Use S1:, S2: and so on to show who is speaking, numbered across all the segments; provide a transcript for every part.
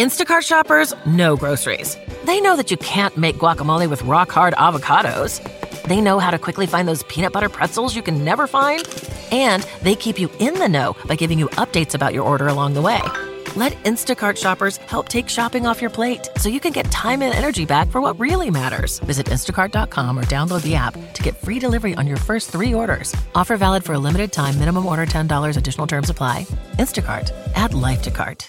S1: Instacart shoppers know groceries. They know that you can't make guacamole with rock hard avocados. They know how to quickly find those peanut butter pretzels you can never find. And they keep you in the know by giving you updates about your order along the way. Let Instacart shoppers help take shopping off your plate so you can get time and energy back for what really matters. Visit instacart.com or download the app to get free delivery on your first three orders. Offer valid for a limited time, minimum order $10, additional terms apply. Instacart, add life to cart.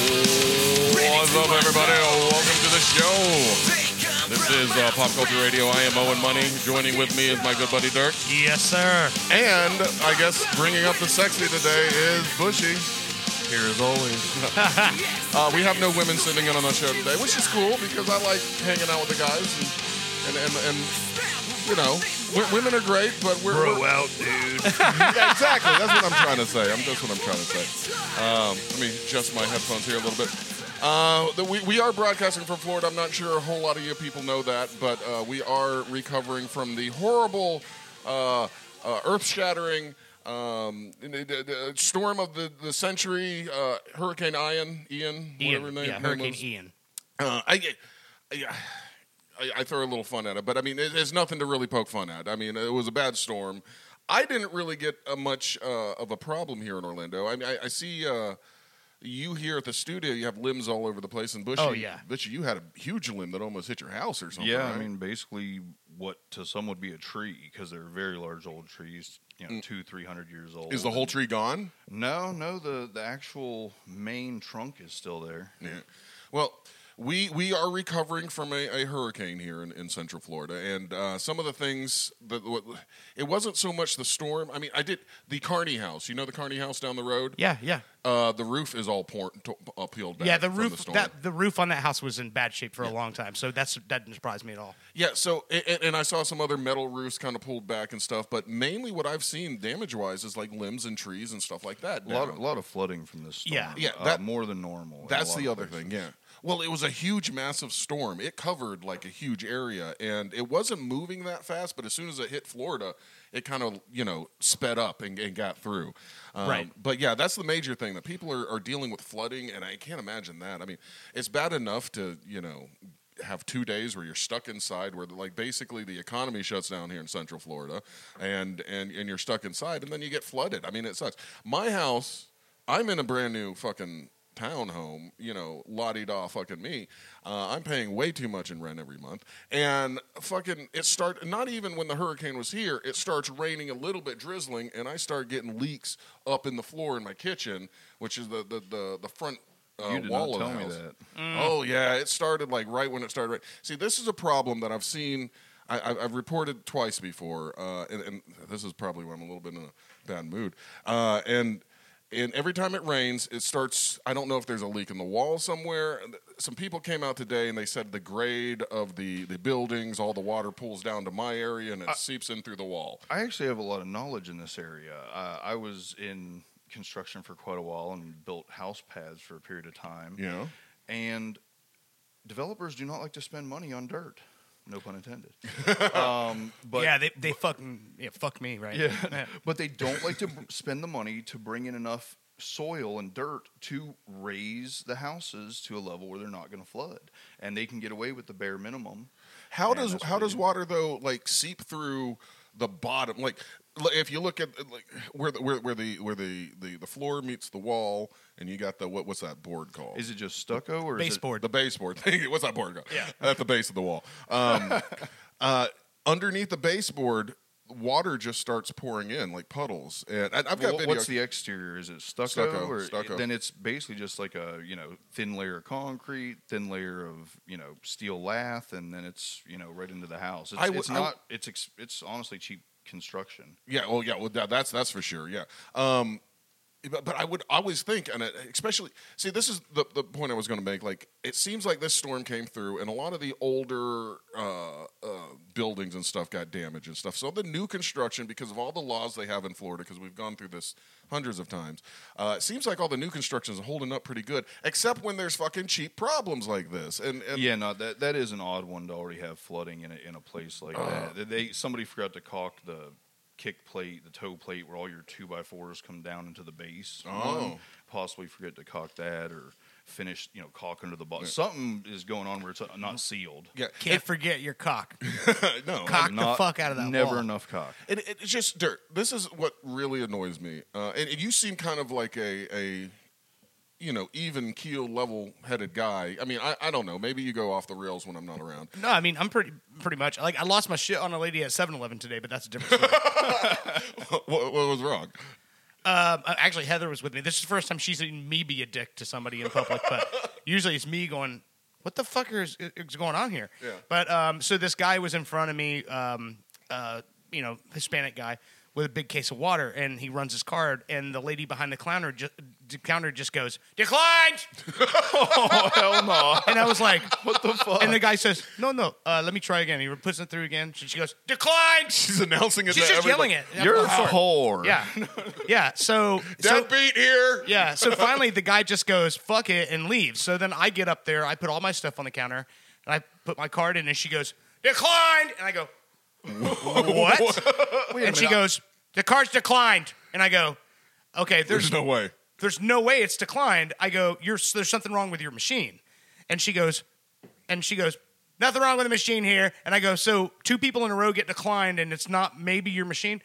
S2: What's up, everybody? Uh, Welcome to the show. This is uh, Pop Culture Radio. I am Owen Money. Joining with me is my good buddy Dirk.
S3: Yes, sir.
S2: And I guess bringing up the sexy today is Bushy. Here as always. uh, we have no women sitting in on our show today, which is cool because I like hanging out with the guys and, and, and, and you know, w- women are great, but we're, we're
S3: out, dude.
S2: yeah, exactly. That's what I'm trying to say. I'm, that's what I'm trying to say. Um, let me adjust my headphones here a little bit. Uh, the- we, we are broadcasting from Florida. I'm not sure a whole lot of you people know that, but uh, we are recovering from the horrible, uh, uh, earth shattering um, n- n- n- storm of the, the century, uh, Hurricane Ian, Ian, whatever
S3: Ian.
S2: name,
S3: Yeah,
S2: name
S3: Hurricane
S2: was.
S3: Ian.
S2: Uh, I, I, I, I throw a little fun at it, but I mean, it, it's nothing to really poke fun at. I mean, it was a bad storm. I didn't really get a much uh, of a problem here in Orlando. I mean, I, I see uh, you here at the studio. You have limbs all over the place in Bushy.
S3: Oh, yeah.
S2: Bushy, you had a huge limb that almost hit your house or something.
S4: Yeah, I
S2: right?
S4: mean, basically, what to some would be a tree because they're very large old trees, you know, two, three hundred years old.
S2: Mm. is the whole
S4: and-
S2: tree gone?
S4: No, no, the the actual main trunk is still there.
S2: Yeah. Well, we we are recovering from a, a hurricane here in, in Central Florida, and uh, some of the things that what, it wasn't so much the storm. I mean, I did the Carney House. You know the Carney House down the road.
S3: Yeah, yeah,
S2: Uh, the roof is all por- to, uh, peeled back.
S3: yeah. The
S2: from
S3: roof
S2: The storm.
S3: that the roof on that house was in bad shape for a long time, so that's that didn't surprise me at all.
S2: Yeah, so a- a- and I saw some other metal roofs kind of pulled back and stuff, but mainly what I've seen damage wise is like limbs and trees and stuff like that.
S4: A lot, of,
S2: down.
S4: lot of flooding from this storm.
S3: Yeah.
S2: Yeah,
S4: uh,
S2: that-
S4: more than normal. in a
S2: That's
S4: lot
S2: the
S4: of
S2: other
S4: places.
S2: thing, yeah. Well, it was a huge, massive storm. It covered like a huge area, and it wasn't moving that fast. But as soon as it hit Florida, it kind of you know sped up and, and got through. Um,
S3: Right.
S2: But yeah, that's the major thing that people are, are dealing with flooding, and I can't imagine that. I mean, it's bad enough to you know have two days where you're stuck inside, where like basically the economy shuts down here in Central Florida, and and and you're stuck inside, and then you get flooded. I mean, it sucks. My house, I'm in a brand new fucking townhome, you know, la di da fucking me. Uh, I'm paying way too much in rent every month. And fucking, it start not even when the hurricane was here, it starts raining a little bit, drizzling, and I start getting leaks up in the floor in my kitchen, which is the, the, the, the front. Uh,
S4: You did
S2: wall
S4: not
S2: of the
S4: tell me
S2: house.
S4: that.
S2: Oh yeah, it started like right when it started. Right. See, this is a problem that I've seen. I, I've, I've reported twice before, uh, and, and this is probably why I'm a little bit in a bad mood. Uh, and and every time it rains, it starts. I don't know if there's a leak in the wall somewhere. Some people came out today and they said the grade of the the buildings, all the water pools down to my area and it seeps in through the wall.
S4: I actually have a lot of knowledge in this area. Uh, I was in construction for quite a while and built house pads for a period of time.
S2: Yeah.
S4: And developers do not like to spend money on dirt. No pun intended. um, but
S3: yeah, they they fucking yeah, fuck me right.
S4: Yeah. but they don't like to b- spend the money to bring in enough soil and dirt to raise the houses to a level where they're not going to flood, and they can get away with the bare minimum.
S2: How
S4: And
S2: does
S4: that's
S2: how
S4: what they
S2: does
S4: do.
S2: water though like seep through the bottom? Like l- if you look at uh, like where the where, where the where the, the the floor meets the wall, and you got the what what's that board called?
S4: Is it just stucco or Is it,
S3: Baseboard.
S2: The baseboard. Thank you. What's that board called?
S3: Yeah.
S2: At the base of the wall. Um, uh, underneath the baseboard, water just starts pouring in like puddles. And I, I've got
S4: Wha-
S2: video.
S4: what's the exterior? Is it stucco?
S2: Stucco,
S4: or
S2: stucco.
S4: Then it's basically just like a you know thin layer of concrete, thin layer of you know steel lath, and then it's you know right into the house. It's,
S2: I w-
S4: it's
S2: I w-
S4: not. it's ex- it's honestly cheap construction.
S2: Yeah, well, yeah, well, that, that's that's for sure. Yeah, um, but, but I would always think, and I- especially see, this is the the point I was going to make. Like, it seems like this storm came through, and a lot of the older uh, uh, buildings and stuff got damaged and stuff. So the new construction, because of all the laws they have in Florida, because we've gone through this hundreds of times, uh, it seems like all the new construction is holding up pretty good, except when there's fucking cheap problems like this. And, and
S4: Yeah, no, that that is an odd one to already have flooding in a, in a place like that. They somebody forgot to caulk the kick plate, the toe plate where all your two by fours come down into the base.
S2: Oh.
S4: possibly forget to caulk that or finish, you know, caulk under the bottom. Something is going on where it's uh, not sealed.
S2: yeah,
S3: Can't forget your cock.
S2: no,
S3: Cock the
S4: Not-
S3: fuck out of that
S4: Never
S3: wall.
S4: enough cock.
S2: It, it, it's just dirt. This is what really annoys me. Uh, and, and you seem kind of like a, a you know, even keel, level headed guy. I mean, I, I don't know. Maybe you go off the rails when I'm not around.
S3: No, I mean I'm pretty pretty much like I lost my shit on a lady at 7-Eleven today, but that's a different story.
S2: what, what was wrong?
S3: um, uh, actually, Heather was with me. This is the first time she's seen me be a dick to somebody in public, but usually it's me going, "What the fuck is, is going on here?"
S2: Yeah.
S3: But um, so this guy was in front of me, um, uh, you know, Hispanic guy with a big case of water, and he runs his card, and the lady behind the counter just, counter just goes, "Declined."
S4: Hell no.
S3: And I was like, "What the fuck?" And the guy says, "No, no, uh, let me try again." He puts it through again. She, she goes, "Declined." She's
S2: He's announcing it. to
S3: just
S2: everybody.
S3: yelling it.
S4: You're a
S3: I'm sorry.
S4: whore.
S3: Yeah, yeah. So, so
S2: Deadbeat here.
S3: yeah. So finally, the guy just goes "fuck it" and leaves. So then I get up there, I put all my stuff on the counter, and I put my card in, and she goes "declined," and I go "what?" and she goes "the card's declined," and I go "okay,
S2: There's no way.
S3: there's no way it's declined. I go, you're, there's something wrong with your machine. And she goes, and she goes, nothing wrong with the machine here. And I go, so two people in a row get declined and it's not maybe your machine.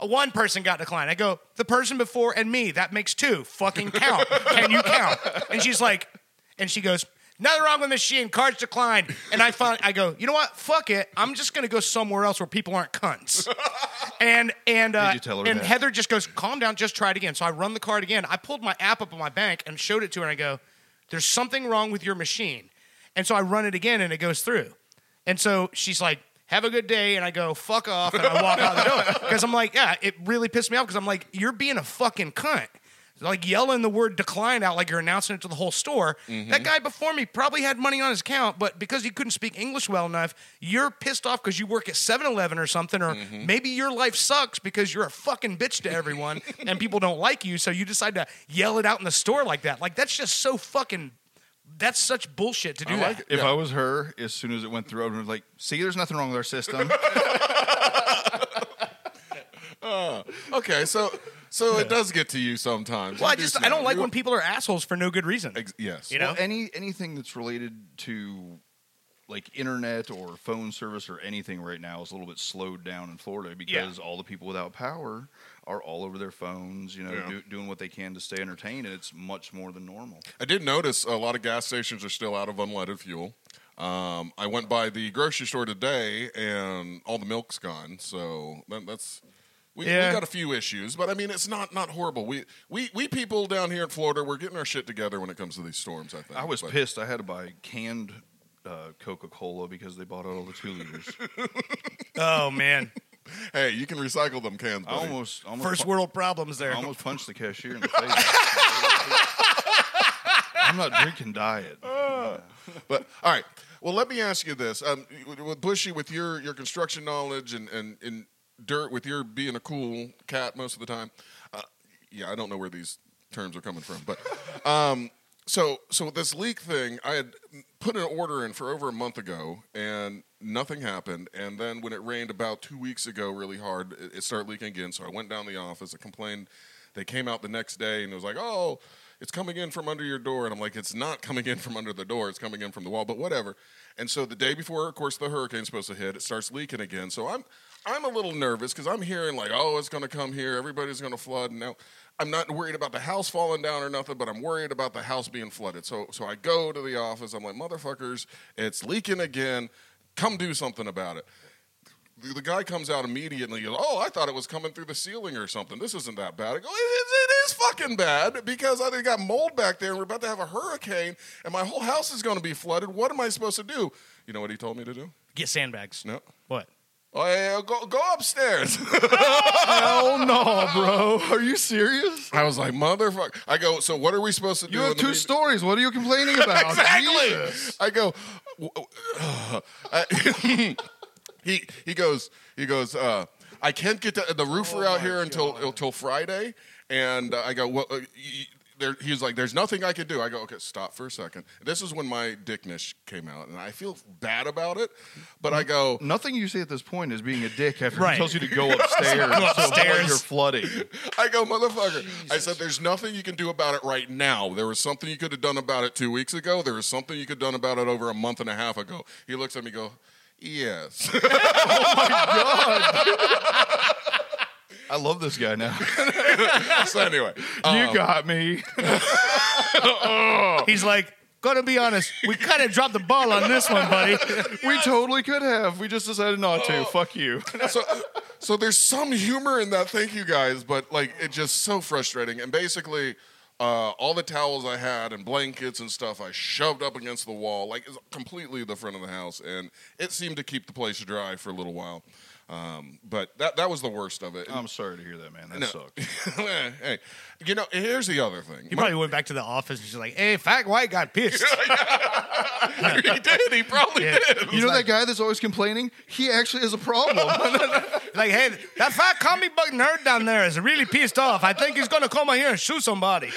S3: Uh, One person got declined. I go, the person before and me, that makes two. Fucking count. Can you count? And she's like, and she goes, nothing wrong with the machine. Cards declined. And I find, I go, you know what? Fuck it. I'm just going to go somewhere else where people aren't cunts. And, and, uh,
S4: you tell her
S3: and
S4: that?
S3: Heather just goes, calm down, just try it again. So I run the card again. I pulled my app up on my bank and showed it to her. And I go, there's something wrong with your machine. And so I run it again and it goes through. And so she's like, have a good day. And I go, fuck off. And I walk out the door. Because I'm like, yeah, it really pissed me off because I'm like, you're being a fucking cunt. Like yelling the word decline out like you're announcing it to the whole store.
S4: Mm-hmm.
S3: That guy before me probably had money on his account, but because he couldn't speak English well enough, you're pissed off because you work at 7 Eleven or something, or
S4: Mm-hmm.
S3: maybe your life sucks because you're a fucking bitch to everyone and people don't like you, so you decide to yell it out in the store like that. Like, that's just so fucking, that's such bullshit to do that.
S4: If I was her, as soon as it went through, I would be like, see, there's nothing wrong with our system.
S2: Okay, so so it does get to you sometimes.
S3: Well, I
S2: You do
S3: just I
S2: snap.
S3: don't like
S2: You-
S3: when people are assholes for no good reason.
S2: Ex- yes.
S3: You know?
S4: Well, any anything that's related to like internet or phone service or anything right now is a little bit slowed down in Florida because all the people without power are all over their phones, you know,
S2: Yeah.
S4: do, doing what they can to stay entertained, and it's much more than normal.
S2: I did notice a lot of gas stations are still out of unleaded fuel. Um, I went by the grocery store today, and all the milk's gone. So that, that's we,
S3: Yeah.
S2: we got a few issues, but I mean it's not not horrible. We we we people down here in Florida, we're getting our shit together when it comes to these storms. I think
S4: I was
S2: But-
S4: pissed. I had to buy canned uh, Coca Cola because they bought out all the two liters.
S3: Oh man,
S2: Hey, you can recycle them cans.
S4: I
S2: buddy.
S4: almost, almost
S3: first
S4: pu-
S3: world problems
S4: I
S3: there.
S4: almost punched the cashier in the face. I'm not drinking diet.
S2: But all right. Well, let me ask you this: um, with Bushy, with your your construction knowledge and and, and dirt, with your being a cool cat most of the time. Uh, yeah, I don't know where these terms are coming from, but um, so so this leak thing, I had put an order in for over a month ago, and nothing happened. And then when it rained about two weeks ago, really hard, it, it started leaking again. So I went down to the office. I complained. They came out the next day and it was like, oh, it's coming in from under your door. And I'm like, it's not coming in from under the door. It's coming in from the wall, but whatever. And so the day before, of course, the hurricane's supposed to hit, it starts leaking again. So I'm I'm a little nervous because I'm hearing like, oh, it's going to come here. Everybody's going to flood. And now I'm not worried about the house falling down or nothing, but I'm worried about the house being flooded. So, so I go to the office. I'm like, motherfuckers, it's leaking again. Come do something about it. The, the guy comes out immediately. He goes, oh, I thought it was coming through the ceiling or something. This isn't that bad. I go, it, it- it is fucking bad because I they got mold back there. and We're about to have a hurricane, and my whole house is going to be flooded. What am I supposed to do? You know what he told me to do?
S3: Get sandbags.
S2: No.
S3: What?
S2: Oh, yeah, yeah, go, go upstairs.
S4: Hell Oh, no, bro. Are you serious?
S2: I was like, motherfucker. I go, so what are we supposed to do?
S4: You have
S2: in the
S4: two
S2: meeting?"
S4: stories. What are you complaining about?
S2: Exactly.
S4: Jesus.
S2: I go, w- w- I- he, he goes, he goes, uh, I can't get the, the roofer out here until, until Friday. And uh, I go, well, uh, y- y- there, he was like, there's nothing I could do. I go, okay, stop for a second. This is when my dickness came out, and I feel bad about it. But I go,
S4: Nothing you say at this point is being a dick after
S3: Right.
S4: he tells you to go upstairs. so
S3: upstairs.
S4: upstairs. you're flooding.
S2: I go, motherfucker. I said, there's nothing you can do about it right now. There was something you could have done about it two weeks ago. There was something you could have done about it over a month and a half ago. He looks at me, go, yes.
S4: I love this guy now. Um,
S2: so anyway, um,
S4: you got me.
S3: He's like, gotta be honest, we kind of dropped the ball on this one, buddy.
S4: We totally could have. We just decided not to. Fuck you.
S2: so so there's some humor in that. Thank you guys, but like it's just so frustrating. And basically, uh, all the towels I had and blankets and stuff I shoved up against the wall, like it's completely the front of the house, and it seemed to keep the place dry for a little while. Um, but that that was the worst of it. And-
S4: I'm sorry to hear that, man. That sucked.
S2: hey, you know, here's the other thing.
S3: He probably went back to the office and she's like, hey, Fat White got pissed.
S2: he did. He probably did.
S4: You know that guy that's always complaining? He actually is a problem.
S3: like, hey, that fat comic book nerd down there is really pissed off. I think he's gonna come out here and shoot somebody.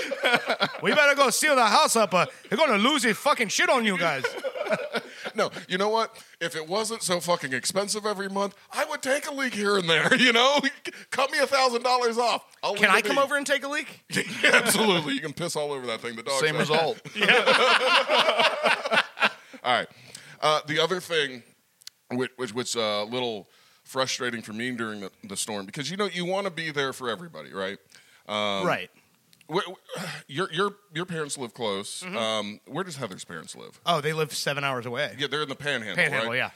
S3: we better go seal the house up. Or they're gonna lose his fucking shit on you guys.
S2: No, you know what? If it wasn't so fucking expensive every month, I would take a leak here and there. You know, cut me a thousand dollars off. I'll
S3: Can
S2: leave
S3: I
S2: it
S3: come
S2: be.
S3: over and take a leak?
S2: Absolutely, you can piss all over that thing. The dog.
S4: Same
S2: said.
S4: result.
S2: All right. Uh, the other thing, which which was a little frustrating for me during the, the storm, because you know you want to be there for everybody, right? Um,
S3: right.
S2: Wh- wh- Your your your parents live close.
S3: Mm-hmm.
S2: Um, where does Heather's parents live?
S3: Oh, they live seven hours away.
S2: Yeah, they're in the Panhandle.
S3: Panhandle,
S2: right?
S3: yeah.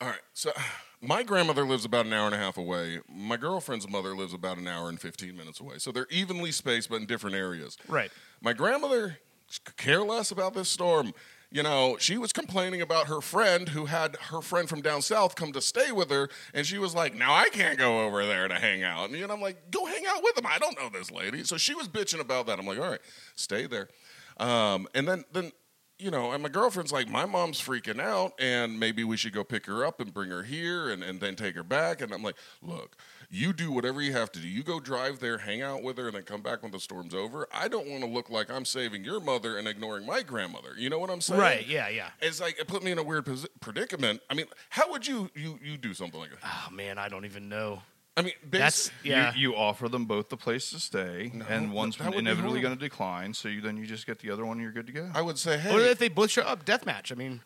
S2: All right. So my grandmother lives about an hour and a half away. My girlfriend's mother lives about an hour and 15 minutes away. So they're evenly spaced, but in different areas.
S3: Right.
S2: My grandmother could care less about this storm. You know, she was complaining about her friend who had her friend from down south come to stay with her, and she was like, "Now I can't go over there to hang out." And you know, I'm like, "Go hang out with him." I don't know this lady, so she was bitching about that. I'm like, "All right, stay there." Um, and then, then you know, and my girlfriend's like, my mom's freaking out, and maybe we should go pick her up and bring her here and, and then take her back. And I'm like, look, you do whatever you have to do. You go drive there, hang out with her, and then come back when the storm's over. I don't want to look like I'm saving your mother and ignoring my grandmother. You know what I'm saying?
S3: Right, yeah, yeah.
S2: It's like, it put me in a weird pos- predicament. I mean, how would you you, you do something like that?
S3: Oh man, I don't even know.
S2: I mean, basi-
S3: That's yeah.
S4: You, you offer them both the place to stay, and one's
S2: that would be
S4: inevitably
S2: horrible.
S4: going to decline. So you, then you just get the other one, and you're good to go.
S2: I would say, hey.
S3: What if they both show up? Deathmatch. I mean,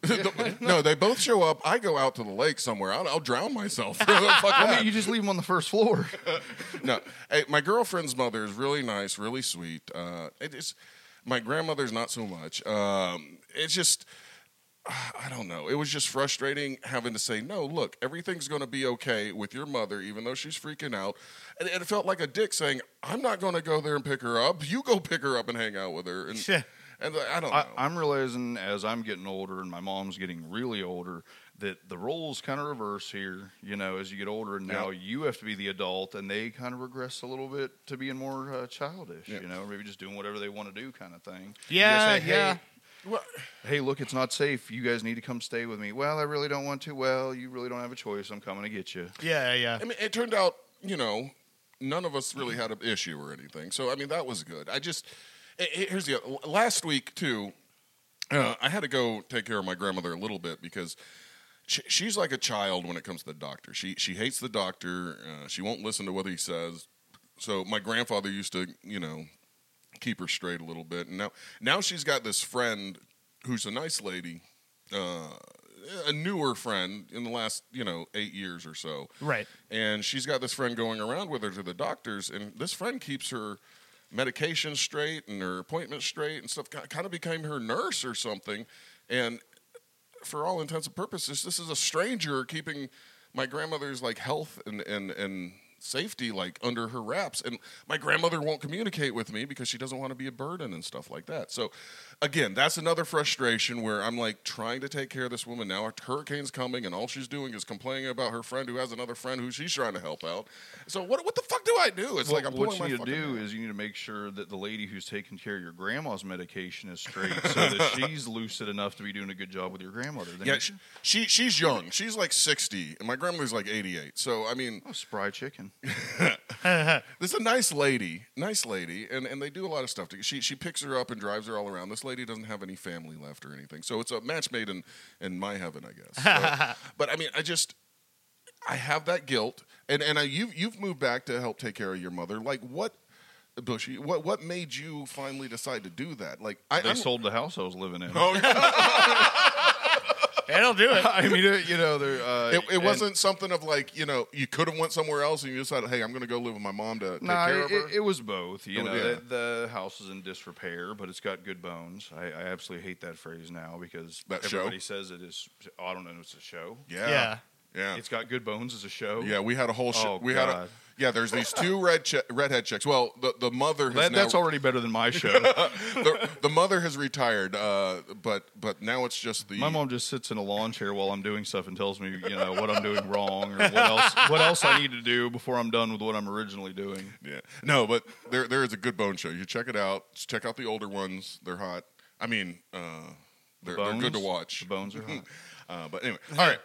S2: no, they both show up. I go out to the lake somewhere. I'll, I'll drown myself. Fuck that.
S4: you just leave them on the first floor.
S2: no, hey, my girlfriend's mother is really nice, really sweet. Uh, it is my grandmother's not so much. Um, it's just. I don't know. It was just frustrating having to say, no, look, everything's going to be okay with your mother, even though she's freaking out. And, and it felt like a dick saying, I'm not going to go there and pick her up. You go pick her up and hang out with her. And,
S3: Yeah.
S2: and I don't know.
S4: I, I'm realizing as I'm getting older and my mom's getting really older that the roles kind of reverse here. You know, as you get older, and now you have to be the adult, and they kind of regress a little bit to being more uh, childish. You know, maybe just doing whatever they want to do, kind of thing. You just
S3: Yeah,
S4: say,
S3: yeah.
S2: Well,
S4: hey, look, it's not safe. You guys need to come stay with me. Well, I really don't want to. Well, you really don't have a choice. I'm coming to get you.
S3: yeah, yeah.
S2: I mean, it turned out, you know, none of us really had an issue or anything. So, I mean, that was good. I just, eh, eh, here's the other- last week, too, uh, I had to go take care of my grandmother a little bit because she, she's like a child when it comes to the doctor. She, she hates the doctor, uh, she won't listen to what he says. So, my grandfather used to, you know, keep her straight a little bit. And now, now she's got this friend who's a nice lady. Uh, a newer friend in the last you know eight years or so.
S3: Right.
S2: And she's got this friend going around with her to the doctors, and this friend keeps her medication straight and her appointments straight and stuff. Kind of became her nurse or something, and for all intents and purposes, this is a stranger keeping my grandmother's like health and and and safety like under her wraps and my grandmother won't communicate with me because she doesn't want to be a burden and stuff like that so again that's another frustration where i'm like trying to take care of this woman now a hurricane's coming and all she's doing is complaining about her friend who has another friend who she's trying to help out so what what the fuck do i do it's like i'm
S4: what
S2: pulling
S4: you
S2: my
S4: need to
S2: fucking
S4: do is you need to make sure that the lady who's taking care of your grandma's medication is straight, so that she's lucid enough to be doing a good job with your grandmother. Then
S2: yeah
S4: you-
S2: she, she she's young she's like 60 and my grandmother's like 88 so i mean
S4: oh, spry chicken.
S2: This is a nice lady, nice lady, and, and they do a lot of stuff. To, she she picks her up and drives her all around. This lady doesn't have any family left or anything, so it's a match made in in my heaven, I guess. So- but I mean, I just I have that guilt, and and I, you've you've moved back to help take care of your mother. Like what, Bushy? What what made you finally decide to do that? Like I
S4: They
S2: I'm-
S4: sold the house I was living in.
S2: Oh, yeah.
S3: It'll do it.
S4: I mean, uh, you know, they're, uh,
S2: it, it
S4: and-
S2: wasn't something of like you know you could have went somewhere else and you decided hey I'm going to go live with my mom to take
S4: Nah,
S2: care
S4: it,
S2: of her.
S4: it- it was both. You
S2: It was-
S4: know,
S2: yeah.
S4: the, the house is in disrepair, but it's got good bones. I, I absolutely hate that phrase now because
S2: That show?
S4: everybody says it is. I don't know. It's a show.
S2: yeah, yeah,
S3: Yeah.
S4: It's got good bones as a show.
S2: Yeah, we had a whole. Sh-
S4: Oh,
S2: we had a.
S4: God.
S2: Yeah, there's these two red che- redhead chicks. Well, the, the mother has
S4: That,
S2: now,
S4: that's already better than my show.
S2: the, the mother has retired, uh, but but now it's just the
S4: my mom just sits in a lawn chair while I'm doing stuff and tells me, you know, what I'm doing wrong or what else what else I need to do before I'm done with what I'm originally doing.
S2: Yeah, no, but there there is a good bone show. You check it out. Check out the older ones. They're hot. I mean, uh, they're, they're good to
S4: bones?
S2: watch.
S4: The bones are hot.
S3: Mm-hmm.
S2: Uh, but anyway, all right.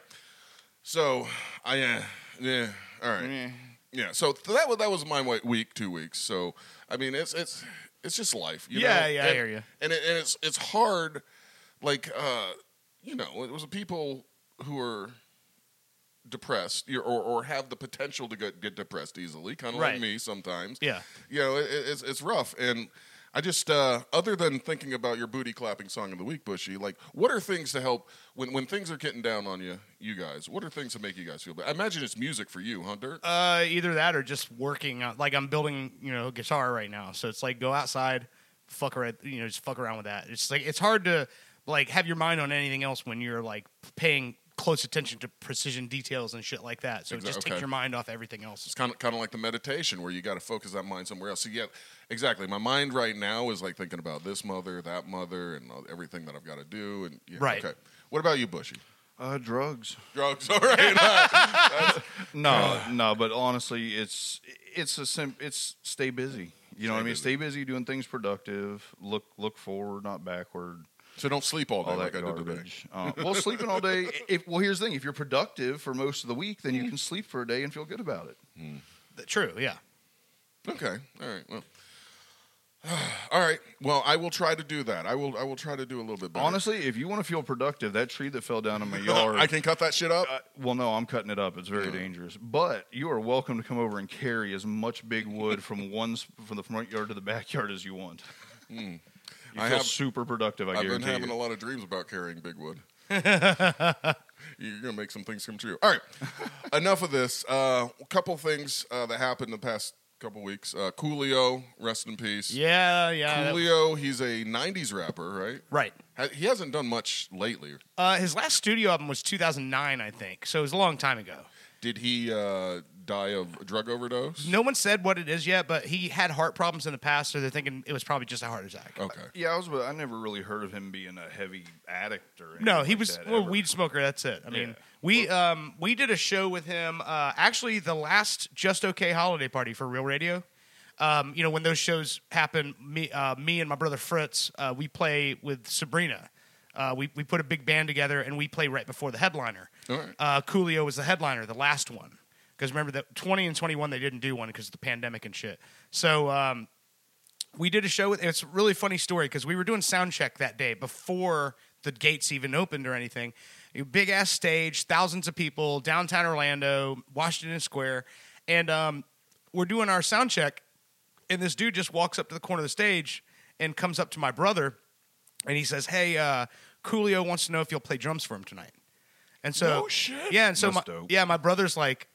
S2: So I uh, yeah, all right. Yeah, so th- that was that was my wa- week, two weeks. So I mean, it's it's it's just life. You
S3: Yeah,
S2: know?
S3: yeah, I
S2: and,
S3: hear ya.
S2: And, it, and it's it's hard, like uh, you know, it was people who are depressed you're- or or have the potential to get get depressed easily, kind of like
S3: Right.
S2: me sometimes.
S3: Yeah.
S2: you know, it, it- it's it's rough and. I just, uh, other than thinking about your booty clapping song of the week, Bushy, like, what are things to help when, when things are getting down on you, you guys? What are things to make you guys feel better? I imagine it's music for you, huh, Dirk?
S3: Uh, either that or just working. on- Like I'm building, you know, guitar right now. So it's like go outside, fuck around, you know, just fuck around with that. It's like it's hard to like have your mind on anything else when you're like paying close attention to precision details and shit like that. So
S2: Exa-
S3: it just
S2: okay.
S3: takes your mind off everything else.
S2: It's kind of kind of like the meditation where you got to focus that mind somewhere else. So yeah, exactly. My mind right now is like thinking about this mother, that mother, and all- everything that I've got to do. And yeah,
S3: Right.
S2: Okay. What about you, Bushy?
S4: Uh, drugs.
S2: Drugs. All right.
S4: No, Uh, no, but honestly, it's it's a sim- it's stay busy. You know what I mean? Stay busy doing things productive. Look look forward, not backward.
S2: so don't sleep all day
S4: all
S2: like
S4: that
S2: I did today.
S4: garbage. Uh, well, sleeping all day. If, well, here's the thing: if you're productive for most of the week, then you
S2: Mm.
S4: can sleep for a day and feel good about it.
S3: Th- True. Yeah.
S2: Okay. All right. Well. All right. Well, I will try to do that. I will. I will try to do a little bit better.
S4: Honestly, if you want to feel productive, that tree that fell down in my yard.
S2: I can cut that shit up.
S4: uh, well, no, I'm cutting it up. It's very dangerous. But you are welcome to come over and carry as much big wood from one s- from the front yard to the backyard as you want. You
S2: I
S4: feel
S2: have-
S4: super productive. I
S2: I've been
S4: guarantee
S2: having
S4: you.
S2: a lot of dreams about carrying big wood. You're gonna make some things come true. All right, enough of this. Uh, a couple things uh, that happened the past couple weeks. Uh, Coolio, rest in peace.
S3: Yeah. Yeah. that-
S2: Coolio, he's a '90s rapper, right?
S3: right.
S2: Ha- He hasn't done much lately.
S3: Uh, his last studio album was 2009, I think. So it was a long time ago.
S2: Did he uh, die of a drug overdose?
S3: No one said what it is yet, but he had heart problems in the past, so they're thinking it was probably just a heart attack.
S2: Okay.
S4: yeah, I was. I never really heard of him being a heavy addict or anything
S3: No, he
S4: like
S3: was
S4: that
S3: well,
S4: ever.
S3: weed smoker. That's it. I mean,
S4: Yeah.
S3: we um we did a show with him. Uh, actually, the last Just Okay holiday party for Real Radio. Um, you know when those shows happen, me uh, me and my brother Fritz, uh, we play with Sabrina. Uh, we we put a big band together and we play right before the headliner.
S2: All right.
S3: Uh, Coolio was the headliner, the last one. Because remember that twenty and twenty one they didn't do one because of the pandemic and shit. So um, we did a show with it's a really funny story because we were doing sound check that day before the gates even opened or anything A big ass stage thousands of people downtown orlando washington square and um, we're doing our sound check and this dude just walks up to the corner of the stage and comes up to my brother and he says hey uh, coolio wants to know if you'll play drums for him tonight And so,
S2: No shit.
S3: yeah, and so my,
S4: That's dope.
S3: yeah, my brother's like,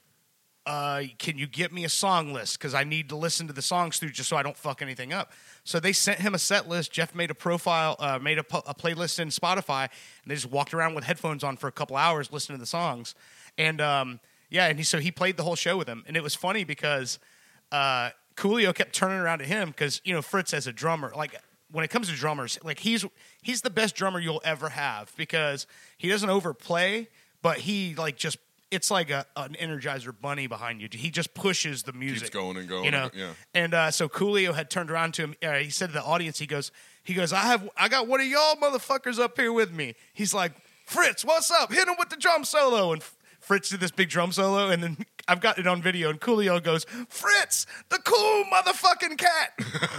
S3: uh, can you get me a song list? Because I need to listen to the songs through just so I don't fuck anything up. So they sent him a set list. Jeff made a profile, uh, made a, po- a playlist in Spotify, and they just walked around with headphones on for a couple hours listening to the songs. And um, yeah, and he, so he played the whole show with him, and it was funny because uh, Coolio kept turning around to him because you know Fritz as a drummer, like when it comes to drummers, like he's he's the best drummer you'll ever have because he doesn't overplay, but he like just it's like a, an Energizer bunny behind you. He just pushes the music,
S2: going and going
S3: You know,
S2: and- yeah.
S3: And uh, so Coolio had turned around to him. Uh, he said to the audience, he goes, he goes, I have, I got one of y'all motherfuckers up here with me. He's like, Fritz, what's up? Hit him with the drum solo. And F- Fritz did this big drum solo, and then I've got it on video. And Coolio goes, Fritz, the cool motherfucking cat.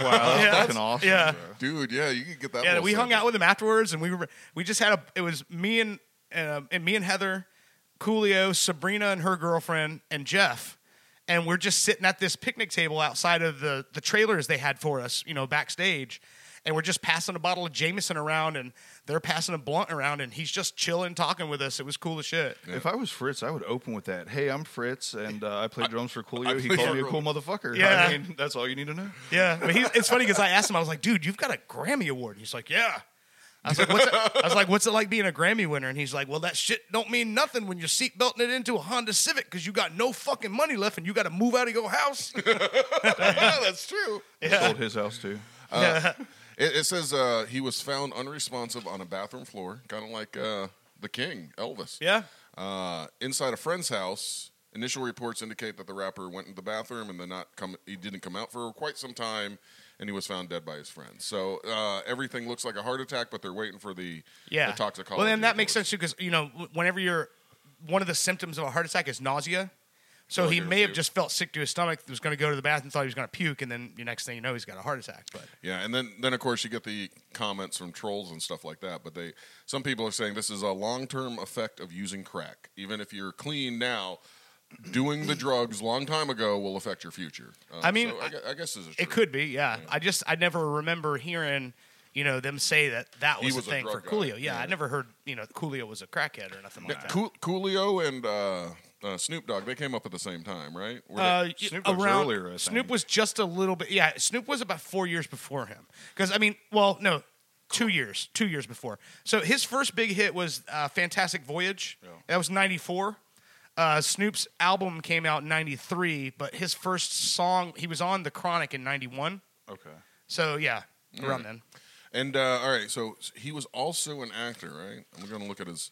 S4: Wow, that's fucking
S3: Yeah, that's-
S4: awesome.
S3: yeah.
S4: bro.
S2: Dude, yeah, you could get that.
S3: yeah,
S2: little
S3: we hung
S2: sample.
S3: out with him afterwards, and we were we just had a. It was me and um, and me and Heather, Coolio, Sabrina and her girlfriend, and Jeff, and we're just sitting at this picnic table outside of the the trailers they had for us, you know, backstage, and we're just passing a bottle of Jameson around, and they're passing a blunt around, and he's just chilling, talking with us. It was cool as shit.
S4: If I was Fritz, I would open with that. Hey, I'm Fritz, and uh, I play drums for Coolio. He
S2: play
S4: called me a
S2: drum-
S4: cool motherfucker.
S3: Yeah.
S4: I mean, that's all you need to know.
S3: Yeah, but he's, it's funny because I asked him, I was like, dude, you've got a Grammy award. And he's like, yeah. I was like, what's it, I was like, what's it like being a Grammy winner? And he's like, well, that shit don't mean nothing when you're seatbelting it into a Honda Civic because you got no fucking money left and you got to move out of your house.
S2: yeah, that's true.
S4: Sold his house too.
S2: It, it says uh, he was found unresponsive on a bathroom floor, kind of like uh, the King, Elvis.
S3: yeah.
S2: Uh, inside a friend's house, initial reports indicate that the rapper went in the bathroom and then not come. He didn't come out for quite some time, and he was found dead by his friends. So uh, everything looks like a heart attack, but they're waiting for the
S3: Yeah.
S2: the toxicology.
S3: Well, then that makes
S2: reports.
S3: sense too because, you know, w- whenever you're, one of the symptoms of a heart attack is nausea. So he
S2: you're
S3: may have
S2: puke.
S3: just felt sick to his stomach, was going to go to the bathroom, thought he was going to puke, and then the next thing you know, he's got a heart attack. But
S2: Yeah, and then then of course you get the comments from trolls and stuff like that. But they some people are saying this is a long term effect of using crack. Even if you're clean now, doing the drugs long time ago will affect your future. Uh,
S3: I mean,
S2: so I, gu- I guess this is
S3: It
S2: true.
S3: could be, yeah. I just I never remember hearing, you know, them say that that
S2: He
S3: was,
S2: was a
S3: a thing for
S2: drug
S3: Coolio.
S2: guy,
S3: Yeah, I
S2: yeah.
S3: never heard, you know, Coolio was a crackhead or nothing like that.
S2: Cool, Coolio and uh, uh, Snoop Dogg they came up at the same time, right? Were they-
S3: Uh, y-
S4: Snoop was
S3: around,
S4: earlier, I
S3: Snoop
S4: think.
S3: was just a little bit. Yeah, Snoop was about four years before him. Because I mean, well, no, two years, two years before. So his first big hit was uh, "Fantastic Voyage." That was '94. Uh, Snoop's album came out in '93, but his first song he was on The Chronic in '91.
S4: Okay.
S3: So yeah,
S2: Mm.
S3: around then.
S2: and uh, all right, so s- he was also an actor, right? I'm going to look at his.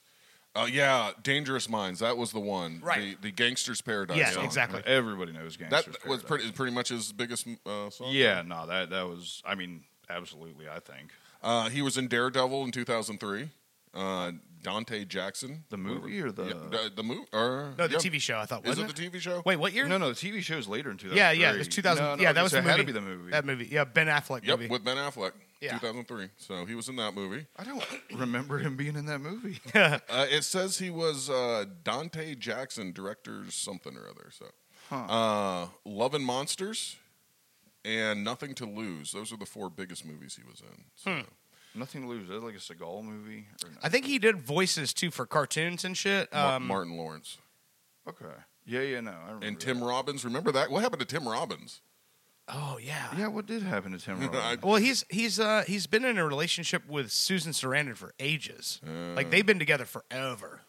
S2: Uh, yeah, Dangerous Minds. That was the one.
S3: Right.
S2: The, the Gangster's Paradise.
S3: Yeah,
S2: song.
S3: exactly.
S4: Everybody knows
S2: That
S4: gangsters.
S2: was
S4: Paradise.
S2: pretty pretty much his biggest uh, song.
S4: Yeah, no, that that was. I mean, absolutely. I think
S2: Uh, he was in Daredevil in 2003. Uh, Dante Jackson.
S4: the movie or the
S2: Yeah, the, the movie? Or,
S3: No, the
S2: yeah.
S3: TV show. I thought
S2: Is
S3: wasn't
S2: it the TV show?
S3: Wait, what year?
S4: no, no, the TV show is later in 2003.
S3: Yeah, yeah, it was 2000.
S4: No, no,
S3: yeah,
S4: okay,
S3: that was
S4: so
S3: the
S4: it
S3: movie.
S4: had to be the movie.
S3: That movie. Yeah, Ben Affleck
S2: Yep,
S3: movie.
S2: with Ben Affleck.
S3: Yeah.
S2: 2003. So he was in that movie.
S4: I don't remember him being in that movie.
S2: Uh, it says he was uh, Dante Jackson, director's something or other. So, uh, Love and Monsters and Nothing to Lose. Those are the four biggest movies he was in. So,
S3: Hmm,
S4: Nothing to lose. Is that like a Seagal movie? Or no?
S3: I think he did voices too for cartoons and shit.
S2: Mar-
S3: Um,
S2: Martin Lawrence
S4: okay. Yeah, yeah, no. I remember
S2: and Tim
S4: that.
S2: Robbins. Remember that? What happened to Tim Robbins?
S3: Oh yeah.
S4: Yeah, what did happen to Tim Robbins?
S2: I-
S3: Well, he's he's uh, he's been in a relationship with Susan Sarandon for ages. like they've been together forever.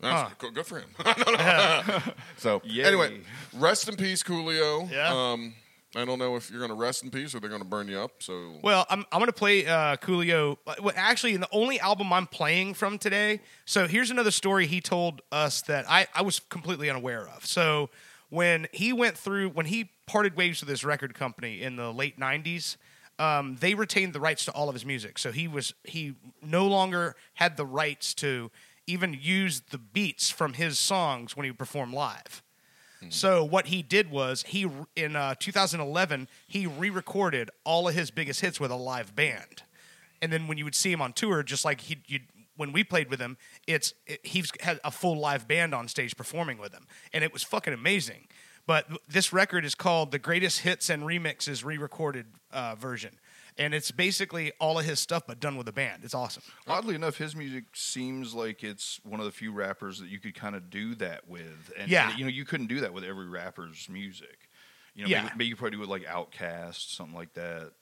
S2: That's
S3: Huh.
S2: good, good for him. so anyway,
S4: Yay.
S2: rest in peace, Coolio.
S3: Yeah.
S2: Um, I don't know if you're going to rest in peace or they're going to burn you up. So
S3: Well, I'm I'm gonna play uh, Coolio. uh, well, Actually, the only album I'm playing from today. So here's another story he told us that I I was completely unaware of. So when he went through when he parted ways with his record company in the late '90s. Um, they retained the rights to all of his music, so he was he no longer had the rights to even use the beats from his songs when he would perform live. So what he did was he in uh, 2011 he re-recorded all of his biggest hits with a live band, and then when you would see him on tour, just like he you when we played with him, it's it, he's had a full live band on stage performing with him, and it was fucking amazing. But this record is called the Greatest Hits and Remixes Re-recorded uh, version, and it's basically all of his stuff, but done with a band. It's awesome.
S4: Oddly enough, his music seems like it's one of the few rappers that you could kind of do that with. And,
S3: Yeah.
S4: and, you know, you couldn't do that with every rapper's music. You know,
S3: Yeah.
S4: maybe, maybe you probably do it like Outkast, something like that.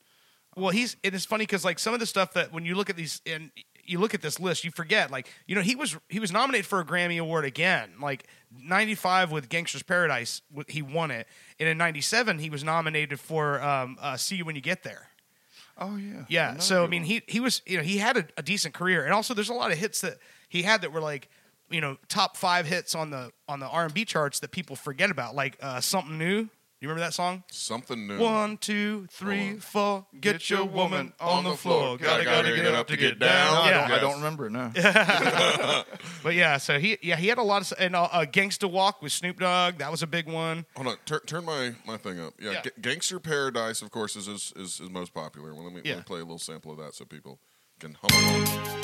S3: Well, he's it is funny because like some of the stuff that when you look at these and you look at this list, you forget like you know he was he was nominated for a Grammy Award again, like '95 with Gangster's Paradise, wh- he won it, and in '97 he was nominated for um, uh, See You When You Get There.
S4: Oh yeah,
S3: Yeah,
S4: Another
S3: so I
S4: good
S3: mean
S4: one.
S3: he he was you know he had a, a decent career, and also there's a lot of hits that he had that were like you know top five hits on the on the R and B charts that people forget about, like uh, something new. You remember that song?
S2: Something new.
S3: One, two, three,
S2: Hold on.
S3: four. Get, your woman on the floor. Gotta, gotta, get up to get
S4: No,
S3: down.
S4: I,
S3: Yeah.
S4: don't, I don't remember. No,
S3: But yeah, so he yeah he had a lot of s- and uh, uh, Gangsta Walk with Snoop Dogg. That was a big one.
S2: Hold on, tur- turn my, my thing up. Yeah,
S3: Yeah.
S2: Ga- Gangster Paradise, of course, is is, is, is most popular. Well, let me, let
S3: Yeah.
S2: me play a little sample of that so people can hum along.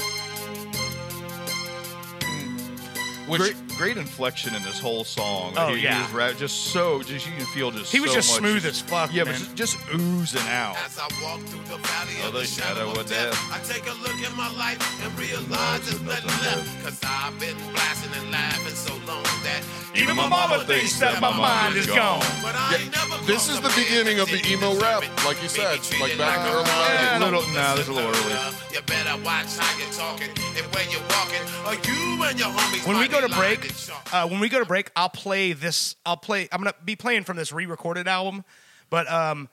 S3: Which
S4: great, great inflection in this whole song.
S3: Oh,
S4: He- he
S3: yeah.
S4: was rap- just so just you can feel just
S3: He was
S4: so
S3: just
S4: much-
S3: smooth as fuck,
S4: Yeah,
S3: man.
S4: but just, just oozing out.
S5: As I walk through the valley
S4: Oh,
S5: of the
S4: the
S5: shadow
S4: shadow
S5: of
S4: of
S5: death,
S4: death.
S5: I take a look at my life and realize there's nothing left. Cause I've been blasting and laughing so long that
S3: Even my mama thinks that my mind is gone.
S5: But I ain't never
S2: This is the
S5: lost a man
S2: beginning
S5: that
S2: of the
S5: didn't
S2: emo
S5: deserve
S2: rap,
S5: it.
S2: like you
S5: Be
S2: said, like
S5: treated
S2: back
S5: a
S2: in the early
S5: hoe.
S2: 90s.
S4: Yeah, little- nah, this is a little early.
S5: You better watch how you're talking and where you're walking. Or you and your homies
S3: When we
S5: might
S3: go to
S5: be
S3: break,
S5: lying and sharp.
S3: uh, when we go to break, I'll play this. I'll play. I'm gonna be playing from this re-recorded album, but um,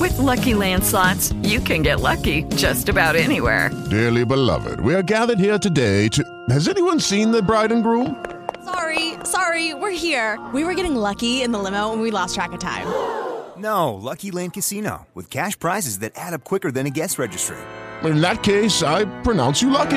S6: With Lucky Land slots, you can get lucky just about anywhere.
S7: Dearly beloved, we are gathered here today to. Has anyone seen the bride and groom?
S8: Sorry, sorry, we're here. We were getting lucky in the limo and we lost track of time.
S9: No, Lucky Land Casino, with cash prizes that add up quicker than a guest registry.
S7: In that case, I pronounce you lucky.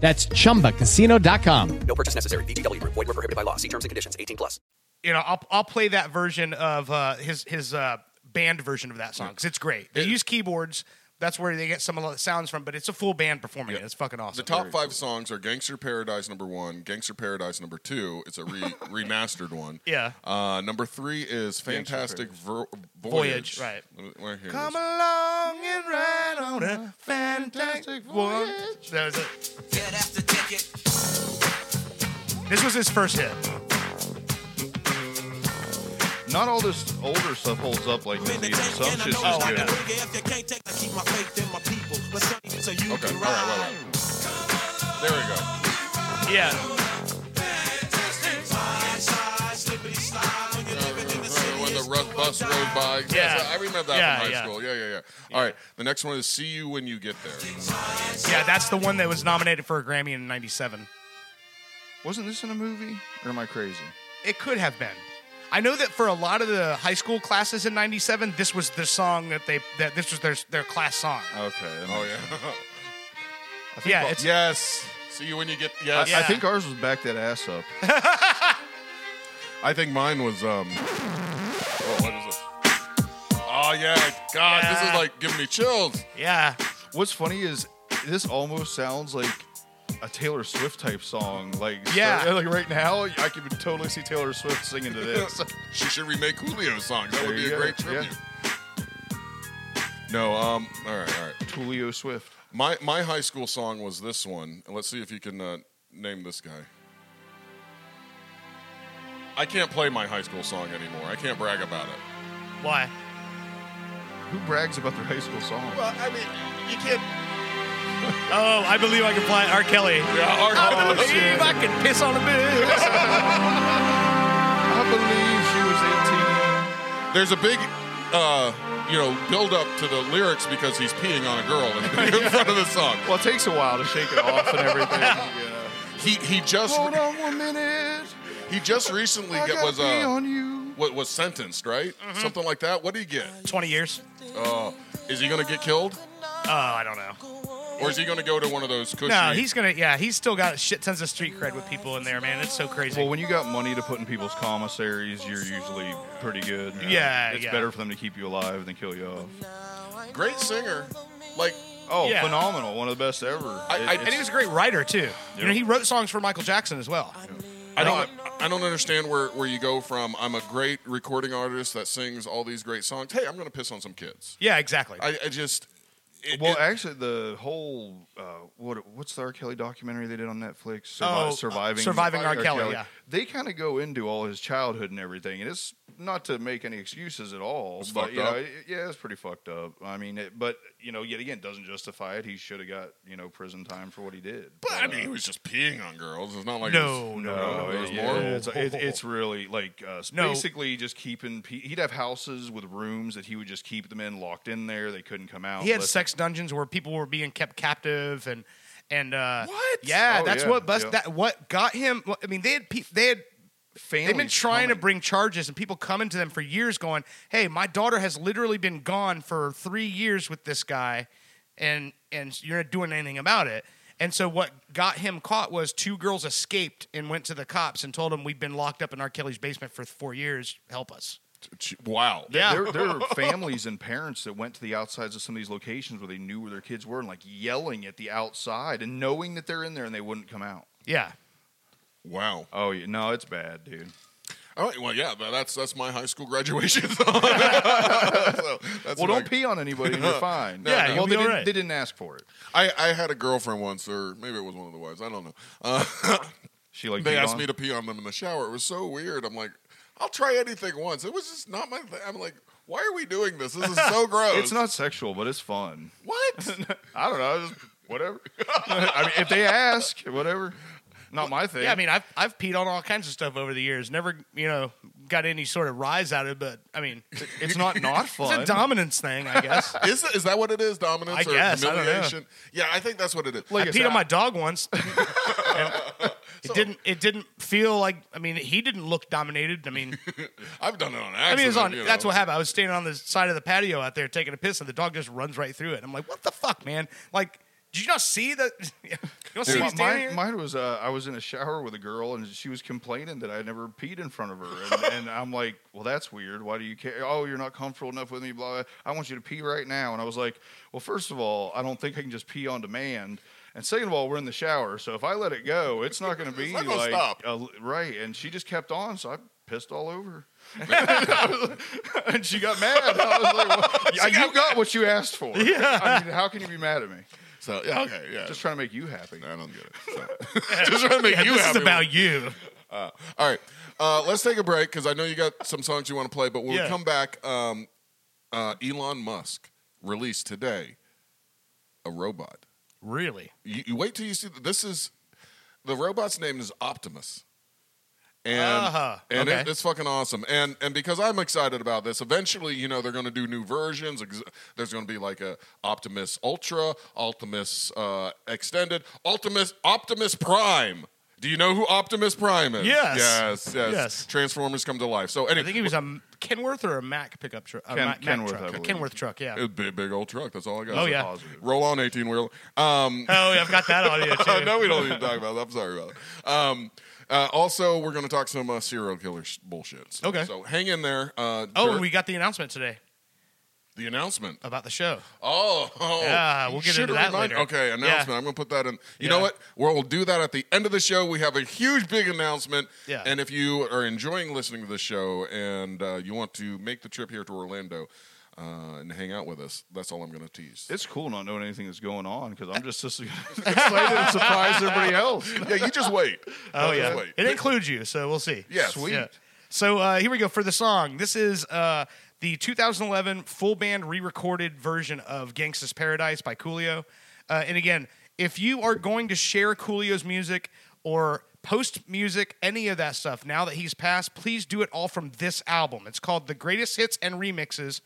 S10: That's chumbacasino.com.
S3: you know, I'll I'll play that version of uh, his his uh, band version of that song because it's great. They use keyboards. That's where they get some of the sounds from, but it's a full band performing it. It's fucking awesome.
S2: The top five songs are Gangster Paradise number one, Gangster Paradise number two. It's a re- remastered one.
S3: Yeah.
S2: Uh, number three is Fantastic Ver- Voyage.
S3: Voyage, right.
S2: Let me- right here it
S3: Come
S2: is.
S3: along and ride on a fantastic voyage. That was it.
S5: Yeah, that's the ticket.
S3: This was his first hit.
S4: Not all this older stuff holds up like this either. Some shit's
S5: Oh,
S4: just good.
S5: If you can't take, I keep my faith in my people. But sonny, so you
S2: Okay.
S5: can
S2: All
S5: ride.
S2: right, wait, wait. There we go.
S3: Yeah.
S2: When the rough bus rode by. Yes,
S3: Yeah.
S2: I remember that
S3: Yeah,
S2: from high
S3: yeah.
S2: school. Yeah, yeah, yeah, All right. The next one is See You When You Get There.
S3: Yeah, that's the one that was nominated for a Grammy in 97.
S4: Wasn't this in a movie? Or am I crazy?
S3: It could have been. I know that for a lot of the high school classes in 97, this was the song that they, that this was their, their class song.
S4: Okay. that
S2: Oh,
S4: makes sense.
S2: yeah.
S3: yeah, it's,
S2: yes. See You When You Get Yes.
S4: I think ours was back that ass up.
S2: I think mine was. um. Oh, what is it? Oh, yeah. God, this is
S3: Yeah.
S2: like giving me chills.
S3: yeah.
S4: What's funny is this almost sounds like a Taylor Swift type song. Like
S3: Yeah.
S4: so- like right now, I could totally see Taylor Swift singing to this.
S2: she should remake Julio's songs. That
S4: There
S2: would be
S4: you
S2: a
S4: go.
S2: great
S4: Yeah.
S2: tribute. No, um, all right, all right.
S4: Julio Swift.
S2: My my high school song was this one. Let's see if you can uh, name this guy. I can't play my high school song anymore. I can't brag about it.
S3: Why?
S4: Who brags about their high school song?
S2: Well, I mean, you can't.
S3: Oh, I believe I can fly R. Kelly. Oh,
S2: Yeah, our-
S3: I believe I can piss on a bill.
S4: I believe
S2: There's a big, uh, you know, build up to the lyrics because he's peeing on a girl in, in front of the song.
S4: she was 18. Well, it takes a while to shake it off and everything. yeah.
S2: He he just
S4: Hold on one minute.
S2: he just recently
S4: I
S2: get-
S4: gotta
S2: was
S4: pee
S2: uh,
S4: on Mm-hmm. you.
S2: wa- was sentenced, right? Something like that. What did he get?
S3: 20 years.
S2: Oh, is he going to get killed?
S3: Oh, I don't know.
S2: Or is he going to go to one of those cushy?
S3: No, he's gonna. Yeah, he's still got shit tons of street cred with people in there, man. It's so crazy.
S4: Well, when you got money to put in people's commissaries, you're usually pretty good.
S3: Yeah,
S4: it's
S3: yeah.
S4: better for them to keep you alive than kill you off.
S2: Great singer. Like,
S4: oh,
S3: Yeah.
S4: phenomenal! One of the best ever. It-
S3: and he
S4: it's-
S3: was a great writer too. You know,
S4: Yep.
S3: he wrote songs for Michael Jackson as well.
S2: I don't. I don't understand where, where you go from. I'm a great recording artist that sings all these great songs. Hey, I'm going to piss on some kids.
S3: Yeah, exactly.
S2: I, I just. it-
S4: well,
S2: it-
S4: actually, the whole uh, what what's the R. Kelly documentary they did on Netflix?
S3: Oh, uh,
S4: surviving,
S3: Surviving R. Kelly, yeah.
S4: They kind of go into all his childhood and everything, and it's not to make any excuses at all.
S2: It's
S4: but
S2: fucked
S4: you
S2: up.
S4: know, it- yeah, it's pretty fucked up. I mean, it, but you know, yet again, doesn't justify it. He should have got you know prison time for what he did. uh,
S2: but I mean, he was just peeing on girls. It's not like
S3: No,
S2: it was,
S3: no,
S2: no, there's
S4: yeah,
S2: more.
S4: It's, it- it's really like uh,
S3: No.
S4: basically just keeping. Pe- he'd have houses with rooms that he would just keep them in, locked in there. They couldn't come out.
S3: He had
S4: unless-
S3: sex dungeons where people were being kept captive and and uh,
S2: What?
S3: Yeah,
S4: Oh,
S3: that's
S4: yeah,
S3: what bust
S4: yeah.
S3: that what got him. well, I mean, they had pe- they had they've been
S4: families
S3: trying
S4: coming.
S3: to bring charges and people coming to them for years, going, "Hey, my daughter has literally been gone for three years with this guy, and and you're not doing anything about it." And so what got him caught was two girls escaped and went to the cops and told them we've been locked up in R. Kelly's basement for four years. Help us.
S2: Wow.
S3: Yeah.
S4: There, there are families and parents that went to the outsides of some of these locations where they knew where their kids were and like yelling at the outside and knowing that they're in there and they wouldn't come out.
S3: Yeah.
S2: Wow.
S4: Oh, yeah. no, it's bad, dude.
S2: All right. Well, yeah. tha- That's that's my high school graduation song. So, that's
S4: well,
S2: what I-
S4: don't pee on anybody and you're fine.
S3: Yeah, you'll
S4: well,
S3: be
S4: they,
S3: all
S4: didn't,
S3: right.
S4: they didn't ask for it.
S2: I, I had a girlfriend once, or maybe it was one of the wives. I don't know. Uh,
S4: She like
S2: they
S4: peed
S2: asked
S4: on?
S2: me to pee on them in the shower. It was so weird. I'm like, I'll try anything once. It was just not my thing. I'm like, why are we doing this? This is so gross.
S4: It's not sexual, but it's fun.
S2: What?
S4: I don't know, just whatever. I mean, if they ask, whatever. Not my thing.
S3: Yeah, I mean, I've I've peed on all kinds of stuff over the years. Never, you know, got any sort of rise out of it. But I mean,
S4: it's not not
S3: it's
S4: fun.
S3: a dominance thing, I guess.
S2: is, that, is that what it is? Dominance
S3: I
S2: or
S3: guess. I don't know.
S2: humiliation? Yeah, I think that's what it is.
S3: I
S4: I
S3: peed
S4: said,
S3: on my dog once. And it didn't. It didn't feel like. I mean, he didn't look dominated. I mean,
S2: I've done it on accident.
S3: I mean, it was on.
S2: you know.
S3: That's what happened. I was standing on the side of the patio out there taking a piss, and the dog just runs right through it. I'm like, what the fuck, man? Like, did you not see that? you don't see
S4: Dude,
S3: me
S4: my- mine,
S3: standing here?
S4: mine was uh, I was in a shower with a girl and she was complaining that I never peed in front of her, and, and I'm like, well, that's weird. Why do you care? Oh, you're not comfortable enough with me. Blah. blah. I want you to pee right now. And I was like, well, first of all, I don't think I can just pee on demand. And second of all, we're in the shower, so if I let it go, it's not going to be
S2: not gonna
S4: like
S2: stop.
S4: a- right. And she just kept on, so I pissed all over. and she got mad. I was like, well, you got what you asked for. I mean, how can you be mad at me?
S2: So yeah, okay, yeah.
S4: Just trying to make you happy.
S2: I don't get it. So. just trying to make you
S3: this
S2: happy.
S3: is about you.
S2: Uh, all right, uh, let's take a break because I know you got some songs you want to play. But when
S3: Yeah.
S2: we come back, um, uh, Elon Musk released today a robot.
S3: Really?
S2: You, you wait till you see this is the robot's name is Optimus. And,
S3: Uh-huh.
S2: and it-
S3: Okay.
S2: it's fucking awesome. And and because I'm excited about this, eventually, you know, they're going to do new versions. Ex- There's going to be like a Optimus Ultra, Optimus uh, Extended, Optimus Optimus Prime. Do you know who Optimus Prime is?
S3: Yes.
S2: Yes, yes.
S3: Yes.
S2: Transformers come to life. So anyway,
S3: I think he was a M- Kenworth or a Mac pickup truck.
S4: Ken-
S3: Mac,
S4: Kenworth,
S3: truck.
S4: I
S3: A
S4: believe. Um,
S3: Kenworth truck. Yeah.
S2: a big, big old truck. That's all I got.
S3: Oh,
S2: So
S3: yeah.
S4: Positive.
S2: Roll on 18 wheel. Um,
S3: Oh, yeah, I've got that audio too.
S2: Uh, no, we don't need to talk about that. I'm sorry about it. Um, uh, also, we're going to talk some uh, serial killer sh- bullshit. So,
S3: Okay.
S2: So hang in there. Uh,
S3: Oh,
S2: dur-
S3: and we got the announcement today
S2: the announcement.
S3: about the show.
S2: Oh, oh.
S3: Yeah, we'll get
S2: Should
S3: into that
S2: remind-
S3: later.
S2: Okay, announcement.
S3: Yeah.
S2: I'm going to put that in. You
S3: Yeah.
S2: know what? We'll do that at the end of the show. We have a huge, big announcement.
S3: Yeah.
S2: And if you are enjoying listening to the show and uh, you want to make the trip here to Orlando uh, and hang out with us, that's all I'm going to tease.
S4: It's cool not knowing anything that's going on because I'm just as excited and surprise everybody else.
S2: yeah, you just wait.
S3: Oh
S2: Just
S3: yeah,
S2: wait.
S3: it includes you, so we'll see.
S2: Yes. Sweet.
S3: So uh, here we go for the song. This is uh, the 2011 full band re-recorded version of "Gangsta's Paradise" by Coolio. Uh, and again, if you are going to share Coolio's music or post music, any of that stuff, now that he's passed, please do it all from this album. It's called "The Greatest Hits and Remixes."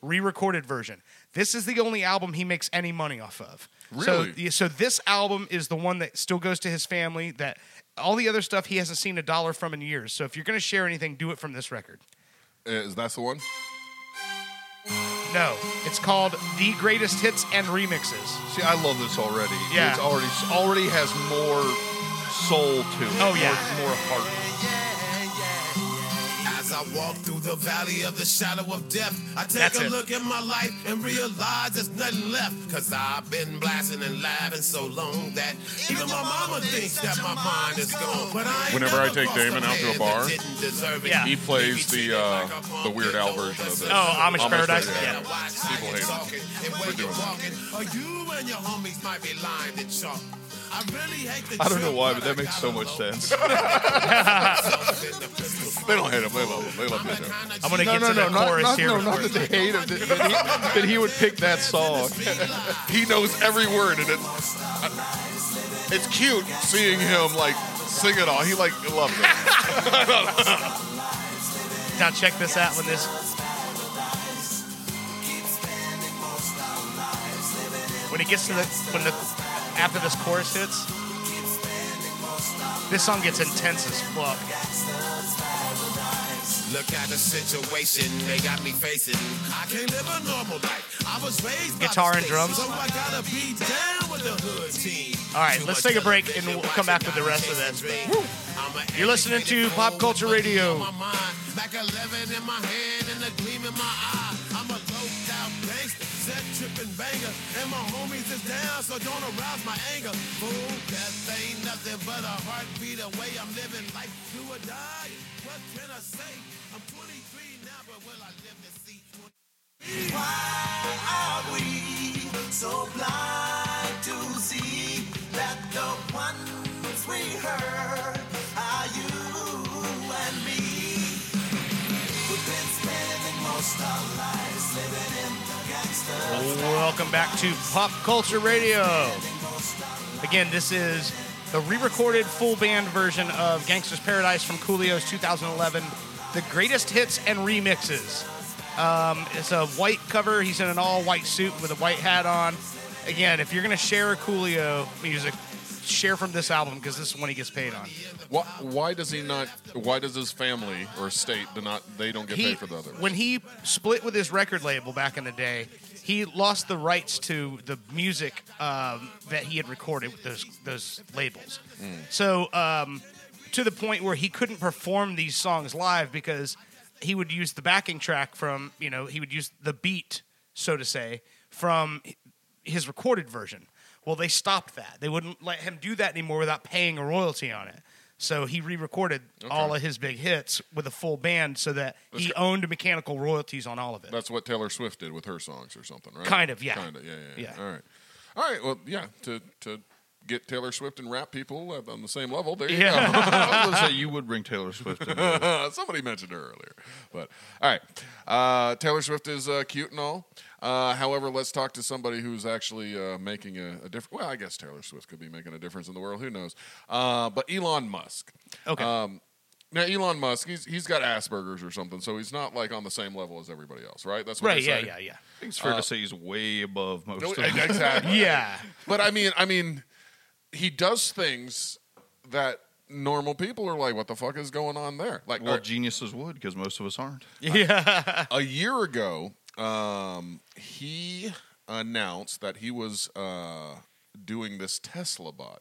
S3: Re-recorded version. This is the only album he makes any money off of. So
S2: Really?
S3: yeah, so this album is the one that still goes to his family. That all the other stuff he hasn't seen a dollar from in years. So if you're going to share anything, do it from this record.
S2: Is that the one?
S3: No, it's called The Greatest Hits and Remixes.
S4: See, I love this already.
S3: Yeah.
S4: It's already already has more soul to it.
S3: Oh, yeah.
S4: More- more heart.
S5: As I walk through the valley of the shadow of death, I take
S4: That's
S5: a
S4: it.
S5: look at my life and realize there's nothing left. Cause I've been blasting and laughing so long that even my mama thinks that my mind is gone. But I ain't
S2: Whenever I
S5: never
S2: take
S5: crossed a
S2: Damon out to a
S5: man
S2: bar,
S5: that didn't deserve it.
S3: Yeah.
S2: He plays the uh, the Weird Al version of this.
S3: Oh, Amish Paradise?
S2: Yeah.
S3: Yeah.
S2: People hate it.
S5: talking and where you're walking, or you and your homies might be lying to chalk. I really hate the
S4: I don't know
S5: truth,
S4: why,
S5: but
S4: but
S5: I
S4: that makes so much sense.
S2: They don't hate him. They love him. They love him.
S3: I'm gonna
S4: no,
S3: get
S4: no,
S3: to
S4: no,
S3: the
S4: not,
S3: chorus
S4: not,
S3: here.
S4: no,
S3: before-
S4: not that they hate him. That, that he, that he would pick that song.
S2: He knows every word, and it's it's cute seeing him like sing it all. He like loves it.
S3: Now check this out when this. When it gets to the when the after this chorus hits, this song gets intense as fuck.
S5: Look at the situation they got me facing. I can't live a normal life. I was raised by
S3: Guitar
S5: the
S3: and
S5: state,
S3: drums.
S5: So I gotta be down with the hood team.
S3: All right,
S5: Too
S3: let's
S5: much
S3: take a break and
S5: television
S3: we'll come back with the rest of
S5: watching
S3: this.
S5: TV.
S3: Woo.
S5: I'm a
S3: You're listening to
S5: educated
S3: Pop
S5: fool
S3: Culture
S5: with money
S3: Radio.
S5: on my mind. Back 11 in my hand and a gleam in my eye. I'm a loped out gangster, set tripping banger. And my homies is down, so don't arouse my anger. Fool, death ain't nothing but a heartbeat away. I'm living life do or die. What can I say? I'm 23 now, but will I live to see 20?
S11: Why are we so blind to see that the ones we hurt are you and me? We've been spending most our lives living in the gangster.
S3: Welcome back to Pop Culture Radio. Again, this is the re-recorded full band version of Gangster's Paradise from Coolio's 2011, the greatest hits and remixes. Um, it's a white cover. He's in an all-white suit with a white hat on. Again, if you're gonna share a Coolio music, share from this album because this is one he gets paid on.
S2: Why, why does he not? Why does his family or state do not? They don't get
S3: He-
S2: paid for the other.
S3: when he split with his record label back in the day, he lost the rights to the music um, that he had recorded with those those labels.
S2: Mm.
S3: So um, to the point where he couldn't perform these songs live because he would use the backing track from you know he would use the beat so to say from his recorded version. Well, they stopped that. They wouldn't let him do that anymore without paying a royalty on it. So he re-recorded all of his big hits with a full band, so that he owned mechanical royalties on all of it.
S2: That's what Taylor Swift did with her songs or something, right?
S3: Kind of, yeah.
S2: Kind of, yeah, yeah, yeah.
S3: Yeah.
S2: All right, all right. Well, yeah. To to get Taylor Swift and rap people at- on the same level. There you
S3: Yeah.
S2: go.
S4: I was gonna say you would bring Taylor Swift in. there.
S2: Somebody mentioned her earlier, but all right. Uh, Taylor Swift is uh, cute and all. Uh, however, let's talk to somebody who's actually uh, making a, a difference. Well, I guess Taylor Swift could be making a difference in the world. Who knows? Uh, but Elon Musk.
S3: Okay.
S2: Um, now Elon Musk, he's he's got Asperger's or something, so he's not like on the same level as everybody else, right? That's what
S3: right?
S2: they
S3: Yeah,
S2: say.
S3: yeah, yeah,
S4: I think it's fair to say he's way above most
S2: No, e-
S4: of them.
S2: exactly.
S3: yeah.
S2: But I mean, I mean, he does things that normal people are like, "What the fuck is going on there?" Like,
S4: Well,
S2: or-
S4: geniuses would because most of us aren't.
S2: a year ago, um, he announced that he was uh, doing this Tesla bot.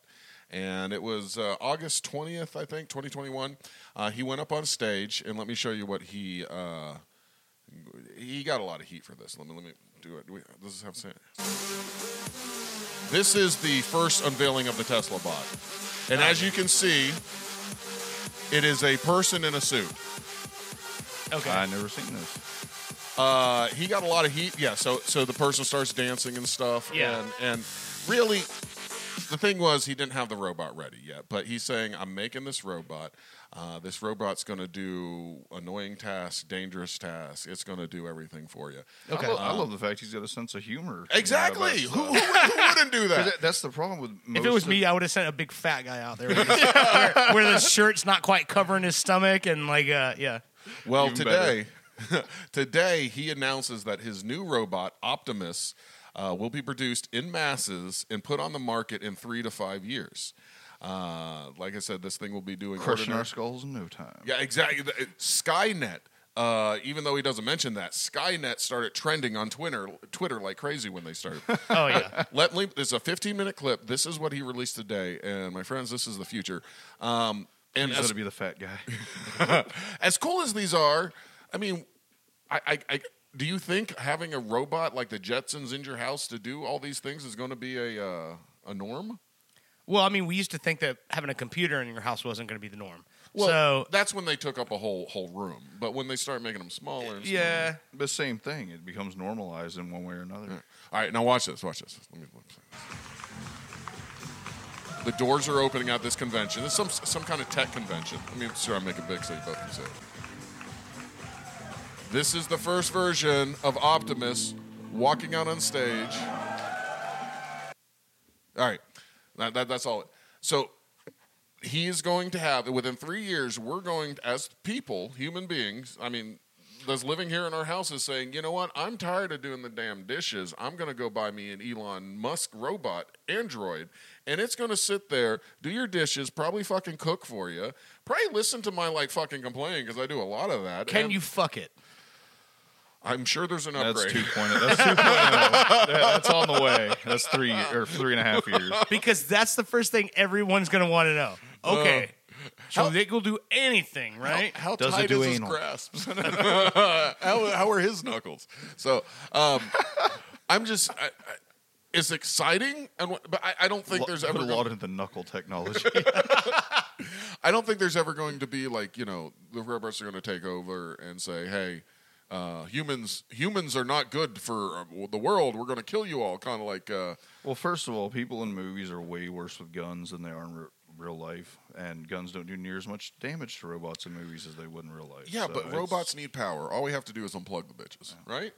S2: And it was uh, August 20th, I think, 2021. Uh, he went up on stage, and let me show you what he. Uh, he got a lot of heat for this. Let me let me do it. Do we, does this have to say- This is the first unveiling of the Tesla bot, and as you can see, it is a person in a suit.
S3: Okay.
S4: I never seen this.
S2: Uh, he got a lot of heat. Yeah, so so the person starts dancing and stuff.
S3: Yeah.
S2: And, and really, the thing was he didn't have the robot ready yet, but he's saying, "I'm making this robot. Uh, this robot's going to do annoying tasks, dangerous tasks. It's going to do everything for you."
S4: I, love, I love the fact he's got a sense of humor. you know, about
S2: uh, Exactly.
S4: stuff.
S2: Who, who, who wouldn't do
S4: 'Cause
S2: that?
S4: that- That's the problem with most
S3: If it was
S4: of-
S3: me, I would have sent a big fat guy out there, with his- where, where the shirt's not quite covering his stomach, and like, uh, yeah.
S2: Well,
S4: Even
S2: today, today he announces that his new robot Optimus uh, will be produced in masses and put on the market in three to five years. Uh, like I said, this thing will be doing
S4: crushing
S2: ordinary-
S4: our skulls in no time.
S2: Yeah, exactly. The- Skynet. Uh, even though he doesn't mention that, Skynet started trending on Twitter, Twitter like crazy when they started.
S3: oh yeah.
S2: Let me. It's a 15 minute clip. This is what he released today, and my friends, this is the future. Um, and
S4: He's gonna be the fat
S2: guy. as cool as these are, I mean, I, I, I do you think having a robot like the Jetsons in your house to do all these things is going to be a uh, a norm?
S3: Well, I mean, we used to think that having a computer in your house wasn't going to be the norm.
S2: Well, that's when they took up a whole whole room. But when they start making them smaller, and
S3: Yeah.
S4: The same thing. It becomes normalized in one way or another.
S2: All right, now watch this. Watch this. Let me, let me see. The doors are opening at this convention. It's some some kind of tech convention. I mean, sure, I'm making big so you both can see it. This is the first version of Optimus walking out on stage. All right, that, that, that's all. So he is going to have within three years. We're going to, as people, human beings. I mean, that's living here in our house is saying, you know what? I'm tired of doing the damn dishes. I'm going to go buy me an Elon Musk robot android, and it's going to sit there, do your dishes, probably fucking cook for you, probably listen to my like fucking complaining because I do a lot of that.
S3: Can
S2: and
S3: you fuck it?
S2: I'm sure there's an
S4: That's
S2: upgrade.
S4: 2.0. That's 2.0. That- that's on the way. That's three or three and a half years.
S3: Because that's the first thing everyone's going to want to know. Okay. so they will do anything, right?
S2: How, how tight is his grasps? how, how are his knuckles? So um, I'm just. I, I, it's exciting, and what- but I, I don't think
S4: Lo-
S2: there's
S4: put
S2: ever
S4: a
S2: gonna-
S4: lot of the knuckle technology.
S2: I don't think there's ever going to be like you know the robots are going to take over and say, "Hey, uh, humans humans are not good for uh, the world. We're going to kill you all." Kind of like uh,
S4: well, first of all, people in movies are way worse with guns than they are in re- real life, and guns don't do near as much damage to robots in movies as they would in real life.
S2: yeah,
S4: So
S2: but
S4: it's-
S2: robots need power. All we have to do is unplug the bitches, right?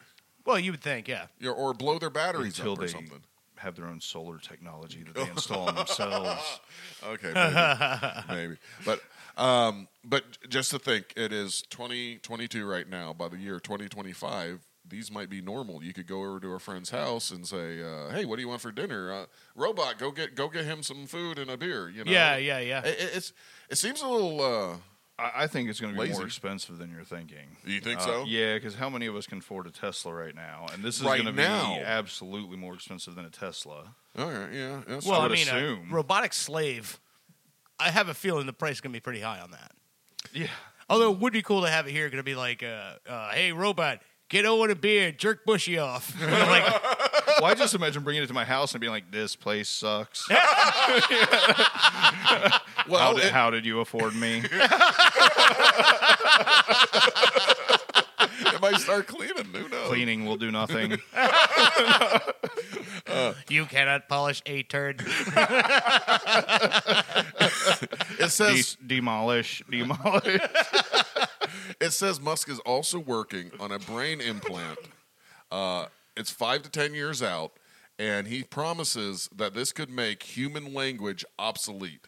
S3: Well, you would think, yeah.
S2: Or, or blow their batteries
S4: until
S2: up or
S4: they
S2: something.
S4: have their own solar technology that they install on themselves.
S2: Okay, maybe, maybe. but um, but just to think, it is 2022 right now. By the year 2025, these might be normal. You could go over to a friend's house and say, uh, "Hey, what do you want for dinner?" Uh, Robot, go get go get him some food and a beer. You know?
S3: Yeah, yeah, yeah.
S2: It, it- it's it seems a little. Uh,
S4: I, I think it's going to be
S2: Lazy.
S4: more expensive than you're thinking.
S2: You think
S4: Uh,
S2: so?
S4: Yeah, because how many of us can afford a Tesla right now? And this is
S2: Right
S4: going to be
S2: now.
S4: absolutely more expensive than a Tesla.
S2: all right, yeah. that's
S3: well,
S2: true.
S3: I,
S4: would
S3: mean,
S4: assume.
S3: a robotic slave. I have a feeling the price is going to be pretty high on that.
S4: Yeah.
S3: Although it would be cool to have it here. Going to be like, uh, uh, hey, robot, get Owen a beer, jerk Bushy off. like,
S4: well, I just imagine bringing it to my house and being like, "This place sucks."
S2: Well,
S4: how, did,
S2: Oh, it-
S4: how did you afford me?
S2: it might start cleaning. Who knows?
S4: Cleaning will do nothing.
S3: you cannot polish a turd.
S2: It says
S4: De- demolish, demolish.
S2: It says Musk is also working on a brain implant. Uh, it's five to ten years out, and he promises that this could make human language obsolete.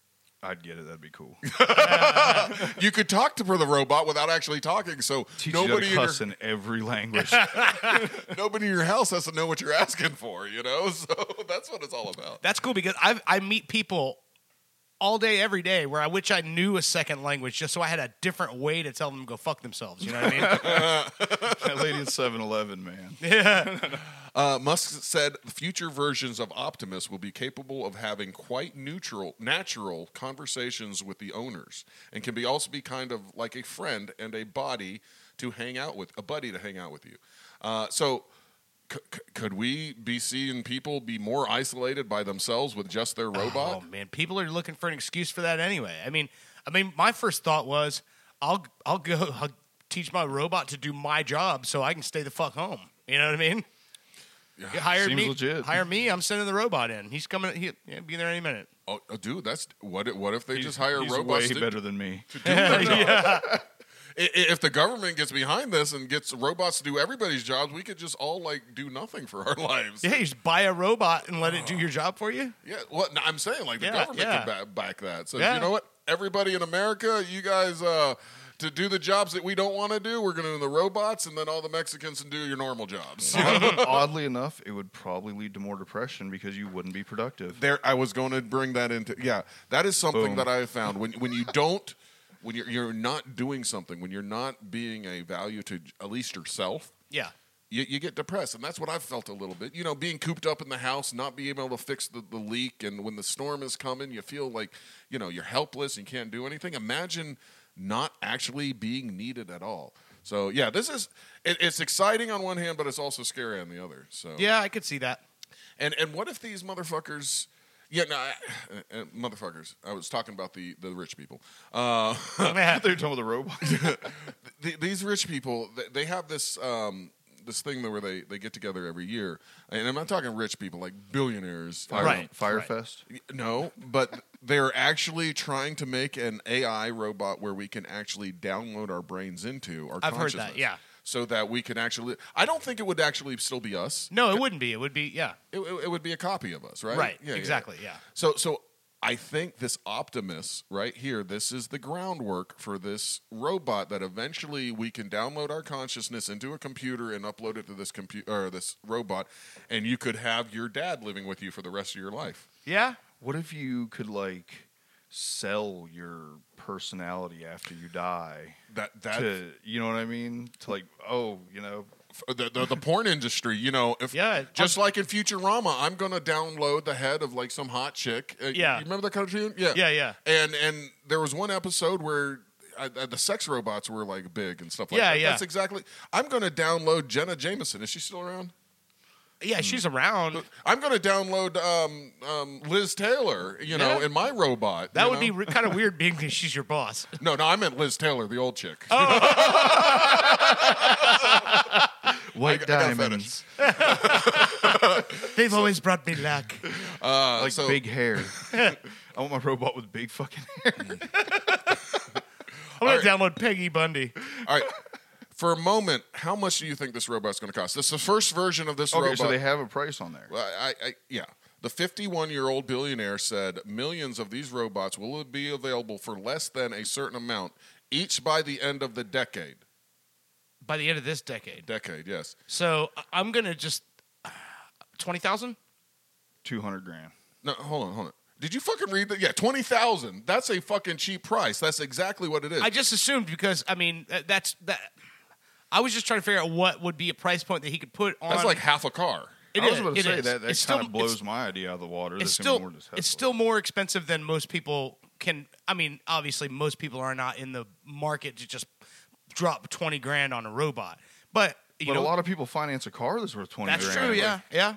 S4: I'd get it. That'd be cool.
S2: You could talk to the robot without actually talking, so
S4: Teach
S2: nobody
S4: you
S2: in
S4: how to
S2: your,
S4: cuss in every language.
S2: nobody in your house has to know what you're asking for. You know, so that's what it's all about.
S3: That's cool because I I meet people all day every day where I wish I knew a second language just so I had a different way to tell them to go fuck themselves. You know what I mean?
S4: At lady at 7-Eleven, man.
S2: Yeah. Uh, Musk said future versions of Optimus will be capable of having quite neutral, natural conversations with the owners, and can be also be kind of like a friend and a body to hang out with, a buddy to hang out with you. Uh, so, c- c- could we be seeing people be more isolated by themselves with just their robot?
S4: um,
S3: Oh man, people are looking for an excuse for that anyway. I mean, I mean, my first thought was, I'll I'll go I'll teach my robot to do my job so I can stay the fuck home. You know what I mean? You hire
S2: seems
S3: me.
S2: legit.
S3: Hire me. I'm sending the robot in. He's coming. He'll yeah, be there any minute.
S2: Oh, oh, dude, that's what. if- What if they
S4: He's-
S2: just hire
S4: he's
S2: robots?
S4: way
S2: to-
S4: better than me.
S2: To do their job? I- i- If the government gets behind this and gets robots to do everybody's jobs, we could just all like do nothing for our lives.
S3: Yeah, you just buy a robot and let it do your job for you.
S2: Yeah, well, no, I'm saying like the
S3: Yeah,
S2: government
S3: yeah.
S2: can ba- back that. So
S3: Yeah.
S2: you know what? Everybody in America, you guys, uh, to do the jobs that we don't want to do, we're going to do the robots, and then all the Mexicans can do your normal jobs.
S4: Oddly enough, it would probably lead to more depression because you wouldn't be productive.
S2: there i was going to bring that into yeah that is something
S4: Boom.
S2: that i have found when when you don't when you're, you're not doing something when you're not being a value to at least yourself
S3: Yeah.
S2: you, you get depressed and that's what i've felt a little bit you know being cooped up in the house not being able to fix the, the leak and when the storm is coming you feel like you know you're helpless and you can't do anything imagine not actually being needed at all so yeah this is it, it's exciting on one hand but it's also scary on the other so
S3: Yeah, I could see that.
S2: and and what if these motherfuckers? Yeah, no, I, uh, uh, motherfuckers. I was talking about the the rich people. Uh,
S4: They're talking about the robot.
S2: the, these rich people, th- they have this um, this thing where they they get together every year, and I'm not talking rich people like billionaires,
S4: Fire- Right, right. Firefest?
S2: No, but they're actually trying to make an AI robot where we can actually download our brains into our.
S3: I've heard that,
S2: consciousness,
S3: yeah.
S2: So that we can actually, I don't think it would actually still be us.
S3: No, it wouldn't be. It would be. Yeah.
S2: It, it, it would be a copy of us, right?
S3: Right,
S2: Yeah, yeah,
S3: exactly, yeah.
S2: So so I think this Optimus right here, this is the groundwork for this robot that eventually we can download our consciousness into a computer and upload it to this computer or this robot, and you could have your dad living with you for the rest of your life.
S3: Yeah.
S4: What if you could like sell your personality after you die?
S2: That that
S4: to you know what I mean? To like, oh, you know,
S2: the, the the porn industry, you know, if
S3: yeah,
S2: just like in Futurama, I'm gonna download the head of like some hot chick. Uh,
S3: Yeah.
S2: you remember that cartoon? Yeah,
S3: Yeah, yeah.
S2: And and there was one episode where. uh uh, the sex robots were like big and stuff like
S3: Yeah,
S2: that.
S3: yeah.
S2: That's exactly. I'm going to download Jenna Jameson. Is she still around?
S3: Yeah, she's around.
S2: I'm going to download um, um, Liz Taylor. You know,
S3: Yeah.
S2: in my robot.
S3: That
S2: you
S3: would
S2: know?
S3: be re- kind of weird being that she's your boss.
S2: No, no, I meant Liz Taylor, the old chick.
S3: Oh.
S4: white diamonds,
S3: They've always brought me luck.
S2: Uh,
S4: like
S2: so-
S4: big hair. I want my robot with big fucking hair.
S3: I'm gonna
S2: All
S3: download Peggy Bundy.
S2: All right. For a moment, how much do you think this robot's going to cost? This is the first version of this
S4: okay,
S2: robot.
S4: so they have a price on there.
S2: Well, I, I, yeah. The 51 year old billionaire said millions of these robots will be available for less than a certain amount, each by the end of the decade.
S3: By the end of this decade.
S2: Decade, yes.
S3: So I- I'm gonna just twenty thousand.
S4: Two hundred grand.
S2: No, hold on, hold on. Did you fucking read that? Yeah, 20,000. That's a fucking cheap price. That's exactly what it is.
S3: I just assumed because I mean that- that's that. I was just trying to figure out what would be a price point that he could put on.
S2: That's like half a car.
S3: It
S4: I was
S3: is,
S4: about to
S3: it
S4: say
S3: is.
S4: that that
S3: It's
S4: kind
S3: still-
S4: of blows
S3: it's-
S4: my idea out of the water.
S3: it's
S4: That's gonna be
S3: still
S4: more to
S3: it's
S4: Tesla.
S3: still more expensive than most people can. I mean, obviously, most people are not in the market to just drop twenty grand on a robot. But you
S4: But
S3: know,
S4: a lot of people finance a car that's worth twenty.
S3: that's
S4: grand.
S3: true.
S4: Like,
S3: Yeah, yeah.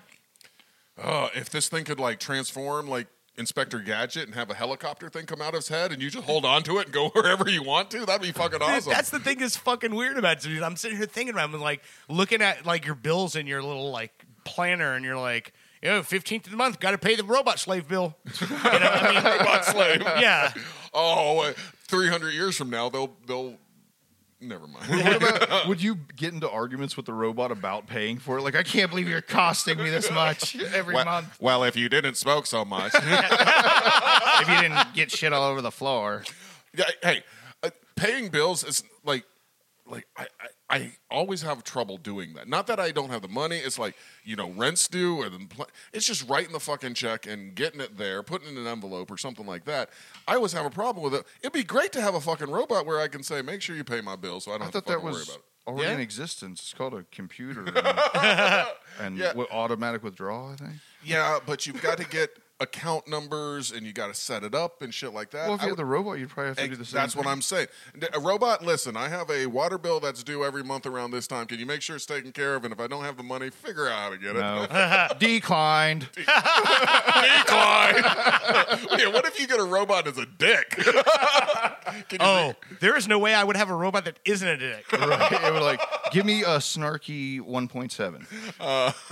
S2: Oh, if this thing could like transform like Inspector Gadget and have a helicopter thing come out of his head and you just hold on to it and go wherever you want to, that'd be fucking
S3: Dude,
S2: awesome.
S3: That's the thing that's fucking weird about it. dude. I'm sitting here thinking about it, I'm like looking at like your bills in your little like planner, and you're like, yo, fifteenth of the month, got to pay the robot slave bill. You know, I mean,
S2: robot slave.
S3: yeah,
S2: Oh, uh, 300 years from now, they'll, they'll, never mind.
S4: What about, would you get into arguments with the robot about paying for it? Like, I can't believe you're costing me this much every
S2: well,
S4: month.
S2: well, if you didn't smoke so much.
S4: If you didn't get shit all over the floor,
S2: Yeah, hey, uh, paying bills is like, like I, I, I always have trouble doing that. Not that I don't have the money. It's like you know rents due, or the pl- it's just writing the fucking check and getting it there, putting it in an envelope or something like that. I always have a problem with it. It'd be great to have a fucking robot where I can say, make sure you pay my bill, so I don't
S4: I
S2: have to
S4: thought that
S2: fucking
S4: was
S2: worry about it.
S4: already
S2: Yeah.
S4: in existence. It's called a computer and, and
S2: Yeah.
S4: wi- automatic withdrawal. I think.
S2: Yeah, but you've got to get account numbers and you got to set it up and shit like that.
S4: Well, if
S2: I
S4: you had
S2: would-
S4: the robot, you'd probably have to do the same.
S2: That's what
S4: thing.
S2: I'm saying. D- A robot, listen, I have a water bill that's due every month around this time. Can you make sure it's taken care of? And if I don't have the money, figure out how to get it.
S4: No. Declined.
S2: Decline. yeah, what if you get a robot as a dick?
S3: oh, there is no way I would have a robot that isn't a dick.
S4: Right? It was like, give me a snarky 1.7.
S2: Uh,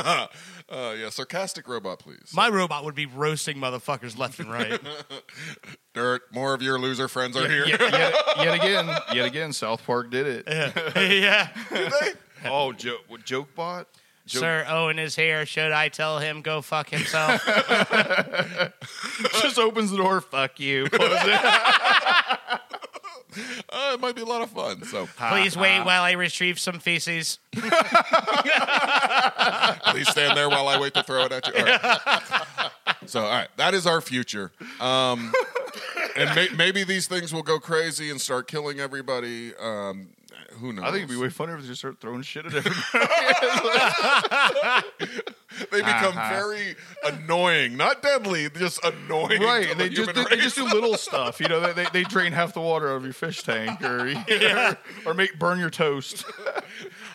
S2: uh, yeah, sarcastic robot, please.
S3: My robot would be roasting motherfuckers left and right.
S2: Dirt, more of your loser friends are here.
S4: Yet, yet, yet again, yet again, South Park did it.
S3: yeah.
S4: Oh, joke, joke bot. Joke-
S3: Sir Owen is here. Should I tell him go fuck himself?
S4: just opens the door. Fuck you. Close it.
S2: Uh, it might be a lot of fun. So
S3: Please wait while I retrieve some feces.
S2: Please stand there while I wait to throw it at you. All right. So, all right, that is our future. Um, and may- maybe these things will go crazy and start killing everybody. Um, who knows?
S4: I think it'd be way funner if they just start throwing shit at everybody.
S2: they become
S4: Uh-huh.
S2: very annoying, not deadly, just annoying.
S4: right?
S2: to
S4: and They
S2: the
S4: just
S2: human
S4: do, they
S2: race.
S4: just do little stuff. You know, they, they, they drain half the water out of your fish tank, or you know, or make burn your toast.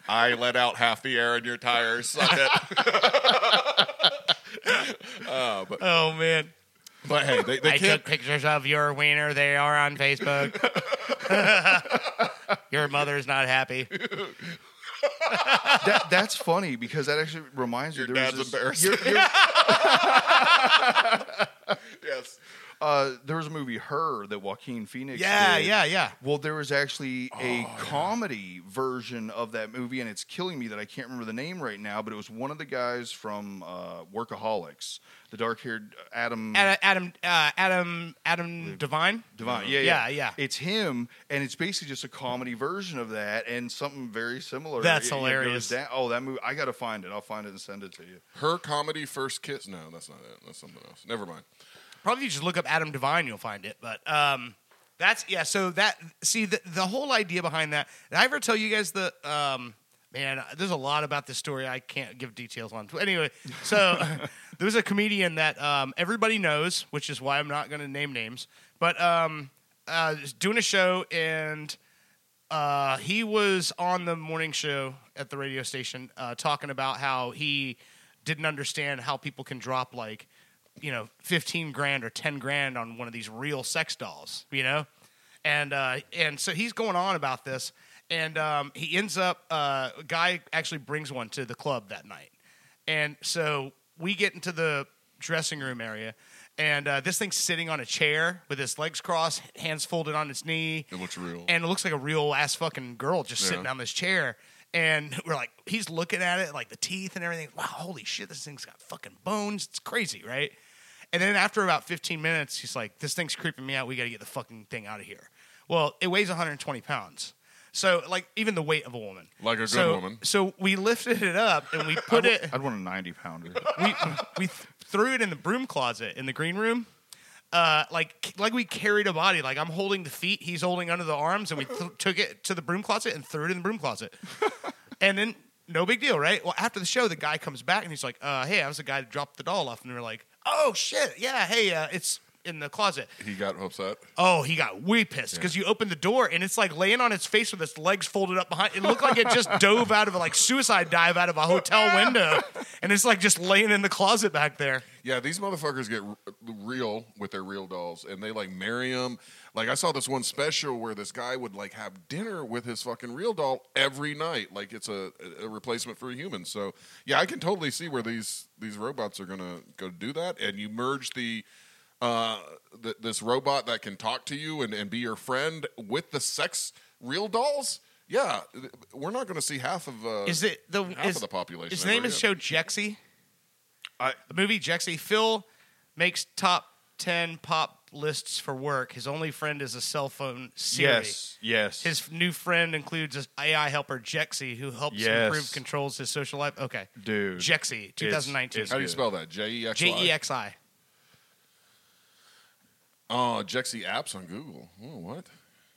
S2: I let out half the air in your tires. Suck it. Uh, but,
S3: Oh man.
S2: but hey, they, they
S3: I
S2: can't.
S3: took pictures of your wiener. They are on Facebook. your mother's not happy.
S4: That that's funny because that actually reminds me.
S2: Your
S4: there was
S2: dad's
S4: this-
S2: embarrassing.
S4: your- your-
S2: yes.
S4: uh, there was a movie Her that Joaquin Phoenix.
S3: Yeah,
S4: did.
S3: yeah, yeah.
S4: Well, there was actually
S2: Oh,
S4: a comedy version of that movie, and it's killing me that I can't remember the name right now. But it was one of the guys from uh, Workaholics, the dark-haired uh, Adam.
S3: Adam Adam uh, Adam Adam Divine.
S4: Devine. Yeah,
S3: yeah,
S4: Uh-huh. yeah,
S3: yeah.
S4: It's him, and it's basically just a comedy version of that, and something very similar.
S3: That's
S4: It- it goes
S3: hilarious.
S4: down- oh, that movie! I gotta find it. I'll find it and send it to you.
S2: Her comedy first kiss. No, that's not it. That's something else. Never mind.
S3: Probably you just look up Adam Divine, you'll find it. But um, that's yeah. So that see the the whole idea behind that. Did I ever tell you guys the um, man? There's a lot about this story I can't give details on. Anyway, so there was a comedian that um, everybody knows, which is why I'm not going to name names. But um, uh, was doing a show and. Uh, he was on the morning show at the radio station uh, talking about how he didn't understand how people can drop like you know 15 grand or 10 grand on one of these real sex dolls you know and uh, and so he's going on about this and um, he ends up uh, a guy actually brings one to the club that night and so we get into the dressing room area and uh, this thing's sitting on a chair with its legs crossed hands folded on its knee
S2: It looks real.
S3: and it looks like a real ass fucking girl just
S2: Yeah.
S3: sitting on this chair. And we're like, he's looking at it, like the teeth and everything. Wow, holy shit, this thing's got fucking bones. It's crazy, right? And then after about 15 minutes, he's like, this thing's creeping me out. We got to get the fucking thing out of here. Well, it weighs 120 pounds. So, like, even the weight of a woman.
S2: Like a good
S3: So-
S2: woman.
S3: So we lifted it up and we put it
S4: I'd want a ninety pounder.
S3: we we th- threw it in the broom closet in the green room. Uh, like like we carried a body. Like I'm holding the feet, he's holding under the arms, and we th- took it to the broom closet and threw it in the broom closet. and then no big deal, right? Well, after the show, the guy comes back and he's like, uh, "Hey, I was the guy that dropped the doll off," and we're like, "Oh shit, yeah, hey, uh, it's in the closet."
S2: He got upset.
S3: Oh, he got way pissed because you opened the door and it's like laying on its face with its legs folded up behind. It looked like it just dove out of a like suicide dive out of a hotel window, and it's like just laying in the closet back there.
S2: Yeah, these motherfuckers get r- uh, real with their real dolls, and they like marry them. Like I saw this one special where this guy would like have dinner with his fucking real doll every night, like it's a, a replacement for a human. So yeah, I can totally see where these these robots are gonna go do that, and you merge the. Uh, th- this robot that can talk to you and, and be your friend with the sex real dolls. Yeah, th- we're not going to see half of uh,
S3: Is it the
S2: half
S3: is,
S2: of the population?
S3: His
S2: ever
S3: name is
S2: again.
S3: show Jexy.
S4: I-
S3: the movie Jexy. Phil makes top ten pop lists for work. His only friend is a cell phone. Siri.
S4: Yes, yes.
S3: His new friend includes his AI helper Jexy, who helps
S4: Yes.
S3: improve controls his social life. Okay,
S4: Dude,
S3: Jexy,
S4: it's-
S3: 2019.
S4: it's
S2: How do you
S4: good.
S2: spell that? J E X
S3: J E X I.
S2: Uh, Oh, Jexy apps on Google. Oh, what?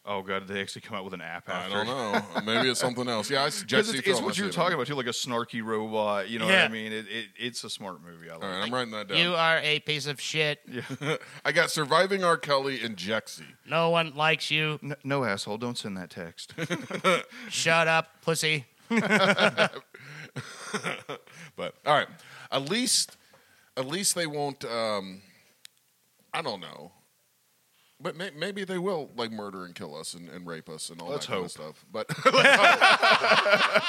S4: Oh god, did they actually come out with an app
S2: I
S4: after?
S2: don't know. Uh, Maybe it's something else. Yeah, I-
S4: 'Cause
S2: Jet
S4: it's,
S2: Set
S4: it's
S2: Film, I
S4: what
S2: see
S4: you were
S2: it.
S4: talking about too, like a snarky robot. You know what
S2: Yeah.
S4: I mean? It, it it's a smart movie. I like.
S2: All right, I'm writing that down.
S3: You are a piece of shit.
S2: I got Surviving R. Kelly and Jexy.
S3: No one likes you.
S4: No, no asshole, don't send that text.
S3: Shut up, pussy.
S2: but all right, at least at least they won't. Um, I don't know, but may, maybe they will like murder and kill us and, and rape us and all
S4: Let's
S2: that kind of
S4: hope.
S2: stuff. But let's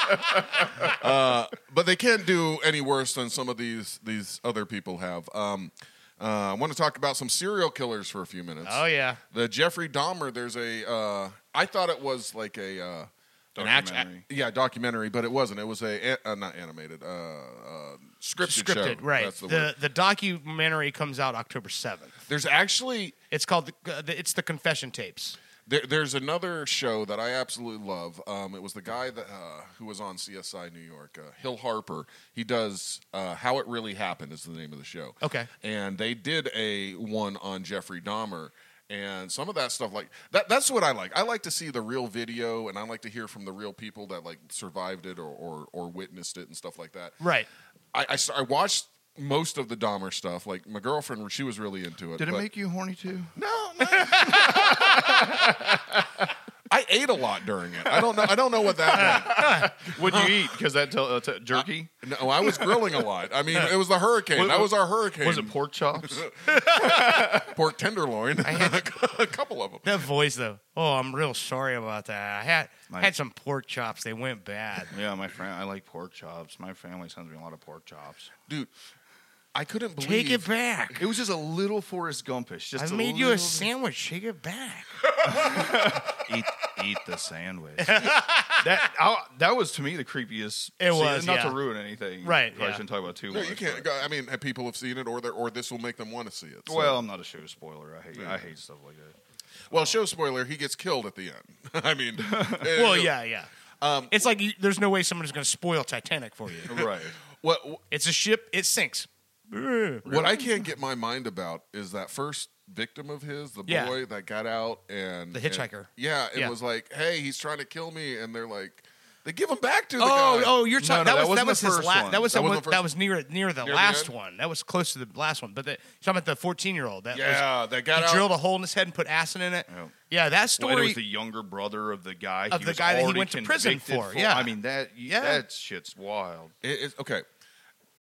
S2: hope. uh, but they can't do any worse than some of these these other people have. Um, uh, I want to talk about some serial killers for a few minutes.
S3: Oh, yeah.
S2: the Jeffrey Dahmer. There's a. Uh, I thought it was like a. Uh, an act-
S4: Documentary.
S2: yeah, documentary, but it wasn't. It was a uh, not animated, uh, uh, scripted,
S3: Scripted,
S2: show.
S3: right?
S2: That's the,
S3: the
S2: word.
S3: the, documentary comes out October seventh.
S2: There's actually
S3: it's called the, uh, the, it's the confession tapes.
S2: There, there's another show that I absolutely love. Um, it was the guy that uh, who was on CSI New York, uh, Hill Harper. He does uh, "How It Really Happened" is the name of the show.
S3: Okay.
S2: and they did a one on Jeffrey Dahmer. And some of that stuff, like that, that's what I like. I like to see the real video, and I like to hear from the real people that like survived it or or, or witnessed it and stuff like that.
S3: Right.
S2: I, I s- I watched most of the Dahmer stuff. Like my girlfriend, she was really into it.
S4: Did it
S2: but
S4: make you horny too?
S2: I ate a lot during it. I don't know. I don't know what that meant.
S4: What'd you eat? Because that tell, uh, t- jerky.
S2: no, I was grilling a lot. I mean, it was the hurricane.
S4: What-
S2: that was our
S4: what-
S2: hurricane.
S4: Was it pork chops?
S2: pork tenderloin? I had a couple of them.
S3: That voice though. Oh, I'm real sorry about that. I had
S4: Nice.
S3: had some pork chops. They went bad.
S4: yeah, my friend, I like pork chops. My family sends me a lot of pork chops.
S2: Dude, I couldn't believe.
S3: Take it back.
S4: It was just a little Forrest Gumpish. Just
S3: I
S4: a
S3: made you a
S4: little-
S3: sandwich. Take it back.
S4: eat eat the sandwich. that I- that was to me the creepiest.
S3: It
S4: scene.
S3: was,
S4: not
S3: yeah.
S4: to ruin anything.
S3: Right,
S4: probably
S3: yeah.
S4: shouldn't talk about it too
S2: No,
S4: much.
S2: you can't. go- I mean, have people have seen it, or they're- or this will make them want to see it.
S4: but-
S2: so.
S4: well, I'm not a show spoiler. I hate
S2: Yeah.
S4: I hate stuff like that.
S2: well, show spoiler. He gets killed at the end. I mean,
S3: well, yeah, yeah. it's like you, there's no way someone's going to spoil Titanic for you.
S4: Right.
S2: What
S3: It's a ship. It sinks.
S2: What I can't get my mind about is that first victim of his, the
S3: Yeah.
S2: boy that got out and
S3: The
S2: and-
S3: hitchhiker.
S2: yeah, it
S3: Yeah.
S2: was like, hey, he's trying to kill me, and they're like, they give him back to the
S3: oh,
S2: guy.
S3: oh, you're talking. that, was that was his last. That was
S2: That
S3: that was,
S2: wasn't the
S3: that
S2: first
S3: was near near the
S2: Near the
S3: last
S2: end?
S3: one. That was close to the last one. But the, you're talking about the 14 year old. That
S2: Yeah,
S3: was,
S2: that got
S3: he
S2: out-
S3: drilled a hole in his head and put acid in it.
S4: Yeah.
S3: Yeah, that story.
S4: Well, and it was the younger brother of the guy
S3: Of
S4: he
S3: the
S4: was
S3: guy that he
S4: already
S3: went to prison
S4: convicted
S3: for, yeah.
S4: I mean that
S3: Yeah.
S4: that shit's wild.
S2: It- it's- okay.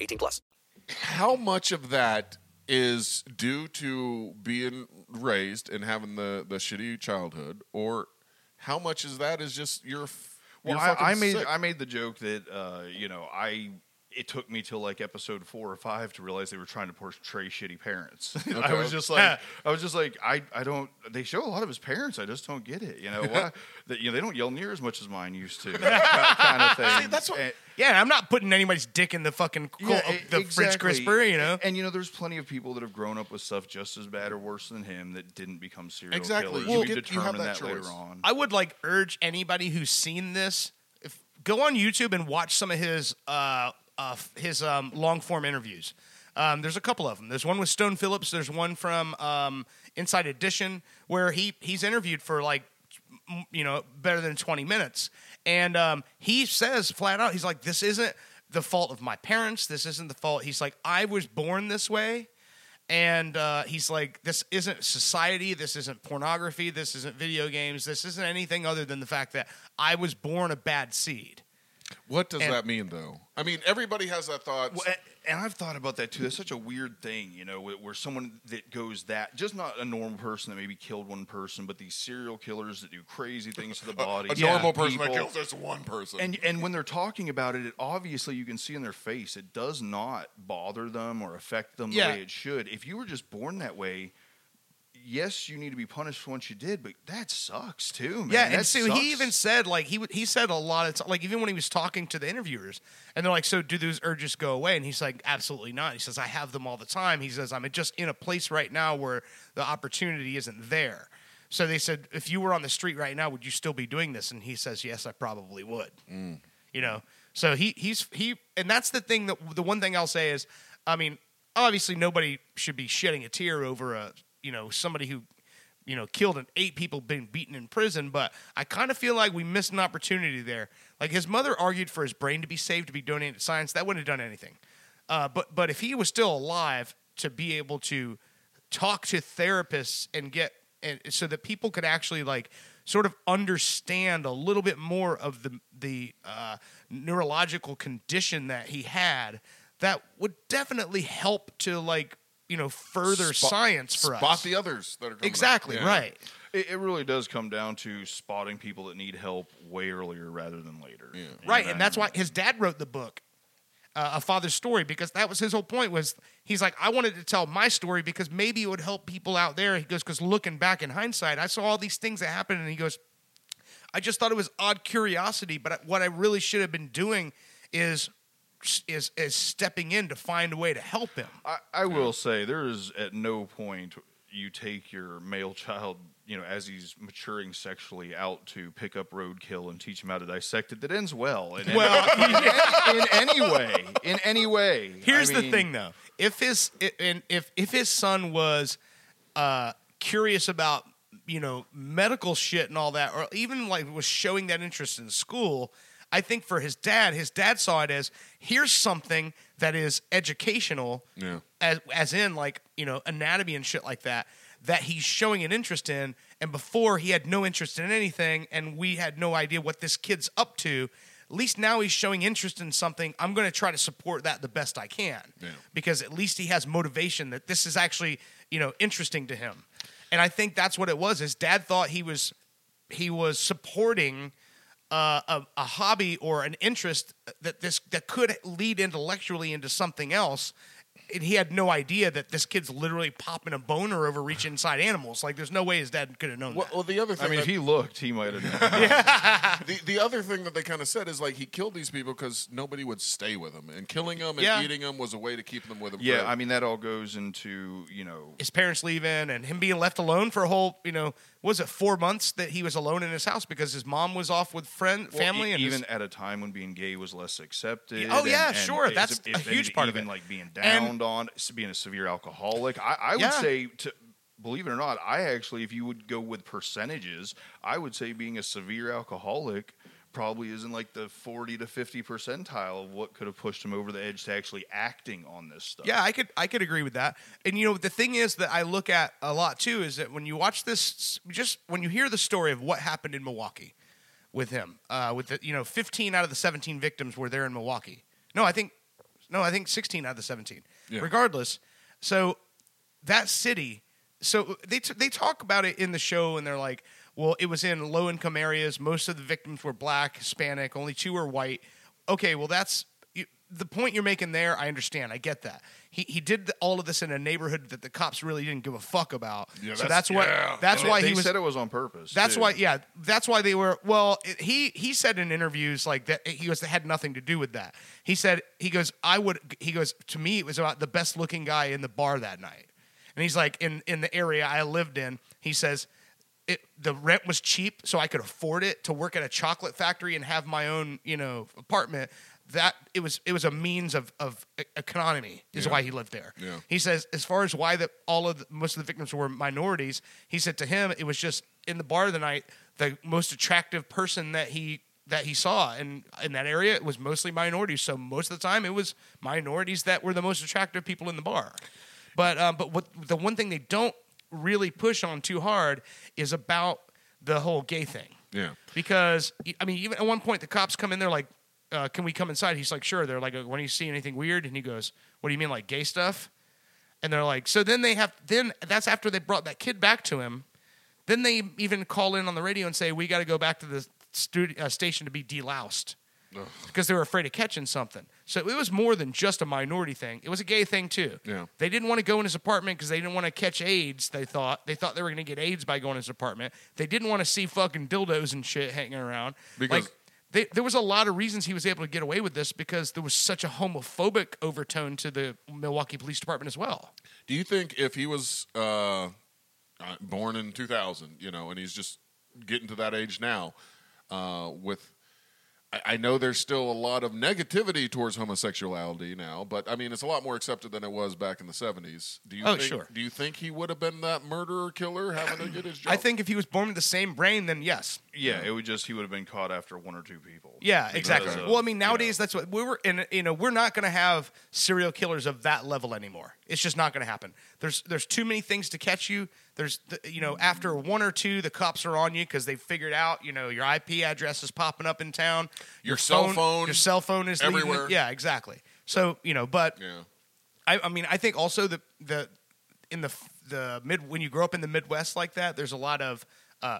S12: 18 plus.
S2: How much of that is due to being raised and having the the shitty childhood, or how much is that is just your
S4: Well, I, I made I made the joke that uh, you know I it took me till like episode four or five to realize they were trying to portray shitty parents. I
S2: Okay.
S4: was just like I was just like I, I don't. They show a lot of his parents. I just don't get it. You know why? that you know they don't yell near as much as mine used to. that kind of thing. Eh, that's what.
S3: yeah, and I'm not putting anybody's dick in the fucking co-
S4: Yeah,
S3: uh,
S4: e-
S3: the French
S4: exactly.
S3: crisper. You know.
S4: And you know, there's plenty of people that have grown up with stuff just as bad or worse than him that didn't become serial
S2: Exactly.
S4: killers.
S2: You
S4: we
S2: get- you have
S4: determined
S2: that
S4: that, later
S2: choice.
S4: on.
S3: Um, I would like urge anybody who's seen this, if, go on YouTube and watch some of his uh, uh, f- his um, long form interviews. Um, there's a couple of them. There's one with Stone Phillips. There's one from um, Inside Edition where he he's interviewed for like m- you know better than 20 minutes, and um, he says flat out, he's like, "This isn't the fault of my parents. This isn't the fault." He's like, "I was born this way." and uh, he's like, "This isn't society. This isn't pornography. This isn't video games. This isn't anything other than the fact that I was born a bad seed."
S2: What does
S3: And-
S2: that mean, though? I mean, everybody has that thought.
S4: Well, a- and I've thought about that too. That's such a weird thing, you know, where, where someone that goes that just not a normal person that maybe killed one person, but these serial killers that do crazy things to the
S2: A-
S4: body.
S2: a normal person that kills just one person.
S4: And and when they're talking about it, it obviously you can see in their face it does not bother them or affect them
S3: Yeah.
S4: the way it should. If you were just born that way. Yes, you need to be punished for what you did, but that sucks too, man.
S3: yeah, and
S4: That
S3: so
S4: sucks.
S3: he even said like he would- he said a lot of t- like even when he was talking to the interviewers, and they're like, "So do those urges go away?" And he's like, "Absolutely not." He says, "I have them all the time." He says, "I'm just in a place right now where the opportunity isn't there." So they said, "If you were on the street right now, would you still be doing this?" And he says, "Yes, I probably would." you know so he he's he and that's the thing that the one thing i'll say is i mean obviously nobody should be shedding a tear over a you know somebody who you know killed and eight people been beaten in prison but i kind of feel like we missed an opportunity there like his mother argued for his brain to be saved to be donated to science that wouldn't have done anything uh, but but if he was still alive to be able to talk to therapists and get and so that people could actually like sort of understand a little bit more of the the uh, neurological condition that he had, that would definitely help to like you know further
S2: Spot-
S3: science for
S2: spot
S3: us.
S2: the others that are coming up.
S3: exactly
S2: Yeah.
S3: right.
S4: It, it really does come down to spotting people that need help way earlier rather than later. Yeah.
S3: right and that's why his dad wrote the book uh, a father's story because that was his whole point was he's like i wanted to tell my story because maybe it would help people out there he goes because looking back in hindsight i saw all these things that happened and he goes i just thought it was odd curiosity but what i really should have been doing is is is stepping in to find a way to help him
S4: I, I will say there is at no point you take your male child, you know, as he's maturing sexually out to pick up roadkill and teach him how to dissect it. That ends well. In,
S3: Well,
S4: in, in any way. In any way. I
S3: Here's the
S4: mean-
S3: thing, though. If his i- and if if his son was uh, curious about you know medical shit and all that, or even like was showing that interest in school, I think for his dad, his dad saw it as here's something that is educational,
S2: Yeah.
S3: as as in like you know anatomy and shit like that. That he's showing an interest in, and before he had no interest in anything, and we had no idea what this kid's up to. At least now he's showing interest in something. I'm going to try to support that the best I can
S2: Yeah.
S3: because at least he has motivation that this is actually you know interesting to him and i think that's what it was his dad thought he was he was supporting uh, a, a hobby or an interest that this that could lead intellectually into something else and he had no idea that this kid's literally popping a boner over reach inside animals like there's no way his dad could have known
S2: Well,
S3: that
S2: well, the other thing.
S4: I mean, if
S2: that-
S4: he looked, he might have known.
S2: the, the other thing that they kind of said is like he killed these people because nobody would stay with him, and killing them and
S3: Yeah.
S2: eating them was a way to keep them with him.
S4: yeah,
S2: forever.
S4: I mean, that all goes into, you know,
S3: his parents leaving and him being left alone for a whole you know what was it four months that he was alone in his house because his mom was off with friend
S4: Well,
S3: family
S4: e-
S3: and his-
S4: even at a time when being gay was less accepted.
S3: Oh,
S4: and-
S3: yeah,
S4: and
S3: sure,
S4: it's-
S3: that's
S4: it's
S3: a huge part of
S4: even
S3: it.
S4: Like being
S3: And-
S4: downed on, s- being a severe alcoholic. I, I would
S3: Yeah.
S4: say, to, believe it or not, I actually, if you would go with percentages, I would say being a severe alcoholic probably is in like the forty to fifty percentile of what could have pushed him over the edge to actually acting on this stuff.
S3: Yeah, I could I could agree with that. And you know, the thing is that I look at a lot too is that when you watch this, just when you hear the story of what happened in Milwaukee with him, uh, with the you know, 15 out of the 17 victims were there in Milwaukee. No, I think no, I think 16 out of the 17.
S2: Yeah.
S3: Regardless, so that city. So uh, they t- they talk about it in the show, and they're like, "Well, it was in low income areas. Most of the victims were black, Hispanic. Only two were white." Okay, well, that's you, the point you're making there. I understand. I get that. He he did the, all of this in a neighborhood that the cops really didn't give a fuck about.
S4: Yeah,
S3: so
S4: that's-
S3: that's what
S4: yeah.
S3: that's
S4: They-
S3: why
S4: they
S3: he was
S4: said it was on purpose.
S3: that's
S4: too.
S3: why, yeah, that's why they were. Well, it, he he said in interviews like that he was had nothing to do with that. He said he goes, I would. He goes to me, it was about the best looking guy in the bar that night, and he's like in in the area I lived in. He says. It, the rent was cheap, so I could afford it to work at a chocolate factory and have my own, you know, apartment. That it was it was a means of of e- economy is
S2: Yeah.
S3: why he lived there.
S2: Yeah.
S3: He says, as far as why that all of the, most of the victims were minorities, he said to him, it was just in the bar the night the most attractive person that he that he saw and in that area it was mostly minorities. So most of the time it was minorities that were the most attractive people in the bar. But um, but what the one thing they don't really push on too hard is about the whole gay thing
S2: Yeah.
S3: because I mean, even at one point, the cops come in. They're like, uh, "Can we come inside?" He's like, "Sure." They're like, "When you see anything weird?" And he goes, "What do you mean, like gay stuff?" And they're like, "So then they have then that's after they brought that kid back to him. Then they even call in on the radio and say we got to go back to the studio, uh, station to be deloused
S2: Ugh.
S3: because they were afraid of catching something. So it was more than just a minority thing. It was a gay thing too.
S2: Yeah.
S3: They didn't want to go in his apartment because they didn't want to catch AIDS. They thought they thought they were going to get AIDS by going in his apartment. They didn't want to see fucking dildos and shit hanging around.
S2: Because-
S3: like, they, there was a lot of reasons he was able to get away with this because there was such a homophobic overtone to the Milwaukee Police Department as well.
S2: Do you think if he was uh, uh, born in 2000, you know, and he's just getting to that age now, uh, with I, I know there's still a lot of negativity towards homosexuality now, but I mean it's a lot more accepted than it was back in the 70s. Do you
S3: Oh,
S2: think,
S3: sure.
S2: Do you think he would have been that murderer killer having to get his job?
S3: I think if he was born with the same brain, then yes.
S4: Yeah, it would just he would have been caught after one or two people.
S3: Yeah,
S4: Because
S3: exactly.
S4: of-
S3: Well, I mean, nowadays that's what we were, and you know, we're not going to have serial killers of that level anymore. It's just not going to happen. There's there's too many things to catch you. There's the, you know, after one or two, the cops are on you because they figured out you know your IP address is popping up in town.
S2: Your cell phone,
S3: your cell phone is leaving-
S2: everywhere.
S3: Yeah, exactly. So you know, but
S2: yeah.
S3: I, I mean, I think also the the in the the mid when you grow up in the Midwest like that, there's a lot of uh,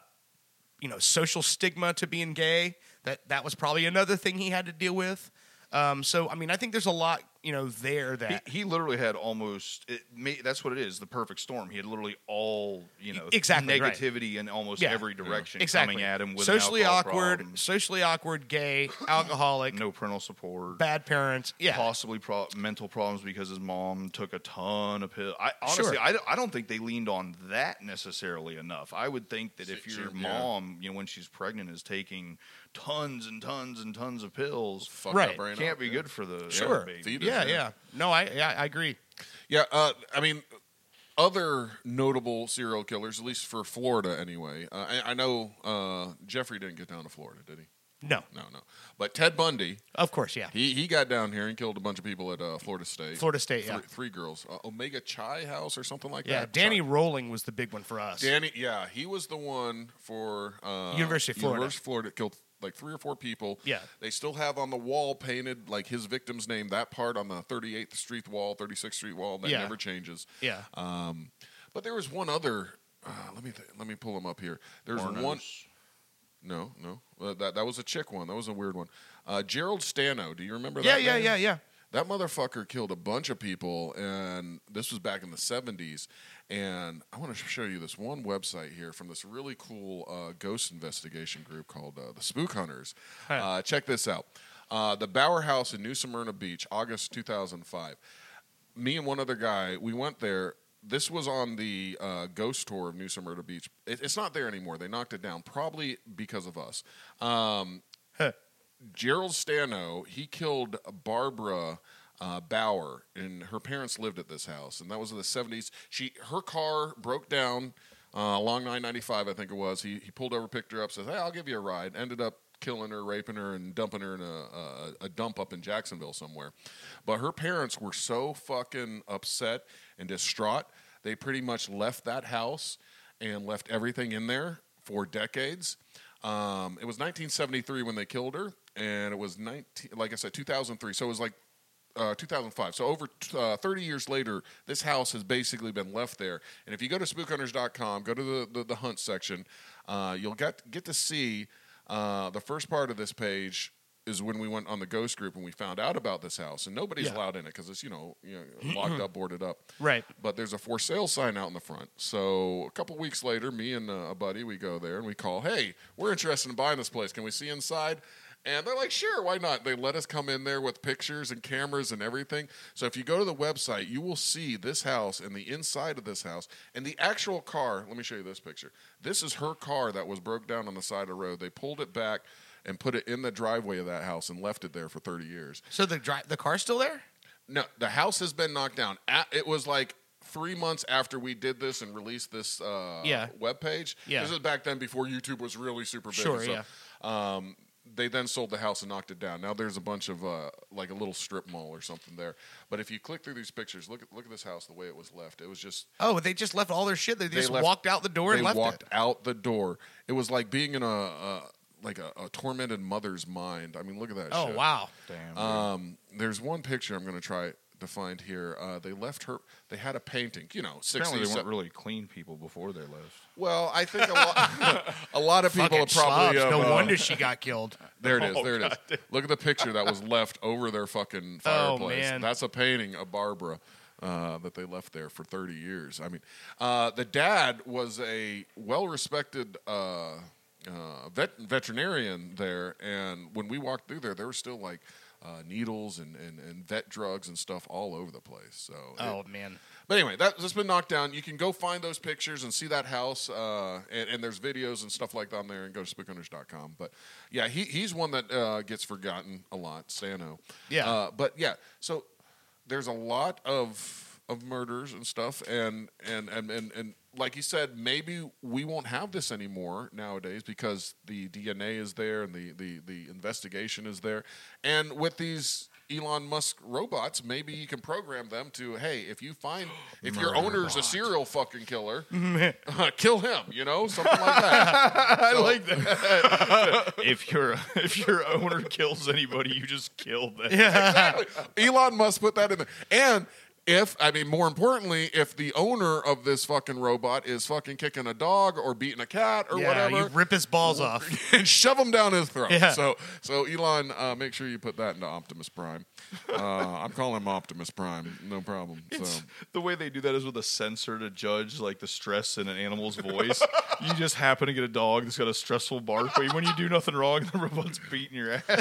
S3: you know social stigma to being gay. That that was probably another thing he had to deal with. Um, so I mean, I think there's a lot you know there that
S4: He, he literally had almost it, may, that's what it is the perfect storm. He had literally all you know
S3: Exactly, right.
S4: negativity in almost
S3: Yeah.
S4: every direction
S3: exactly
S4: coming at him with an
S3: socially
S4: alcohol
S3: awkward,
S4: problem,
S3: socially awkward, gay, alcoholic,
S4: no parental support,
S3: bad parents. Yeah,
S4: possibly pro- mental problems because his mom took a ton of pills. I honestly,
S3: Sure.
S4: I, don't- I don't think they leaned on that necessarily enough. I would think that if your
S2: Sure, yeah.
S4: mom, you know, when she's pregnant, is taking tons and tons and tons of pills,
S2: fuck her Right. brain
S4: can't
S2: up,
S4: be
S2: yeah.
S4: good for the
S2: Sure.
S4: baby.
S2: Fetus,
S3: yeah,
S2: yeah.
S3: yeah. No, I yeah I agree.
S2: Yeah, uh, I mean, other notable serial killers, at least for Florida anyway. Uh, I, I know uh, Jeffrey didn't get down to Florida, did he?
S3: No,
S2: No, no. But Ted Bundy,
S3: of course, yeah.
S2: he he got down here and killed a bunch of people at uh, Florida State.
S3: Florida State,
S2: three,
S3: yeah.
S2: Three girls, uh, Omega Chai House or something like
S3: yeah,
S2: that.
S3: Danny Rolling was the big one for us.
S2: Sorry. Danny, yeah, he was the one for uh,
S3: University of Florida.
S2: University of Florida killed like three or four people.
S3: Yeah.
S2: they still have on the wall painted like his victim's name. That part on the 38th Street wall, 36th Street wall, that
S3: Yeah.
S2: never changes.
S3: Yeah.
S2: Um, but there was one other. Uh, let me th- let me pull them up here. There's
S4: Barnos.
S2: one. No, no, uh, that that was a chick one. That was a weird one. Uh, Gerald Stano. Do you remember
S3: Yeah,
S2: that?
S3: yeah,
S2: name?
S3: yeah, yeah.
S2: That motherfucker killed a bunch of people, and this was back in the 70s. And I want to show you this one website here from this really cool uh, ghost investigation group called uh, the Spook Hunters. Uh, check this out uh, The Bower House in New Smyrna Beach, August 2005. Me and one other guy, we went there. This was on the uh, ghost tour of New Smyrna Beach. It, it's not there anymore. They knocked it down, probably because of us. Um, Gerald Stano, he killed Barbara uh, Bauer, and her parents lived at this house, and that was in the seventies. She her car broke down uh, along nine ninety five, I think it was. He he pulled over, picked her up, says, "Hey, I'll give you a ride." Ended up killing her, raping her, and dumping her in a, a, a dump up in Jacksonville somewhere. But her parents were so fucking upset and distraught, they pretty much left that house and left everything in there for decades. Um, it was 1973 when they killed her, and it was 19, like I said, 2003. So it was like uh, 2005. So over t- uh, 30 years later, this house has basically been left there. And if you go to spookhunters.com, go to the, the, the hunt section, uh, you'll get, get to see uh, the first part of this page is when we went on the ghost group and we found out about this house and nobody's
S3: Yeah.
S2: allowed in it because it's you know, you know locked up boarded up
S3: Right.
S2: but there's a for sale sign out in the front. So a couple weeks later, me and uh, a buddy, we go there and we call, hey, we're interested in buying this place. Can we see inside? And they're like, sure, why not? They let us come in there with pictures and cameras and everything. So if you go to the website, you will see this house and the inside of this house and the actual car. Let me show you this picture. This is her car that was broke down on the side of the road. They pulled it back and put it in the driveway of that house and left it there for 30 years.
S3: So the dri- the car's still there.
S2: No, the house has been knocked down. A it was like three months after we did this and released this uh,
S3: Yeah.
S2: webpage.
S3: Yeah.
S2: This is back then before YouTube was really super big.
S3: Sure,
S2: and stuff. Um, they then sold the house and knocked it down. Now there's a bunch of uh, like a little strip mall or something there. But if you click through these pictures, look at look at this house the way it was left. It was just
S3: Oh, they just left all their shit. They,
S2: they
S3: just
S2: left-
S3: walked out the door
S2: they
S3: and left
S2: walked
S3: it.
S2: out the door. It was like being in a, a like a, a tormented mother's mind. I mean, look at that.
S3: Oh,
S2: shit.
S3: wow. Damn, dude.
S2: Um, there's one picture I'm going to try to find here. Uh, they left her. They had a painting. You know, 60s.
S4: Apparently, they weren't really clean people before they left.
S2: Well, I think a lot, a lot of people
S3: Fucking
S2: are probably.
S3: slobs.
S2: of,
S3: no
S2: uh,
S3: wonder she got killed.
S2: There it
S3: Oh,
S2: is. There it is. Look at the picture that was left over their fucking
S3: Oh,
S2: fireplace.
S3: man.
S2: That's a painting of Barbara uh, that they left there for 30 years. I mean, uh, the dad was a well respected uh, uh, vet- veterinarian there. And when we walked through there, there were still like uh, needles and, and, and vet drugs and stuff all over the place. So, it-
S3: Oh man.
S2: but anyway, that, that's been knocked down. You can go find those pictures and see that house, uh, and, and there's videos and stuff like that on there, and go to spookhunters.com. But yeah, he, he's one that uh, gets forgotten a lot, Sano.
S3: Yeah.
S2: Uh, but yeah, so there's a lot of of murders and stuff, and and, and and and like you said, maybe we won't have this anymore nowadays because the DNA is there and the the the investigation is there, and with these. Elon Musk robots. Maybe you can program them to, hey, if you find if your
S4: Murder
S2: owner's a
S4: bot.
S2: serial fucking killer, kill him. You know, something like that. I like that.
S4: if your if your owner kills anybody, you just kill them.
S2: exactly. Elon Musk put that in there. And if I mean, more importantly, if the owner of this fucking robot is fucking kicking a dog or beating a cat or
S3: yeah,
S2: whatever,
S3: you rip his balls off.
S2: and shove him down his throat.
S3: Yeah.
S2: So, so Elon, uh, make sure you put that into Optimus Prime. Uh, I'm calling him Optimus Prime, no problem. So.
S4: It's- the way they do that is with a sensor to judge like the stress in an animal's voice. you just happen to get a dog that's got a stressful bark, but when you do nothing wrong, the robot's beating your ass.
S2: oh,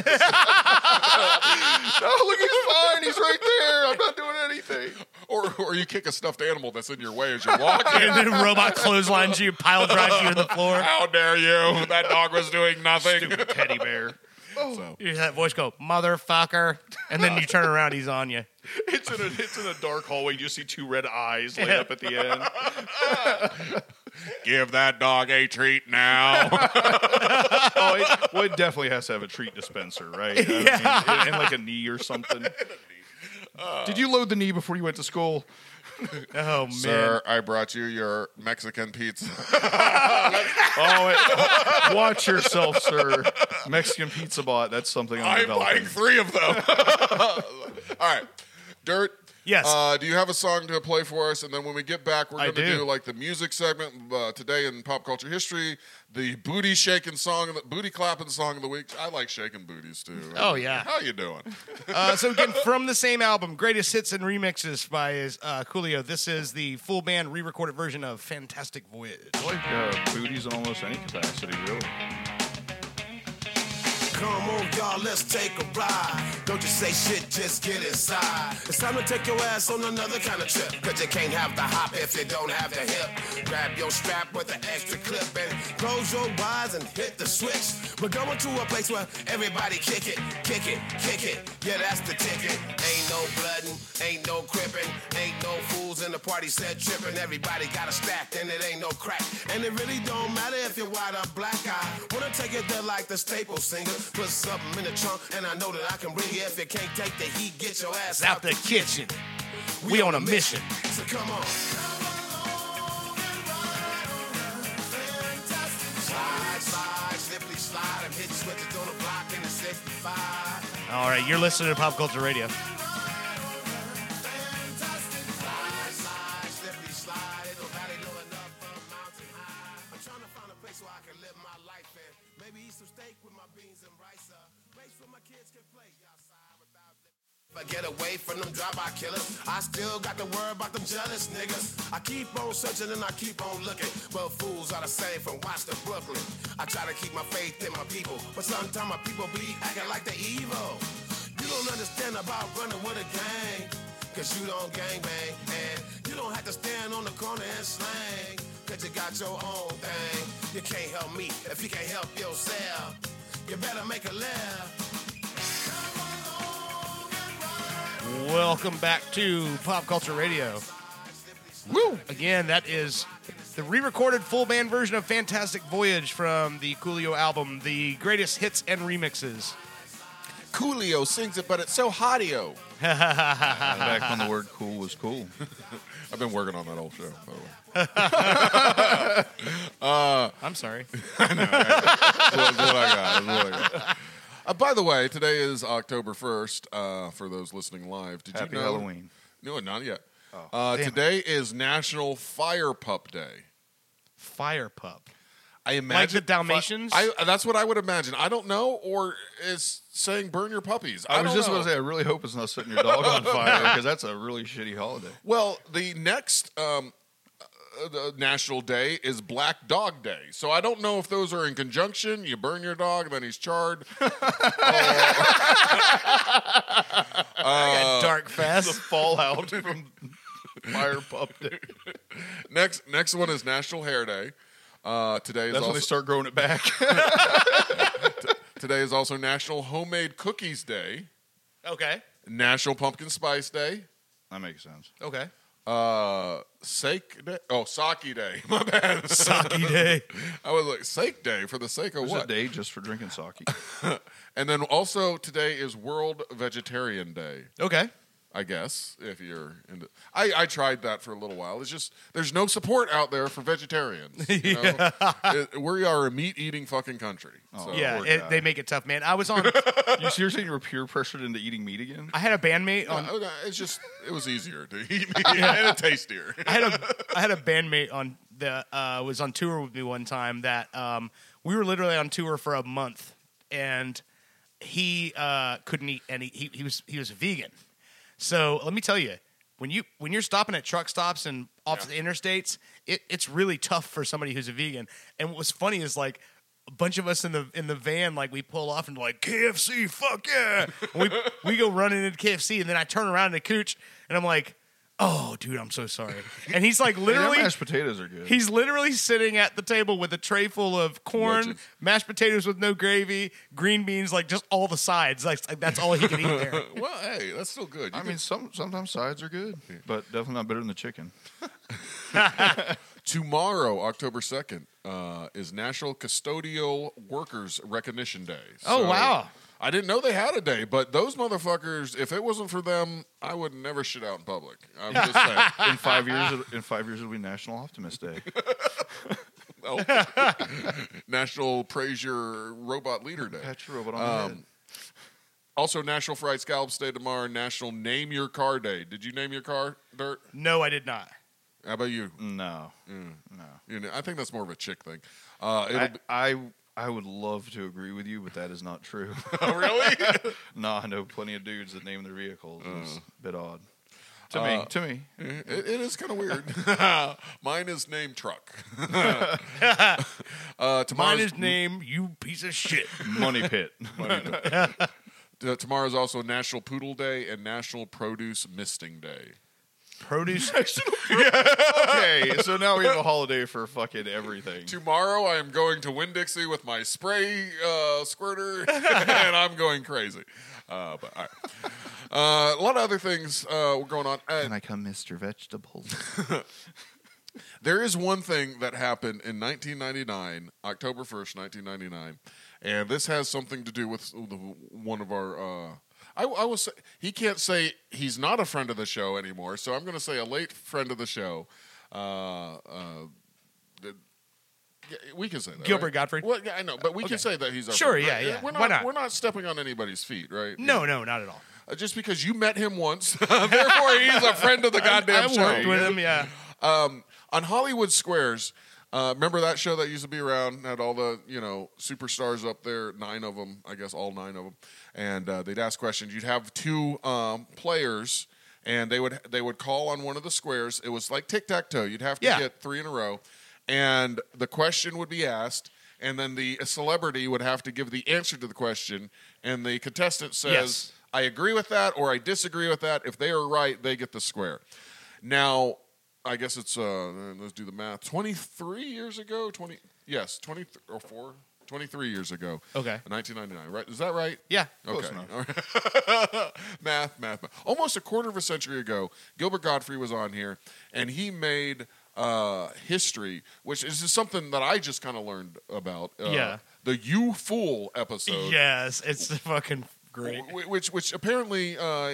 S2: look, he's fine. He's right there. I'm not doing anything. Or, or you kick a stuffed animal that's in your way as you're walking.
S3: and then robot clotheslines you, pile drives you to the floor.
S2: How dare you? That dog was doing nothing.
S3: Stupid teddy bear.
S2: So.
S3: You hear that voice go, motherfucker. And then you turn around, he's on you.
S4: It's in a it's in a dark hallway. You just see two red eyes laid
S3: Yeah.
S4: up at the end.
S2: Give that dog a treat now.
S4: oh, it, well, it definitely has to have a treat dispenser, right? I mean, and like a knee or something. Did you load the knee before you went to school?
S3: Oh man.
S2: Sir, I brought you your Mexican pizza.
S4: Oh, wait. watch yourself, sir. Mexican pizza bot. That's something I'm,
S2: I'm
S4: developing.
S2: buying three of them. All right, Dirt.
S3: Yes.
S2: Uh, do you have a song to play for us? And then when we get back, we're
S3: I
S2: going to do.
S3: do.
S2: like the music segment uh, today in pop culture history, the booty shaking song, of the booty clapping song of the week. I like shaking booties too.
S3: Oh, yeah.
S2: How you doing?
S3: Uh, so again, from the same album, greatest hits and remixes by is uh, Coolio. This is the full band re-recorded version of Fantastic Voyage.
S4: I like uh, booties in almost any capacity, really.
S5: Come on, y'all, let's take a ride. Don't you say shit, just get inside. It's time to take your ass on another kind of trip. Cause you can't have the hop if you don't have the hip. Grab your strap with an extra clip and close your eyes and hit the switch. We're going to a place where everybody kick it, kick it, kick it. Yeah, that's the ticket. Ain't no bloodin', ain't no crippin', ain't no fools in the party said trippin'. Everybody got a stack and it ain't no crack. And it really don't matter if you're white or black. I wanna take it there like the staple singer. Put something in the trunk and I know that I can ring it. If you can't take the heat, get your ass out the kitchen.
S3: We on a mission.
S5: So come on. Slide, slide, slippily slide. I'm hitting switches on the block in the 65.
S3: All right, you're listening to Pop Culture Radio.
S5: Slide, slide, slippily slide. Ain't nobody low enough for a mountain high. I'm trying to find a place where I can live my life in. Maybe eat some steak with my beans and rice. A place where my kids can play outside without. If I get away from them drive-by killers, I still got to worry about them jealous niggas. I keep on searching and I keep on looking, but fools are the same from Watts to Brooklyn. I try to keep my faith in my people, but sometimes my people be acting like they evil. You don't understand about running with a gang, cause you don't gang bang, and you don't have to stand on the corner and slang, cause you got your own thing. You can't help me if you can't help yourself. You better make a laugh.
S3: Welcome back to Pop Culture Radio. Woo! Again, that is The re recorded full band version of Fantastic Voyage from the Coolio album, The Greatest Hits and Remixes.
S13: Coolio sings it, but it's so hotio.
S4: Back when the word cool was cool.
S2: I've been working on that whole show, by the way.
S13: uh,
S3: I'm sorry.
S2: I know. Right? That's what, that's what I got. That's what I got. Uh, by the way, today is October 1st uh, for those listening live. Did
S4: Happy
S2: you know?
S4: Halloween.
S2: No, not yet.
S4: Oh,
S2: uh,
S4: damn it.
S2: today is National Fire Pup Day.
S3: Fire Pup.
S2: I imagine
S3: the Dalmatians?
S2: I, uh, that's what I would imagine. I don't know, or is saying burn your puppies. I,
S4: I, was
S2: don't
S4: just
S2: know.
S4: going to say, I really hope it's not setting your dog on fire because that's a really shitty holiday.
S2: Well, the next um, uh, the national day is Black Dog Day. So I don't know if those are in conjunction. You burn your dog, and then he's charred.
S4: got dark
S3: fast.
S4: The fallout from fire pup day.
S2: next, next one is National Hair Day. Uh, today is
S4: That's when they
S2: also-
S4: start growing it back.
S2: Today is also National Homemade Cookies Day,
S3: Okay.
S2: National Pumpkin Spice Day,
S4: That makes sense.
S3: Okay.
S2: uh, Sake Day. Oh, Sake Day. My bad.
S3: Sake Day.
S2: I was like, Sake Day for the sake of
S4: There's
S2: what?
S4: a day just for drinking sake.
S2: and then also today is World Vegetarian Day.
S3: Okay.
S2: I guess if you're into, I, I tried that for a little while. It's just there's no support out there for vegetarians. You know? It- we are a meat eating fucking country.
S4: Oh,
S2: so-
S3: yeah, it, they make it tough, man. I was on.
S4: you seriously you were peer pressured into eating meat again?
S3: I had a bandmate
S2: No,
S3: on.
S2: Uh, okay, it's just it was easier to eat meat and it tastier.
S3: I had a I had a bandmate on the uh, was on tour with me one time that um, we were literally on tour for a month and he uh, couldn't eat any he, he was he was vegan. So let me tell you, when you when you're stopping at truck stops and off the interstates, it, it's really tough for somebody who's a vegan. And what was funny is like a bunch of us in the in the van, like we pull off and like KFC, fuck yeah. And we we go running into KFC and then I turn around to Cooch and I'm like, oh dude, I'm so sorry. And he's like
S4: Hey, their
S3: literally
S4: mashed potatoes are good.
S3: He's literally sitting at the table with a tray full of corn,
S4: Wedges.
S3: mashed potatoes with no gravy, green beans, like just all the sides. Like, like that's all he can eat there.
S2: well, hey, that's still good.
S4: I mean, some sometimes sides are good, but definitely not better than the chicken.
S2: Tomorrow, October 2nd, uh, is National Custodial Workers Recognition Day.
S3: Oh, wow.
S2: I didn't know they had a day, but those motherfuckers, if it wasn't for them, I would never shit out in public. I'm just saying.
S4: in five years, it'll- in five years, it'll be National Optimist Day.
S2: Oh. National Praise Your Robot Leader Day.
S4: Pat your robot on the head.
S2: Also, National Fried Scallops Day tomorrow, and National Name Your Car Day. Did you name your car, Dirt?
S3: No, I did not.
S2: How about you?
S4: No,
S2: no. You know, I think that's more of a chick thing. Uh, it'll
S4: I,
S2: be-
S4: I I would love to agree with you, but that is not true.
S2: really?
S4: no, I know plenty of dudes that name their vehicles. It's
S2: Uh.
S4: a bit odd. Mm. To
S2: Uh,
S4: me, to me.
S2: It, it is kind of weird. Mine is named Truck. uh,
S3: Mine
S2: tomorrow's-
S3: is name, you piece of shit.
S4: Money Pit.
S2: Money Pit. Uh, Tomorrow's also National Poodle Day and National Produce Misting Day.
S3: Produce.
S4: okay, so now we have a holiday for fucking everything.
S2: Tomorrow I am going to Winn Dixie with my spray uh, squirter, and I'm going crazy. Uh, but all right. Uh, a lot of other things uh, were going on. Uh,
S4: Can I come, Mr. Vegetables?
S2: There is one thing that happened in 1999, October 1st, 1999, and this has something to do with the- one of our. Uh, I, I will say he can't say he's not a friend of the show anymore, so I'm going to say a late friend of the show. Uh, uh, th- yeah, we can say that.
S3: Gilbert
S2: right?
S3: Gottfried?
S2: Well, yeah, I know, but we
S3: Okay.
S2: can say that he's our
S3: Sure,
S2: friend,
S3: yeah,
S2: right?
S3: yeah.
S2: We're
S3: Why
S2: not,
S3: not?
S2: We're not stepping on anybody's feet, right?
S3: No, no, not at all.
S2: Uh, just because you met him once, therefore he's a friend of the goddamn
S3: I
S2: show.
S3: worked with him, yeah.
S2: Um, on Hollywood Squares, uh, remember that show that used to be around? Had all the you know superstars up there, nine of them, I guess, all nine of them, and uh, they'd ask questions. You'd have two um, players, and they would they would call on one of the squares. It was like tic tac toe. You'd have to
S3: Yeah.
S2: get three in a row, and the question would be asked. And then the celebrity would have to give the answer to the question, and the contestant says,
S3: Yes.
S2: I agree with that or I disagree with that. If they are right, they get the square. Now, I guess it's uh let's do the math. 23 years ago, 20 Yes, 20 or 4 23 years ago.
S3: Okay.
S2: 1999, right? Is that right?
S3: Yeah.
S2: Okay.
S3: Close enough.
S2: All right. math, math, math. Almost a quarter of a century ago, Gilbert Godfrey was on here and he made uh, history, which is just something that I just kind of learned about. Uh,
S3: Yeah.
S2: The You Fool
S4: Oh.
S2: episode.
S3: Yes, it's fucking great.
S2: Wh- Which, which apparently, uh,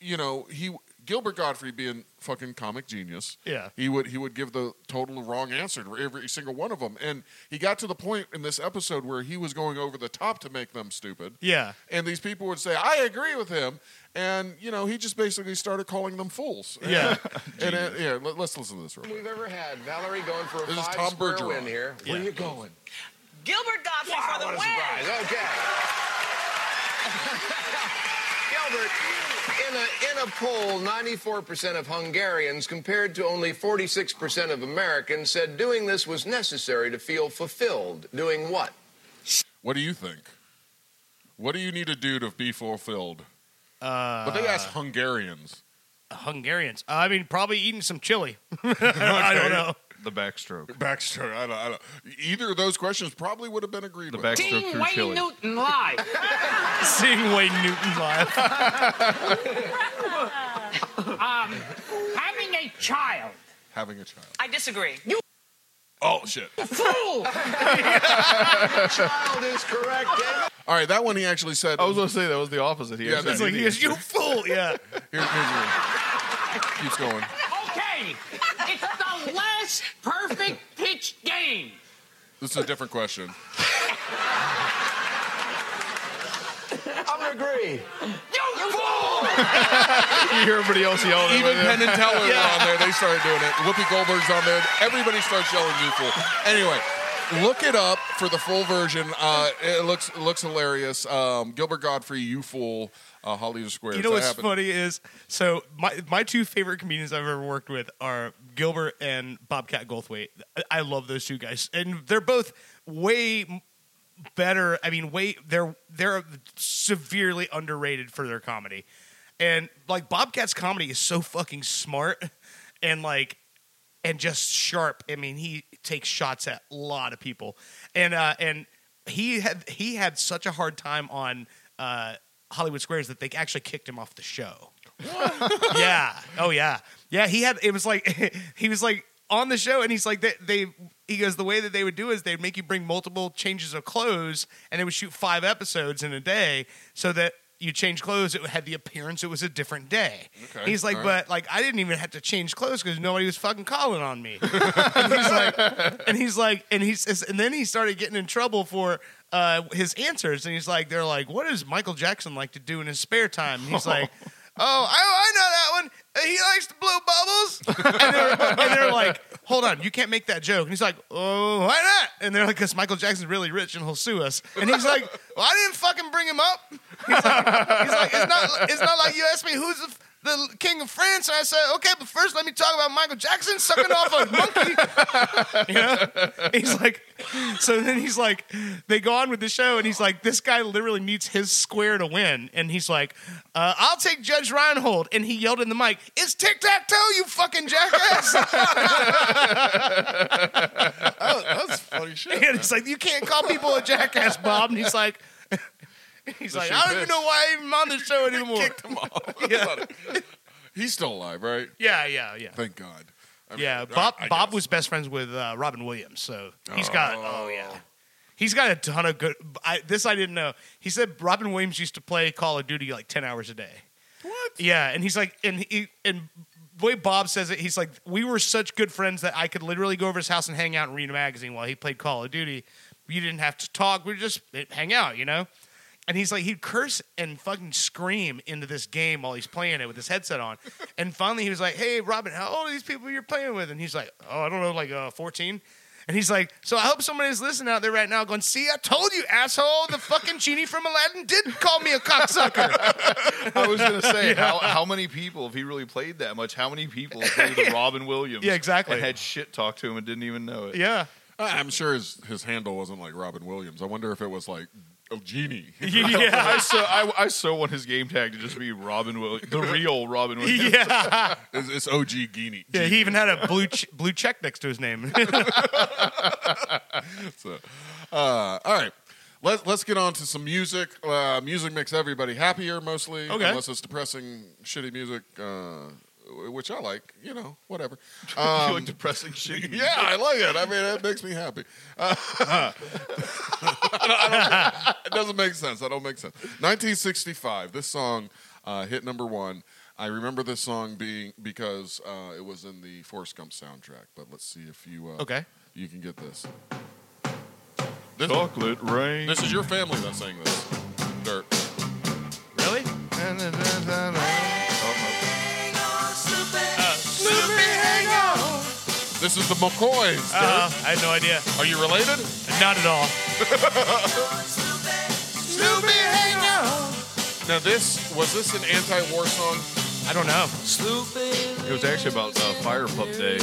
S2: you know, he Gilbert Godfrey being fucking comic genius.
S3: Yeah.
S2: He would he would give the total wrong answer to every single one of them, and he got to the point in this episode where he was going over the top to make them stupid.
S3: Yeah.
S2: And these people would say, "I agree with him," and you know, he just basically started calling them fools.
S3: Yeah.
S2: and uh, yeah, let, us listen to this real quick.
S14: We've ever had Valerie going for a
S2: This is
S14: five
S2: Tom
S14: square
S2: Bergeron.
S14: win here. Where
S2: Yeah.
S14: you going?
S15: Gilbert Gottfried
S14: Wow,
S15: for the
S14: what a
S15: win.
S14: surprise. Okay. Gilbert, in a, in a poll, 94% of Hungarians, compared to only 46% of Americans, said doing this was necessary to feel fulfilled. Doing what?
S2: What do you think? What do you need to do to be fulfilled?
S3: Uh,
S2: but they asked Hungarians.
S3: Hungarians. I mean, probably eating some chili. I don't- I don't know.
S4: The backstroke.
S2: Backstroke. I don't, I don't. Either of those questions probably would have been agreed
S4: The
S2: with.
S4: backstroke Ding, through Wayne Chile.
S15: Newton live.
S3: Seeing Wayne Newton live.
S15: um, having a child.
S2: Having a child.
S15: I disagree.
S2: Oh, shit.
S15: fool!
S14: Child is correct, David.
S2: All right, that one he actually said. I was
S4: going to say that was the opposite. He
S2: yeah,
S4: actually
S2: that's
S4: knew the
S2: you
S3: fool. Yeah.
S2: Here, here's the Keeps going.
S15: Okay, it's the last perfect pitch game.
S2: This is a different question.
S14: I'm gonna agree.
S15: You fool!
S4: you hear everybody else yelling. at
S2: Even
S4: him.
S2: Penn and Teller were on there. They started doing it. Whoopi Goldberg's on there. Everybody starts yelling "You fool." Anyway, look it up for the full version. Uh, it looks it looks hilarious. Um, Gilbert Godfrey, "You Fool," uh, Hollywood Squares.
S3: You know
S2: That
S3: what's
S2: happened.
S3: funny is so my my two favorite comedians I've ever worked with are Gilbert and Bobcat Goldthwait. I, I love those two guys, and they're both way m- better. I mean, way they're they're severely underrated for their comedy, and like Bobcat's comedy is so fucking smart and like and just sharp. I mean, he takes shots at a lot of people, and uh, and he had he had such a hard time on uh, Hollywood Squares that they actually kicked him off the show. yeah. Oh yeah. Yeah. He had. It was like he was like on the show, and he's like they. they he goes the way that they would do is they'd make you bring multiple changes of clothes, and they would shoot five episodes in a day, so that you change clothes. It had the appearance it was a different day.
S11: Okay,
S3: He's like,
S11: all right.
S3: but like I didn't even have to change clothes because nobody was fucking calling on me. and he's like, and he's like, and he says, and then he started getting in trouble for uh, his answers. And he's like, they're like, what does Michael Jackson like to do in his spare time? And he's like. Oh, I, I know that one. Uh, He likes to blow bubbles. and, they're, and they're like, hold on, you can't make that joke. And he's like, oh, why not? And they're like, because Michael Jackson's really rich and he'll sue us. And he's like, well, I didn't fucking bring him up. He's like, he's like it's, not, it's not like you asked me who's the, the king of France. And I said, okay, but first let me talk about Michael Jackson sucking off a monkey. you know? He's like, so then he's like, they go on with the show, and he's like, this guy literally needs his square to win. And he's like, uh, I'll take Judge Reinhold. And he yelled in the mic, it's tic tac toe, you fucking jackass.
S2: that's funny shit.
S3: and it's like, you can't call people a jackass, Bob. And he's like, he's
S2: The
S3: like,
S2: shoe
S3: I don't even
S2: fits.
S3: know why I'm on the show anymore.
S2: He's still alive, right?
S3: Yeah, yeah, yeah.
S2: Thank God. I mean,
S3: yeah,
S2: I-
S3: Bob.
S2: I
S3: Bob was best friends with uh, Robin Williams, so he's got. Oh yeah, he's got a ton of good. I, this I didn't know. He said Robin Williams used to play Call of Duty like ten hours a day. What? Yeah, and he's like, and he and the way Bob says it, he's like, we were such good friends that I could literally go over his house and hang out and read a magazine while he played Call of Duty. You didn't have to talk; we just eh, hang out, you know. And he's like, he'd curse and fucking scream into this game while he's playing it with his headset on. And finally, he was like, "Hey, Robin, how old are these people you're playing with?" And he's like, "Oh, I don't know, like uh, 14." And he's like, "So I hope somebody's listening out there right now, going, see, I told you, asshole, the fucking genie from Aladdin did call me a cocksucker."
S4: I was going to say,
S3: Yeah.
S4: how, how many people, if he really played that much, how many people played the Robin Williams?
S3: Yeah, exactly.
S4: And had shit talked to him and didn't even know it.
S3: yeah.
S2: I- I'm sure his, his handle wasn't like Robin Williams. I wonder if it was like a genie.
S4: I so I, I so want his game tag to just be Robin Williams, the real Robin Williams.
S3: Yeah.
S2: it's, it's OG Genie.
S3: Yeah, he even had a blue ch- blue check next to his name.
S2: so, uh, all right. Let, let's get on to some music. Uh, music makes everybody happier, mostly.
S3: Okay.
S2: Unless it's depressing, shitty music. Uh, which I like. You know, whatever.
S4: You like depressing shit?
S2: Yeah, I like it. I mean, that makes me happy. Uh, I don't- I don't- it doesn't make sense. That don't make sense. 1965. This song uh, hit number one. I remember this song being because uh, it was in the Forrest Gump soundtrack. But let's see if you uh,
S3: Okay.
S2: you can get this.
S4: Chocolate rain.
S2: This is your family that sang this. Dirt.
S3: Really?
S4: Oh,
S11: Snoopy, hang on.
S2: This is the McCoys. Dirt.
S3: Uh, I had no idea.
S2: Are you related?
S3: Not at all.
S11: Snoopy, hang on.
S2: Now this was this an anti-war song?
S3: I don't know.
S4: It was actually about uh, Fire Pup Day.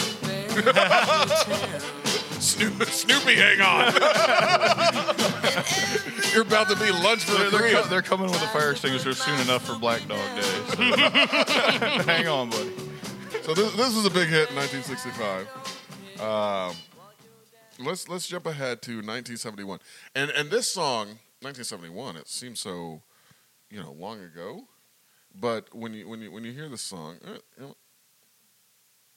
S2: Snoop, Snoopy, hang on. You're about to be lunch for
S4: They're,
S2: the
S4: they're
S2: three
S4: co-
S2: of
S4: they're coming with a fire extinguisher soon enough for Black Dog Day. So. Hang on, buddy.
S2: So this, this was a big hit in 1965. Um, let's let's jump ahead to 1971, and and this song 1971. It seems so, you know, long ago, but when you when you when you hear this song, eh, you know,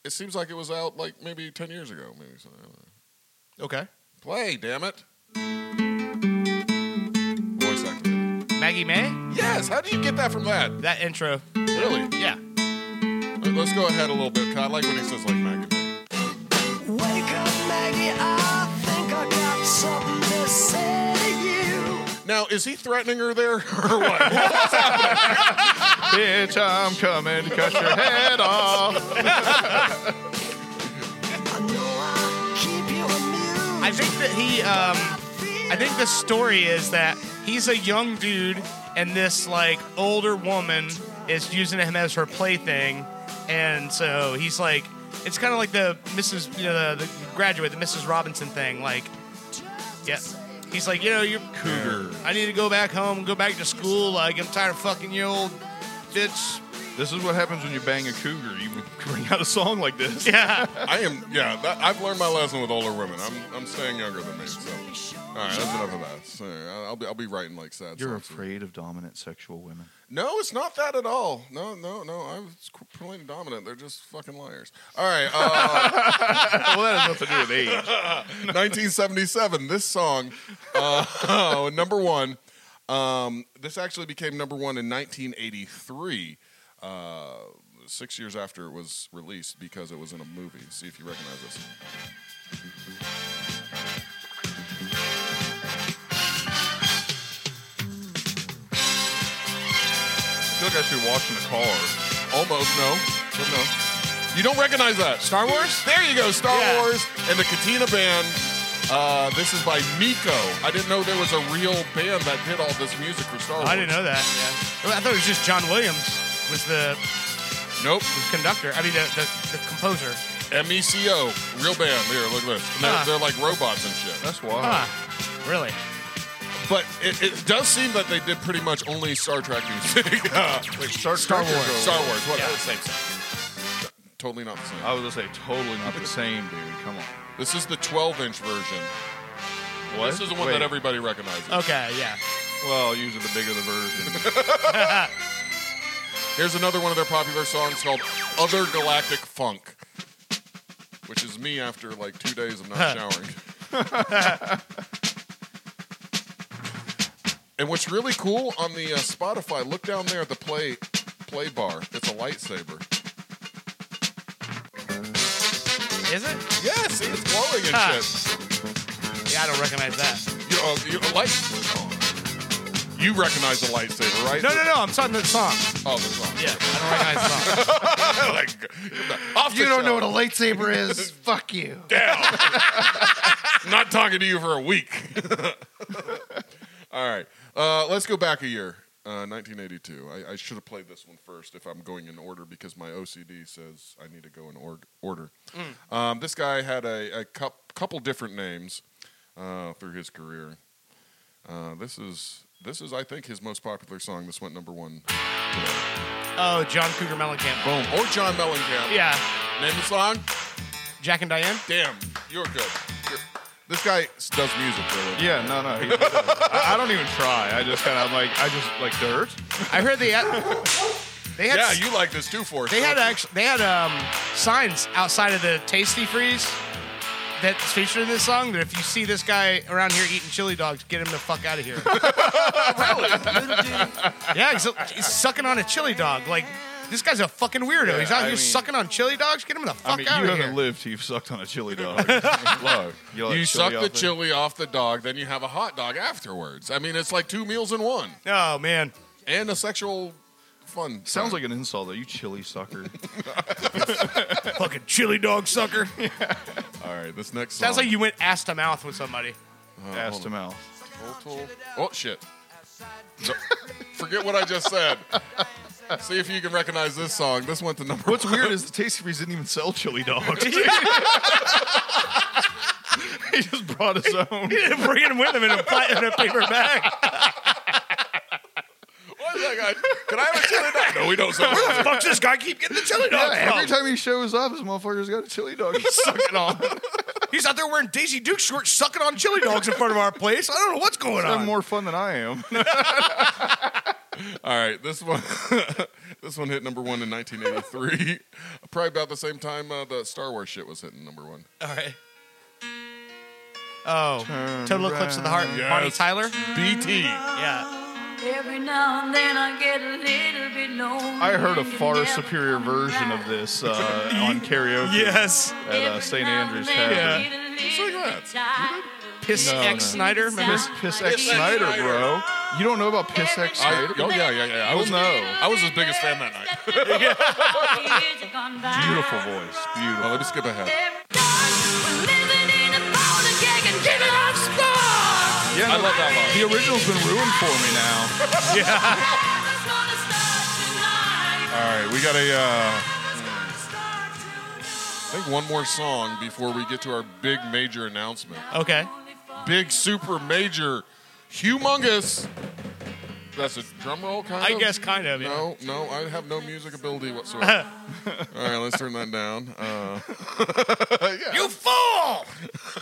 S2: it seems like it was out like maybe 10 years ago. Maybe so. I don't know.
S3: Okay.
S2: Play, damn it. Voice activated.
S3: Maggie May?
S2: Yes. How do you get that from that?
S3: That intro.
S2: Really?
S3: Yeah.
S2: Let- Let's go ahead a little bit. 'cause I like when he says like Maggie.
S11: Wake up, Maggie. I think I got something to say to you.
S2: Now, is he threatening her there or what? What's happening?
S4: Bitch, I'm coming to cut your head off.
S3: I think that he, um, I think the story is that he's a young dude and this like older woman is using him as her plaything, and so he's like, it's kind of like the Mrs. You know, the, the graduate, the Mrs. Robinson thing. Like, yeah, he's like, you know, you're
S4: Cougar.
S3: I need to go back home, go back to school. Like, I'm tired of fucking you, old bitch.
S4: This is what happens when you bang a cougar. You bring out a song like this.
S3: Yeah.
S2: I am. Yeah, that, I've learned my lesson with older women. I'm, I'm staying younger than me. So, all right, that's enough of that. So, I'll be, I'll be writing like sad.
S4: You're
S2: songs.
S4: afraid of dominant sexual women.
S2: No, it's not that at all. No, no, no. I was c- plain dominant. They're just fucking liars. All right. Uh,
S4: well, that has nothing to do with age.
S2: 1977. This song, uh, number one. Um, this actually became number one in 1983, uh, six years after it was released because it was in a movie. See if you recognize this.
S4: I feel like I should be washing the car.
S2: Almost no, but no. You don't recognize that Star Wars? There you go, Star
S3: Yeah.
S2: Wars and the Katina Band. Uh, this is by Miko. I didn't know there was a real band that did all this music for Star Wars.
S3: Oh, I didn't know that. Yeah. I thought it was just John Williams was the
S2: Nope.
S3: conductor. I mean, the, the, the composer.
S2: MECO, real band. Here, look at this. And they're,
S3: Huh.
S2: they're like robots and shit.
S4: That's wild.
S16: Ah.
S3: Huh. Really?
S2: But it, it does seem that they did pretty much only Star Trek music. Uh,
S4: Wait, Star,
S2: Star
S4: Trek or
S2: Wars. Star Wars. What?
S3: Yeah.
S2: Same thing. Totally not the same.
S4: I was gonna say totally not the same, dude. Come on.
S2: This is the 12-inch version.
S4: What?
S2: This is the one
S4: Wait.
S2: that everybody recognizes.
S3: Okay, yeah.
S4: Well, usually the bigger the version.
S2: Here's another one of their popular songs called Other Galactic Funk, which is me after like two days of not showering. and what's really cool on the uh, Spotify, look down there at the play play bar. It's a lightsaber.
S3: Is it?
S2: Yeah, see, it's glowing
S3: Huh.
S2: and shit.
S3: Yeah, I don't recognize that.
S2: You, uh, you, a light, you recognize the lightsaber, right?
S3: No, no, no. I'm talking the song.
S2: Oh, the song.
S3: Yeah, I don't recognize the song.
S2: like, off the
S16: You don't know
S2: shelf.
S16: what a lightsaber is. Fuck you.
S2: Not talking to you for a week. All right. Uh, let's go back a year, uh, 1982. I, I should have played this one first if I'm going in order because my OCD says I need to go in org- order. Um, this guy had a, a cou- couple different names uh, through his career. Uh, this is this is I think his most popular song. This went number one.
S3: Oh, John Cougar Mellencamp.
S2: Boom. Or John Mellencamp.
S3: Yeah.
S2: Name the song.
S3: Jack and Diane?
S2: Damn, you're good. You're- this guy s- does music really.
S4: yeah, no, no. he- I, I don't even try. I just kind of like I just like dirt.
S3: I heard the. uh, They had
S2: yeah,
S3: s-
S2: you like this too, Forrest.
S3: They had
S2: don't you?
S3: actually they had um, signs outside of the Tasty Freeze that's featured in this song. That if you see this guy around here eating chili dogs, get him the fuck out of here. yeah, he's, he's sucking on a chili dog. Like this guy's a fucking weirdo.
S4: Yeah,
S3: he's out
S4: I
S3: here
S4: mean-
S3: sucking on chili dogs. Get him the fuck
S4: I mean,
S3: out
S4: you
S3: of
S4: haven't
S3: here.
S4: lived till you've sucked on a chili dog. Look, you, like
S2: you suck
S4: off the-
S2: the chili off the dog, then you have a hot dog afterwards. I mean, it's like two meals in one.
S3: Oh man,
S2: and a sexual fun.
S4: Sounds like an insult, though. You chili sucker.
S3: fucking chili dog sucker.
S2: All right, this next song.
S3: Sounds like you went ass to mouth with somebody.
S2: Uh,
S4: Ass
S2: hold
S4: to
S2: on.
S4: mouth.
S2: Total- Oh shit! No, forget what I just said. See if you can recognize this song. This went to number.
S4: What's
S2: one.
S4: weird is the Tasty Freeze didn't even sell chili dogs. he just brought his own.
S3: He didn't bring it with him in a, pla- in a paper bag.
S2: What is that guy? Can I have a chili dog? No, we don't. sell
S3: Where the
S2: chili.
S3: fuck's this guy keep getting the chili dog
S4: Yeah, every
S3: from?
S4: time he shows up, his motherfucker's got a chili dog.
S3: sucking on. He's out there wearing Daisy Duke shorts, sucking on chili dogs in front of our place. I don't know what's going
S4: He's having
S3: on.
S4: more fun than I am.
S2: All right, this one, this one hit number one in 1983. Probably about the same time uh, the Star Wars shit was hitting number one.
S3: All right. Oh, Total Eclipse of the Heart,
S2: Yes.
S3: Bonnie Tyler.
S2: BT.
S3: Yeah.
S17: Every now and then I get a little bit lonely.
S4: I heard a far superior version of this uh, on karaoke.
S3: Yes.
S4: At uh, St. Andrew's Tavern.
S3: Piss
S4: No,
S3: X
S4: no.
S3: Snyder, remember?
S4: Piss, Piss X
S2: Piss X
S4: Snyder,
S2: Snyder.
S4: bro. You don't know about Piss X
S2: I,
S4: Snyder?
S2: oh yeah, yeah, yeah. I
S4: You'll
S2: was
S4: know.
S2: I was his biggest fan that night.
S4: Beautiful voice. Beautiful.
S2: let me skip ahead.
S4: Yeah,
S2: I love that
S4: The original's been ruined for me now.
S2: All
S3: yeah.
S2: right, we got a. Uh, I think one more song before we get to our big major announcement.
S3: Okay.
S2: Big super major, humongous. That's a drum roll, kind
S3: I
S2: of.
S3: guess kind of, yeah.
S2: No, no, I have no music ability whatsoever. All right, let's turn that down. Uh,
S3: You fool!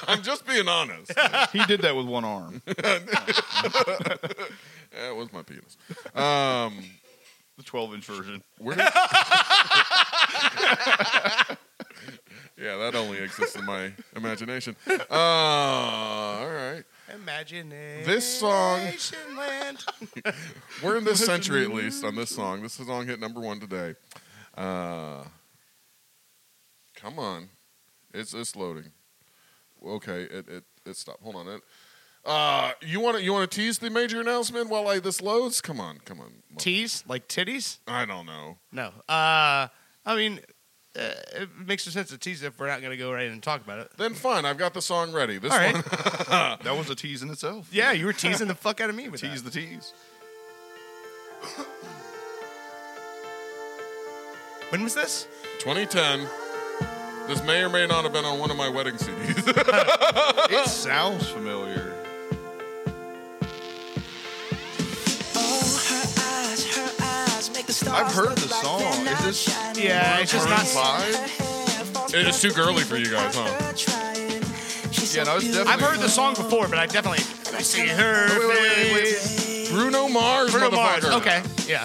S2: I'm just being honest.
S4: He did that with one arm.
S2: That was my penis. Um,
S4: The 12 inch version.
S2: Where yeah, that only exists in my imagination. Uh, all right.
S3: Imagination.
S2: This song-
S3: Land.
S2: We're in this century, at least, on this song. This song hit number one today. Uh, come on. It's, it's loading. Okay, it, it, it stopped. Hold on. It, uh, you want to you want to tease the major announcement while I this loads? Come on, come on.
S3: T's? Like titties?
S2: I don't know.
S3: No. Uh, I mean, uh, it makes no sense to tease if we're not going to go right in and talk about it.
S2: Then fine, I've got the song ready. This
S3: All right.
S2: one.
S4: That was a tease in itself.
S3: Yeah, you were teasing the fuck out of me with
S4: Tease
S3: that.
S4: the tease.
S3: When was this?
S2: 2010. This may or may not have been on one of my wedding CDs.
S4: It sounds familiar. I've heard the song. Is this
S3: Yeah, it's just not.
S4: five?
S2: It is too girly for you guys, huh?
S4: Yeah, no, it's definitely.
S3: I've heard the song before, but I definitely see her.
S4: Wait, wait, wait, wait, wait.
S2: Bruno Mars,
S3: Bruno Mars.
S2: motherfucker.
S3: Okay. Yeah.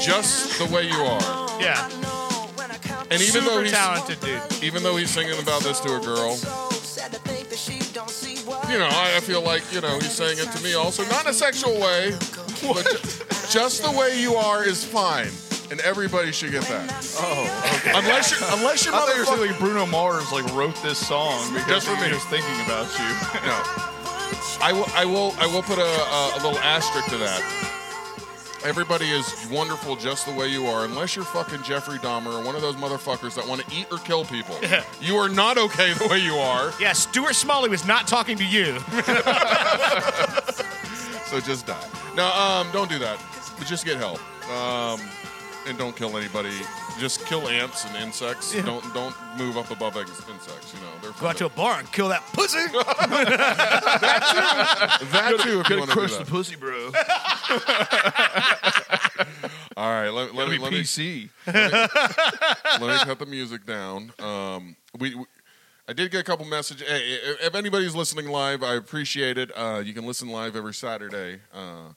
S2: Just the way you are.
S3: Yeah.
S2: And even though
S3: Super
S2: he's
S3: talented dude.
S2: even though he's singing about this to a girl, you know, I, I feel like you know he's saying it to me also, not in a sexual way, but ju- just the way you are is fine, and everybody should get that.
S4: Oh, okay.
S2: Unless you're, unless
S4: I
S2: you're
S4: thought you were saying
S2: motherfucker.
S4: like Bruno Mars like wrote this song because
S2: Just for
S4: he
S2: me.
S4: was thinking about you.
S2: No. I will, I will, I will put a, a, a little asterisk to that. Everybody is wonderful just the way you are, unless you're fucking Jeffrey Dahmer or one of those motherfuckers that want to eat or kill people. you are not okay the way you are,
S3: Yeah, Stuart Smalley was not talking to you.
S2: so just die. No, um, don't do that. But just get help, um, and don't kill anybody. Just kill ants and insects. Don't don't move up above ex- insects. You know they're
S3: Go out to a bar and kill that pussy. Uh,
S2: that too. If you
S4: Gotta
S2: want to do
S4: crush the
S2: that.
S4: pussy, bro.
S2: All right, let, let
S4: Gotta
S2: me
S4: be
S2: let me
S4: PC.
S2: let me cut the music down. Um, we, we, I did get a couple messages. Hey, if- if anybody's listening live, I appreciate it. Uh, you can listen live every Saturday. Uh,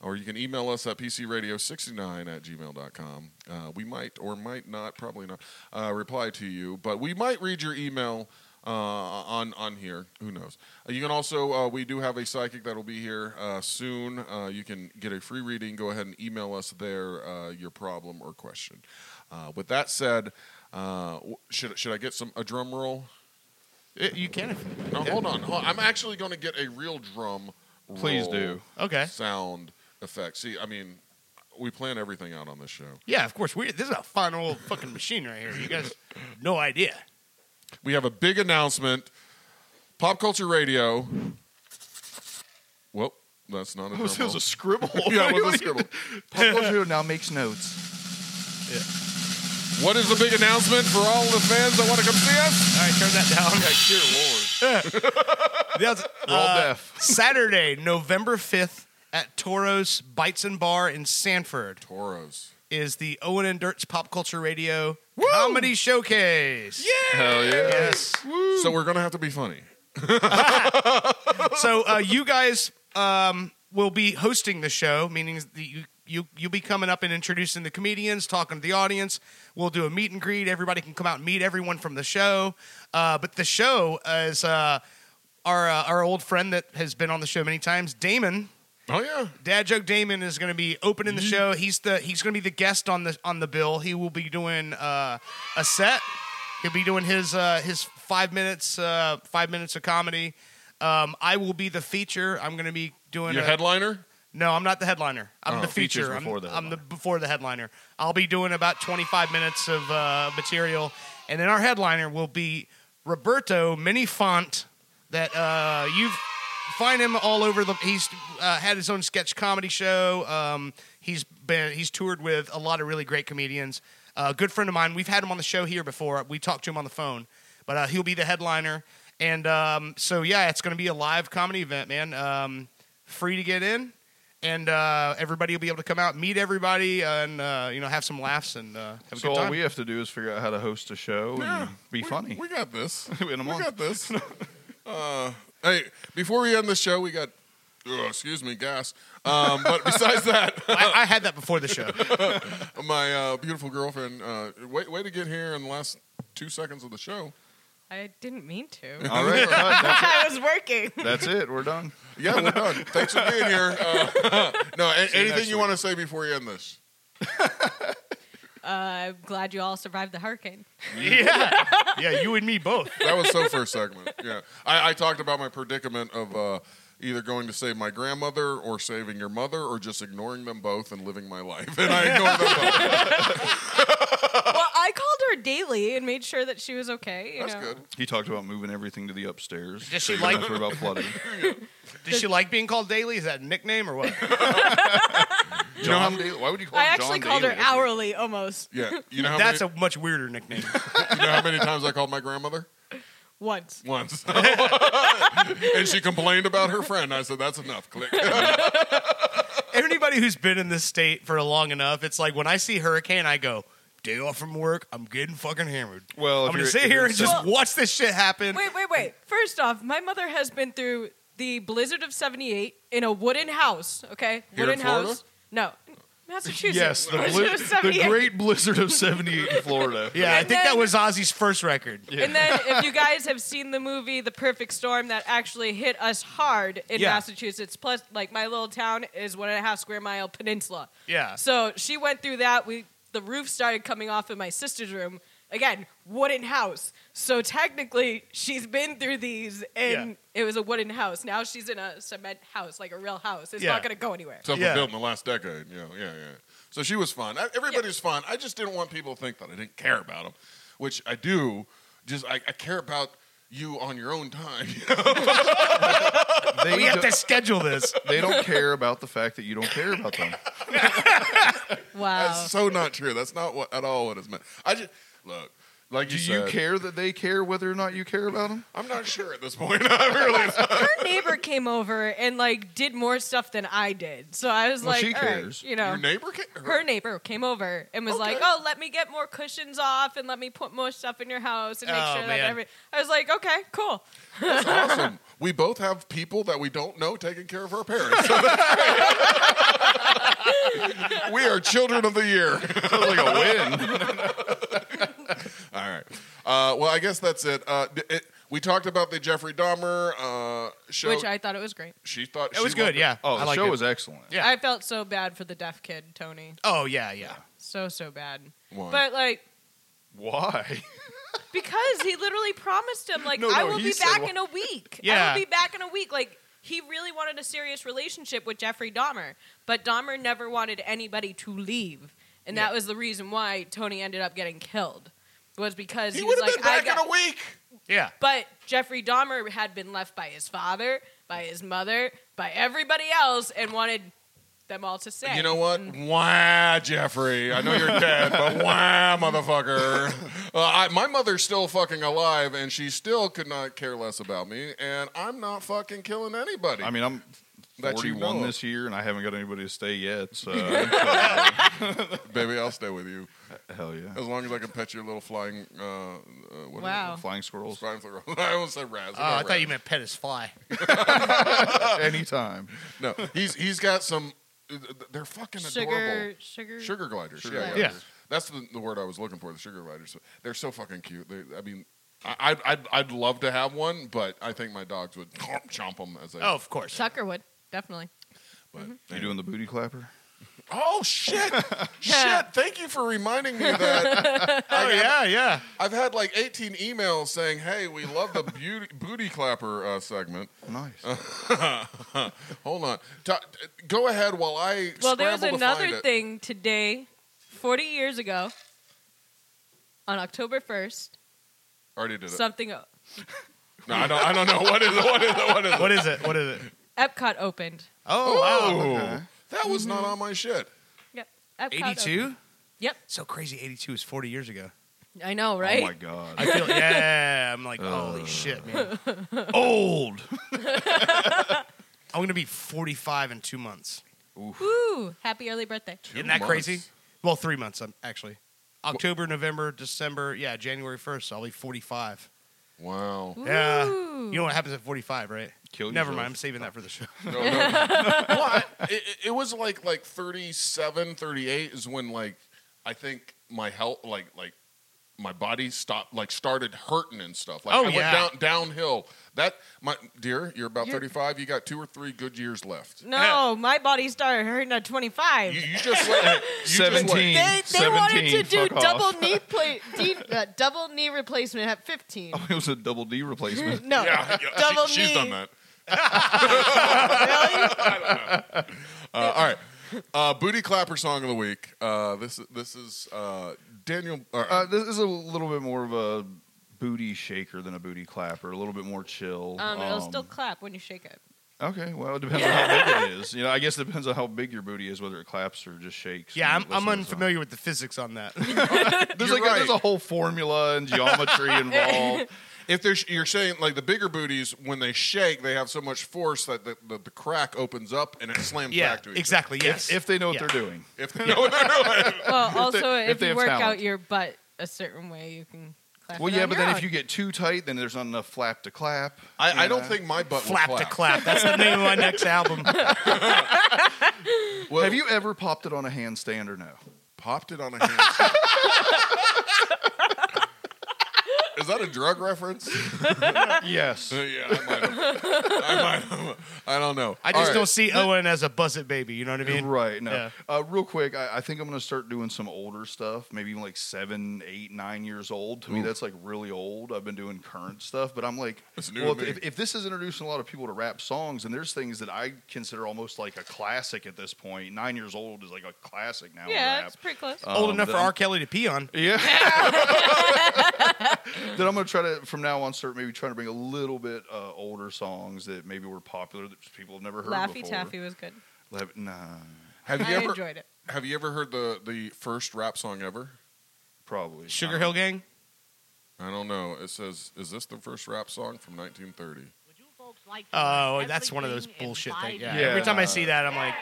S2: Or you can email us at pcradio69 at gmail.com. Uh, we might or might not, probably not, uh, reply to you, but we might read your email uh, on on here. Who knows? Uh, you can also uh, we do have a psychic that will be here uh, soon. Uh, you can get a free reading. Go ahead and email us there uh, your problem or question. Uh, with that said, uh, w- should should I get some a drum roll? you can. If, no, hold on. Hold- I'm actually going to get a real drum.
S4: Please
S2: roll
S4: do.
S3: Okay.
S2: Sound effect. See, I mean, we plan everything out on this show.
S3: Yeah, of course. We this is a fun old fucking machine right here. You guys, no idea.
S2: We have a big announcement. Pop Culture Radio. Well, that's not a
S4: Oh,
S2: drum
S4: so it was
S2: roll.
S4: a scribble.
S2: yeah,
S4: What
S2: it was
S4: do
S2: a
S4: you-
S2: scribble.
S4: Pop Culture now makes notes.
S2: What is the big announcement for all the fans that want to come see us?
S3: All right, turn that down.
S2: dear lord.
S3: That's,
S2: Roll deaf.
S3: uh, Saturday, November 5th at Toros Bites and Bar in Sanford.
S2: Toros.
S3: Is the Owen and Dirt's Pop Culture Radio Comedy Showcase.
S2: Hell yeah.
S3: Yes.
S2: So we're going to have to be funny.
S3: so uh, you guys um, will be hosting the show, meaning that you, you you'll be coming up and introducing the comedians, talking to the audience. We'll do a meet and greet. Everybody can come out and meet everyone from the show. Uh, but the show is uh, our uh, our old friend that has been on the show many times, Damon.
S2: Oh yeah,
S3: Dad joke Damon is going to be opening the show. He's the he's going to be the guest on the on the bill. He will be doing uh, a set. He'll be doing his uh, his five minutes uh, five minutes of comedy. Um, I will be the feature. I'm going to be doing
S2: Your
S3: a-
S2: headliner?
S3: No, I'm not the headliner. I'm
S2: Oh,
S3: the feature.
S2: features
S3: I'm,
S2: before the
S3: I'm the before the headliner. I'll be doing about 25 minutes of uh, material, and then our headliner will be Roberto Minifont. That uh, you find him all over the. He's uh, had his own sketch comedy show. Um, he's been he's toured with a lot of really great comedians. Uh, a good friend of mine. We've had him on the show here before. We talked to him on the phone, but uh, he'll be the headliner. And um, so yeah, it's going to be a live comedy event, man. Um, free to get in and uh, everybody will be able to come out, meet everybody, uh, and uh, you know have some laughs and uh, have a
S4: So
S3: good
S4: all
S3: time.
S4: we have to do is figure out how to host a show
S2: Yeah,
S4: and be funny.
S2: We got this.
S4: In a
S2: we
S4: month.
S2: got this. Uh, hey, before we end the show, we got. oh, excuse me, gas. Um, but besides that,
S3: I, I had that before the show.
S2: my uh, beautiful girlfriend. Uh, way, way to get here in the last two seconds of the show.
S18: I didn't mean to.
S2: All right, all right, that's it.
S18: I was working.
S4: That's it. We're done.
S2: Yeah, we're done. Thanks for being here. Uh, no, a-
S4: See you
S2: anything
S4: next
S2: you want to say before you end this?
S18: Uh, I'm glad you all survived the hurricane.
S3: Yeah, yeah, you and me both.
S2: That was so first segment. Yeah, I, I talked about my predicament of uh, either going to save my grandmother or saving your mother or just ignoring them both and living my life. And I ignored them both.
S18: well, I called her daily and made sure that she was okay. You know?
S4: He talked about moving everything to the upstairs.
S3: Does
S4: so you
S3: she
S4: don't
S3: like-
S4: have to worry about flooding?
S3: Does she like being called Daily? Is that a nickname or what?
S2: You know how many- why would you call
S18: I
S2: him
S18: actually
S2: John
S18: called
S2: Daly?
S18: her hourly almost.
S2: Yeah, you know how
S3: That's
S2: many,
S3: a much weirder nickname.
S2: you know how many times I called my grandmother
S18: Once.
S2: once, and she complained about her friend. I said, "That's enough." Click.
S3: Anybody who's been in this state for long enough, it's like when I see hurricane, I go. Day off from work, I'm getting fucking hammered.
S4: Well,
S3: I'm
S4: if
S3: gonna
S4: you're-
S3: sit
S4: if
S3: here
S4: you're
S3: and just
S18: Well-
S3: watch this shit happen.
S18: Wait, wait, wait. First off, my mother has been through the blizzard of 78 in a wooden house, okay?
S4: Here in
S18: wooden
S4: Florida?
S18: house. No. Massachusetts.
S4: yes, the,
S18: Blizzard
S4: bli-
S18: of
S4: the
S18: 78.
S4: great blizzard of '78 in Florida.
S3: Yeah, I think that was Ozzy's first record.
S18: And then, if you guys have seen the movie The Perfect Storm, that actually hit us hard in
S3: Yeah.
S18: Massachusetts. Plus, like my little town is one and a half square mile peninsula.
S3: Yeah.
S18: So she went through that. We the roof started coming off in my sister's room. Again, wooden house. So technically, she's been through these, and it was a wooden house. Now she's in a cement house, like a real house. It's
S2: Yeah.
S18: not going to go anywhere.
S2: Something built in the last decade. Yeah, yeah, yeah. So she was fun. I- Everybody's fun. I just didn't want people to think that I didn't care about them, which I do. Just I, I care about you on your own time.
S4: They
S3: we have
S4: don't-
S3: to schedule this.
S4: They don't care about the fact that you don't care about them.
S18: Wow.
S2: That's
S3: Oh.
S2: so not true. That's not what at all what it's meant. I just look like
S4: Do
S2: you
S4: you
S2: said,
S4: care that they care whether or not you care about them?
S2: I'm not sure at this point. I'm really not.
S18: Her neighbor came over and like did more stuff than I did. So I was
S2: Well,
S18: like,
S2: she
S18: all right,
S2: cares.
S18: you know,
S2: Your neighbor ca-
S18: her neighbor came over and was like, oh, let me get more cushions off and let me put more stuff in your house and make
S2: Oh,
S18: sure
S2: man.
S18: that every. I was like, okay, cool.
S2: That's awesome. we both have people that we don't know taking care of our parents. So that's great. we are children of the year. like a win. All right. Uh, well, I guess that's it. Uh, d- it- We talked about the Jeffrey Dahmer uh, show.
S18: which I thought it was great.
S2: she thought
S3: It
S2: she
S3: was good,
S2: loved
S3: yeah.
S4: Oh,
S3: I
S4: the
S3: liked
S4: show
S3: it.
S4: was excellent.
S3: Yeah.
S18: I felt so bad for the deaf kid, Tony.
S3: Oh yeah, yeah.
S18: So so bad.
S4: Why?
S18: But like
S4: Why?
S18: because he literally promised him like
S4: No,
S18: I
S4: no,
S18: will
S4: he
S18: be
S4: said
S18: back
S4: wha-
S18: in a week. I
S4: Yeah.
S18: will be back in a week. Like he really wanted a serious relationship with Jeffrey Dahmer, but Dahmer never wanted anybody to leave. And that
S4: Yeah.
S18: was the reason why Tony ended up getting killed. Was because
S4: He
S18: he, was
S4: would've
S18: like
S4: been back
S18: I got,
S4: in a
S2: week.
S3: Yeah.
S18: But Jeffrey Dahmer had been left by his father, by his mother, by everybody else, and wanted them all to stay.
S2: You know what?
S18: Mm-hmm.
S2: Wah, Jeffrey. I know you're dead, but wah, motherfucker. Uh, I, my mother's still fucking alive, and she still could not care less about me, and I'm not fucking killing anybody.
S4: I mean, I'm
S2: That you know
S4: 41
S2: of.
S4: this year, and I haven't got anybody to stay yet. So,
S2: baby, I'll stay with you.
S4: Hell yeah!
S2: As long as I can pet your little flying, uh, uh, what are
S3: Wow.
S2: they?
S4: Flying squirrels.
S2: Flying squirrels. I almost said Raz.
S3: Oh, I thought you meant pet his fly.
S4: Anytime.
S2: No, he's he's got some. They're fucking adorable.
S18: Sugar, sugar,
S2: Sugar gliders.
S18: Sugar
S2: yeah,
S18: gliders.
S2: yeah. That's the, the word I was looking for. The sugar gliders. They're so fucking cute. They, I mean, I, I'd, I'd I'd love to have one, but I think my dogs would chomp them as they.
S3: Oh, course.
S18: Tucker would definitely.
S4: You doing the booty clapper?
S2: Oh shit! shit! Thank you for reminding me of that.
S3: Oh, yeah, yeah.
S2: I've had like 18 emails saying, "Hey, we love the beauty, booty clapper uh, segment."
S4: Nice.
S2: hold on. Ta- go ahead while I.
S18: Well, there was
S2: scramble to find
S18: another
S2: it.
S18: thing today, 40 years ago, on October 1st,
S2: Already did it.
S18: something o-
S2: No, I don't. I don't know what is it. What is it? What is it?
S3: What is it? What is it?
S18: Epcot opened.
S3: Oh, wow.
S2: Ooh.
S3: Okay.
S2: That was not on my shit.
S18: Yep. Epcot
S3: Eighty-two.
S18: opened. Yep.
S3: So crazy. Eighty-two is forty years ago.
S18: I
S2: Oh
S18: know, right?
S4: god.
S3: I feel yeah. I'm like, holy shit, man. Old. I'm gonna be 45 in two months.
S18: Woo! Happy early birthday.
S3: Isn't that crazy? Well, three months. I'm actually October, November, December. Yeah, January 1st. I'll be 45.
S2: Wow.
S3: Yeah.
S2: Ooh.
S3: You know what happens at 45, right?
S4: Kill
S3: Never
S4: yourself.
S3: mind. I'm saving that for the show.
S2: No, no. well, I, it, it was like like 37, 38 is when like I think my health like like my body stopped like started hurting and stuff. Like
S3: Oh,
S2: I
S3: yeah.
S2: went down downhill. That my dear, you're about
S18: You're-
S2: 35, you got 2 or 3 good years left.
S18: No, my body started hurting at 25.
S2: You, you just went you just went-
S18: They, they wanted to do double knee plate, deep, uh, double knee replacement at 15.
S4: it was a double D replacement.
S18: No,
S2: Yeah, yeah,
S18: double
S2: she- she's
S18: knee.
S2: done that. Uh, all right. Uh, booty clapper song of the week. Uh, this this is uh, Daniel. Uh,
S4: Uh, this is a little bit more of a booty shaker than a booty clapper. A little bit more chill.
S18: Um, it'll
S4: Um,
S18: still clap when you shake it.
S4: Okay, well, it depends on how big it is. You know, I guess it depends on how big your booty is, whether it claps or just shakes.
S3: Yeah,
S4: when
S3: I'm,
S4: you
S3: I'm
S4: listen to the
S3: unfamiliar with the physics on that.
S4: song. There's like a, there's a whole formula and geometry involved.
S2: if there's, you're saying like the bigger booties, when they shake, they have so much force that the, the, the crack opens up and it slams
S3: yeah,
S2: back to each
S3: exactly. Yes.
S4: if they know what
S3: Yeah.
S4: they're doing.
S2: other. If they know what they're doing.
S18: Well,
S4: If
S18: also,
S4: they-
S18: if,
S4: if they
S18: you
S4: have
S18: work
S4: talent.
S18: out your butt a certain way, you can clap.
S4: Well,
S18: it
S4: yeah,
S18: on
S4: but
S18: your
S4: then
S18: own.
S4: if you get too tight, then there's not enough flap to clap.
S2: I, I
S4: you
S2: don't
S4: know?
S2: think my butt
S3: Flap
S2: will
S3: to
S2: clap.
S3: clap. That's the name of my next album.
S2: Well,
S4: Have you ever popped it on a handstand or no?
S2: popped it on a hand? Is that a drug reference?
S4: Yes.
S2: yeah, I might have. I might have. I don't know.
S3: I
S2: All
S3: just
S2: right.
S3: don't see Owen as a busset baby. You know what I mean?
S4: Right. No.
S3: Yeah.
S4: Uh, real quick, I, I think I'm going to start doing some older stuff, maybe even like seven, eight, nine years old. To me, that's like really old. I've been doing current stuff, but I'm like,
S2: That's new
S4: well,
S2: to
S4: if,
S2: me.
S4: if, if this is introducing a lot of people to rap songs, and there's things that I consider almost like a classic at this point. Nine years old is like a classic now. in
S18: yeah,
S4: rap.
S18: it's pretty close.
S3: Old
S4: Um,
S3: enough for
S4: then-
S3: R. Kelly to pee on.
S4: Yeah. then I'm gonna try to from now on start maybe trying to bring a little bit uh, older songs that maybe were popular that people have never heard
S18: Laffy
S4: before.
S18: Taffy was good.
S4: Laff- nah,
S2: Have you
S18: I
S2: ever
S18: enjoyed it.
S2: Have you ever heard the the first rap song ever?
S4: probably
S3: Sugar
S4: not.
S3: Hill Gang.
S2: I don't know. It says, "Is this the first rap song from 1930?"
S3: Oh, that's one of those bullshit things. Yeah.
S4: Yeah.
S3: Every time I see that, I'm like,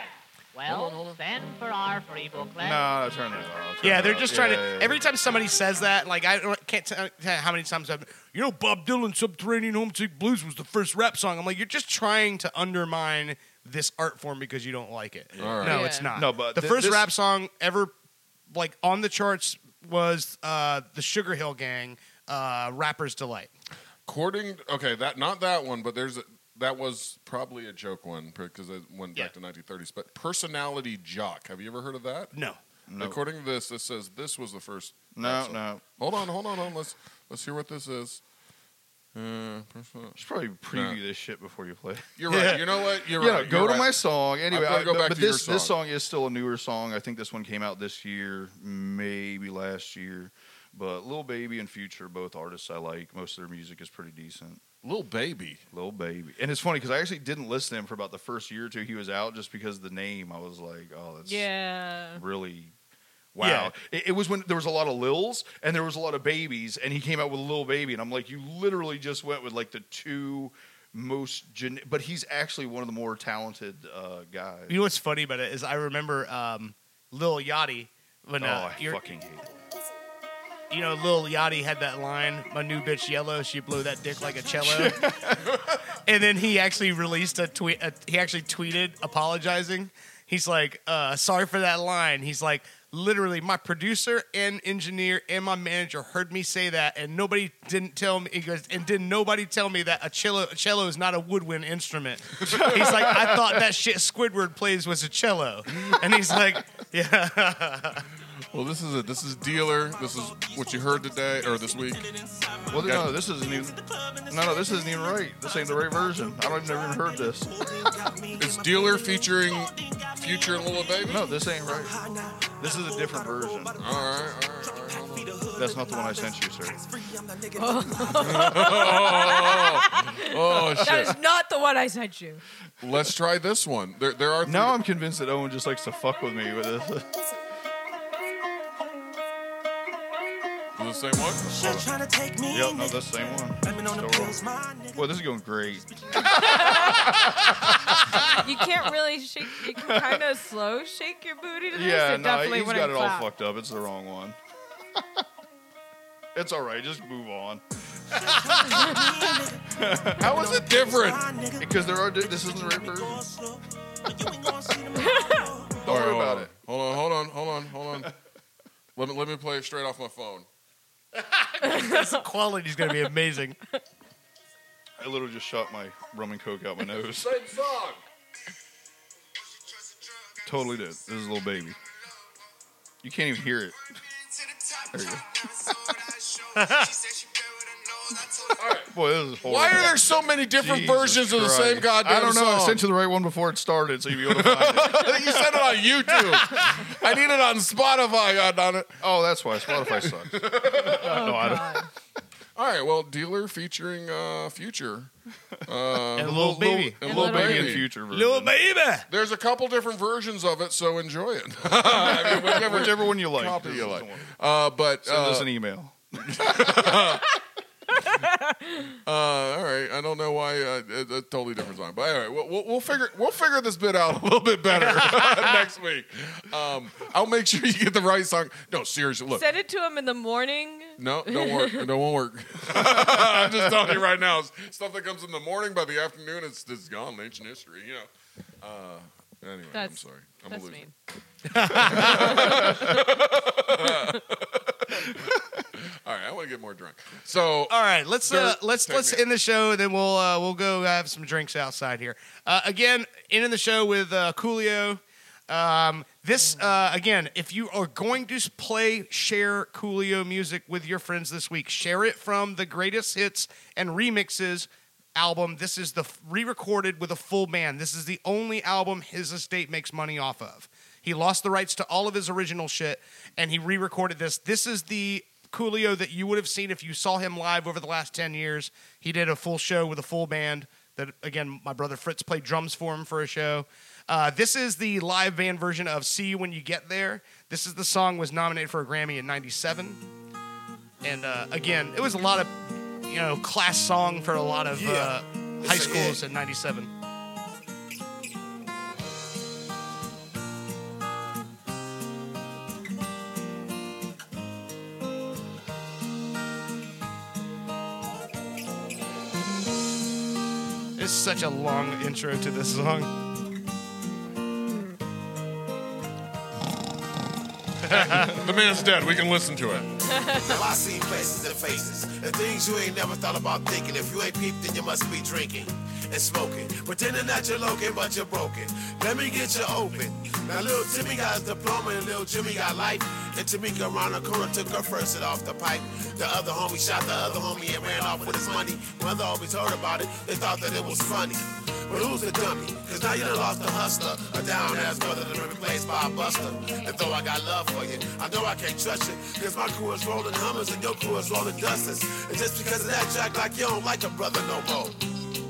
S19: Well, then for our free booklet.
S4: No, turn that off. turn
S3: Yeah,
S4: that
S3: they're
S4: off.
S3: just trying
S4: Yeah,
S3: to. Every time somebody says that, like I don't- can't tell tell how many times I've. You know, Bob Dylan's "Subterranean Homesick Blues" was the first rap song. I'm like, you're just trying to undermine this art form because you don't like it.
S4: Yeah. All right.
S3: No,
S4: Yeah.
S3: it's not.
S4: No, but
S3: the
S4: thi-
S3: first
S4: this-
S3: rap song ever, like on the charts, was uh, the Sugar Hill Gang, uh, "Rapper's Delight."
S2: According, okay, that not that one, but there's a, that was probably a joke one because it went back to 1930s. But personality jock, have you ever heard of that?
S3: No.
S4: No.
S2: According to this, this says this was the first.
S4: No,
S2: episode.
S4: no.
S2: Hold on, hold on, hold on. Let's let's hear what this is. Uh, personal-
S4: Should probably preview this shit before you play.
S2: You're right. You know what? You're
S4: yeah,
S2: right.
S4: Go
S2: You're
S4: to
S2: right.
S4: my song.
S2: I've
S4: Anyway,
S2: gotta
S4: I-
S2: go
S4: but,
S2: back
S4: but
S2: to your
S4: this this song is still a newer song. I think this one came out this year, maybe last year. But Lil Baby and Future, are both artists I like. Most of their music is pretty decent.
S2: Lil Baby,
S4: Lil Baby, and it's funny because I actually didn't listen to him for about the first year or two he was out, just because the name. I was like, oh, that's
S18: Yeah.
S4: really wow. It, it was when there was a lot of Lils and there was a lot of babies, and he came out with Lil Baby, and I'm like, you literally just went with like the two most, gen- but he's actually one of the more talented uh, guys.
S3: You know what's funny about it is I remember um, Lil Yachty when
S4: oh,
S3: uh,
S4: I
S3: you're-
S4: fucking hate it.
S3: you know Lil Yachty had that line, "My new bitch yellow, she blew that dick like a cello," and then he actually released a tweet. A, he actually tweeted apologizing. He's like, uh, "Sorry for that line." He's like, "Literally, my producer and engineer and my manager heard me say that, and nobody didn't tell me." He goes, "And didn't nobody tell me that a cello, a cello is not a woodwind instrument?" He's like, "I thought that shit Squidward plays was a cello," and he's like, "Yeah."
S2: Well, this is it. This is dealer. This is what you heard today or this week.
S4: Well, no, this isn't even. No, no, this isn't even right. This ain't the right version. I don't I've never even heard this.
S2: It's dealer featuring Future and Lil Baby.
S4: No, this ain't right. This is a different version. All
S2: right,
S4: That's not the one I sent you, sir.
S2: Oh, shit.
S18: That is not the one I sent you.
S2: Let's try this one. There, there are.
S4: Now I'm convinced that Owen just likes to fuck with me with this.
S2: The same one?
S11: trying to take me.
S4: Yep, no, that's the same one.
S11: Blaming on the
S4: Still
S11: pills,
S4: wrong. Well, this is going great.
S18: You can't really shake. You can kind of slow shake your booty to this.
S4: Yeah,
S18: it
S4: no,
S18: definitely
S4: he's
S18: wouldn't
S4: got it all
S18: clap.
S4: fucked up. It's the wrong one. it's all right. Just move on.
S2: How is it different?
S4: Because there are. di- This isn't the right version. Don't worry
S2: hold
S4: about
S2: on.
S4: it.
S2: Hold on, hold on, hold on, hold on. let me let me play it straight off my phone.
S3: This quality is going to be amazing.
S4: I literally just shot my rum and coke out my nose.
S2: Same song.
S4: totally did. This is a little baby. You can't even hear it. There you go. Boy, this is horrible.
S2: Why are there so many different
S4: Jesus
S2: versions of the same
S4: Christ.
S2: goddamn
S4: I don't know. I
S2: song?
S4: sent you the right one before it started, so you'd be able to find it.
S2: you said it on YouTube. I need it on Spotify. God darn it.
S4: Oh, that's why Spotify sucks. No, I don't-
S2: All right. Well, dealer featuring uh, Future uh,
S4: And Lil Baby.
S2: and
S4: And
S2: Lil
S4: Lil Baby.
S2: Baby
S4: and Future version.
S3: Lil Baby.
S2: There's a couple different versions of it, so enjoy it. I mean, whichever,
S4: Whichever one you like.
S2: copy
S4: This
S2: you
S4: is
S2: like.
S4: the one.
S2: Uh, but
S4: Send
S2: uh,
S4: us an email.
S2: Uh, all right, I don't know why. Uh, it's a totally different song, but all right, we'll, we'll, we'll figure we'll figure this bit out a little bit better next week. Um, I'll make sure you get the right song. No, seriously, look,
S18: Send it to him in the morning.
S2: no, don't work, no won't work. I'm just telling you right now, stuff that comes in the morning by the afternoon, it's it's gone, ancient history, you know. Uh, anyway, I'm
S18: That's-
S2: sorry, I'm
S18: that's
S2: a loser.
S18: mean.
S2: all right, I want to get more drunk. So,
S3: All right, let's uh,
S2: Dirt
S3: let's let's
S2: technique.
S3: end the show. Then we'll uh, we'll go have some drinks outside here. Uh, again, ending the show with uh, Coolio. Um, this uh, again, if you are going to play share Coolio music with your friends this week, share it from the greatest hits and remixes album. This is the f- re-recorded with a full band. This is the only album his estate makes money off of. He lost the rights to all of his original shit, and he re-recorded this. This is the Coolio that you would have seen if you saw him live over the last ten years. He did a full show with a full band. That again, my brother Fritz played drums for him for a show. Uh, this is the live band version of "See You When You Get There." This is the song was nominated for a Grammy in '97, and uh, again, it was a lot of you know class song for a lot of uh, high schools in '97. It's such a long intro to this song.
S2: the man's dead. We can listen to it.
S5: well, I seen places and faces and things you ain't never thought about thinking. If you ain't peeped, then you must be drinking and smoking, pretending that you're local, but you're broken. Let me get you open. Now, little Timmy got his diploma and little Jimmy got life. And Tamika around the corner took her first hit off the pipe. The other homie shot the other homie and ran off with his money. Mother always heard about it. They thought that it was funny. But who's the dummy? Cause now you done lost a hustler. A down ass brother that been replaced by a buster. And though I got love for you, I know I can't trust you. Cause my crew is rolling hummers and your crew is rolling dusters. And just because of that, you act like you don't like a brother no more.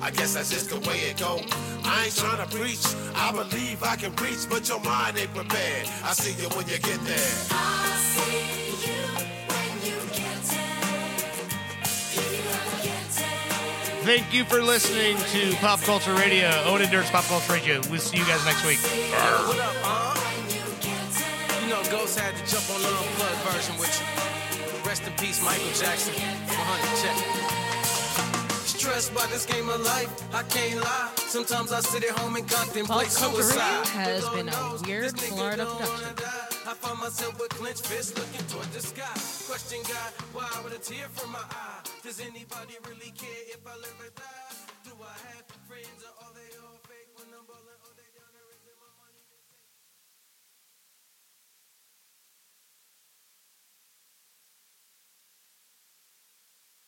S5: I guess that's just the way it go. I ain't tryna preach. I believe I can preach, but your mind ain't prepared. I see you when you get there.
S11: I see you when you get
S3: Thank you for listening to Pop Culture Radio. Owen Endurance Pop Culture Radio. We'll see you guys next week.
S5: What up, huh? Uh-huh. You know, Ghost had to jump on the unplugged version with you. Rest in peace, Michael Jackson. 100 check. Stressed by this game of life, I can't lie. Sometimes I sit at home and
S19: Pop
S5: contemplate
S19: Culture Radio
S5: suicide.
S19: has been a weird Florida production.
S5: I find myself with clenched fists looking toward the sky. Question God, why would a tear from my eye? Does anybody really care if I live or die? Do I have friends or all? oh,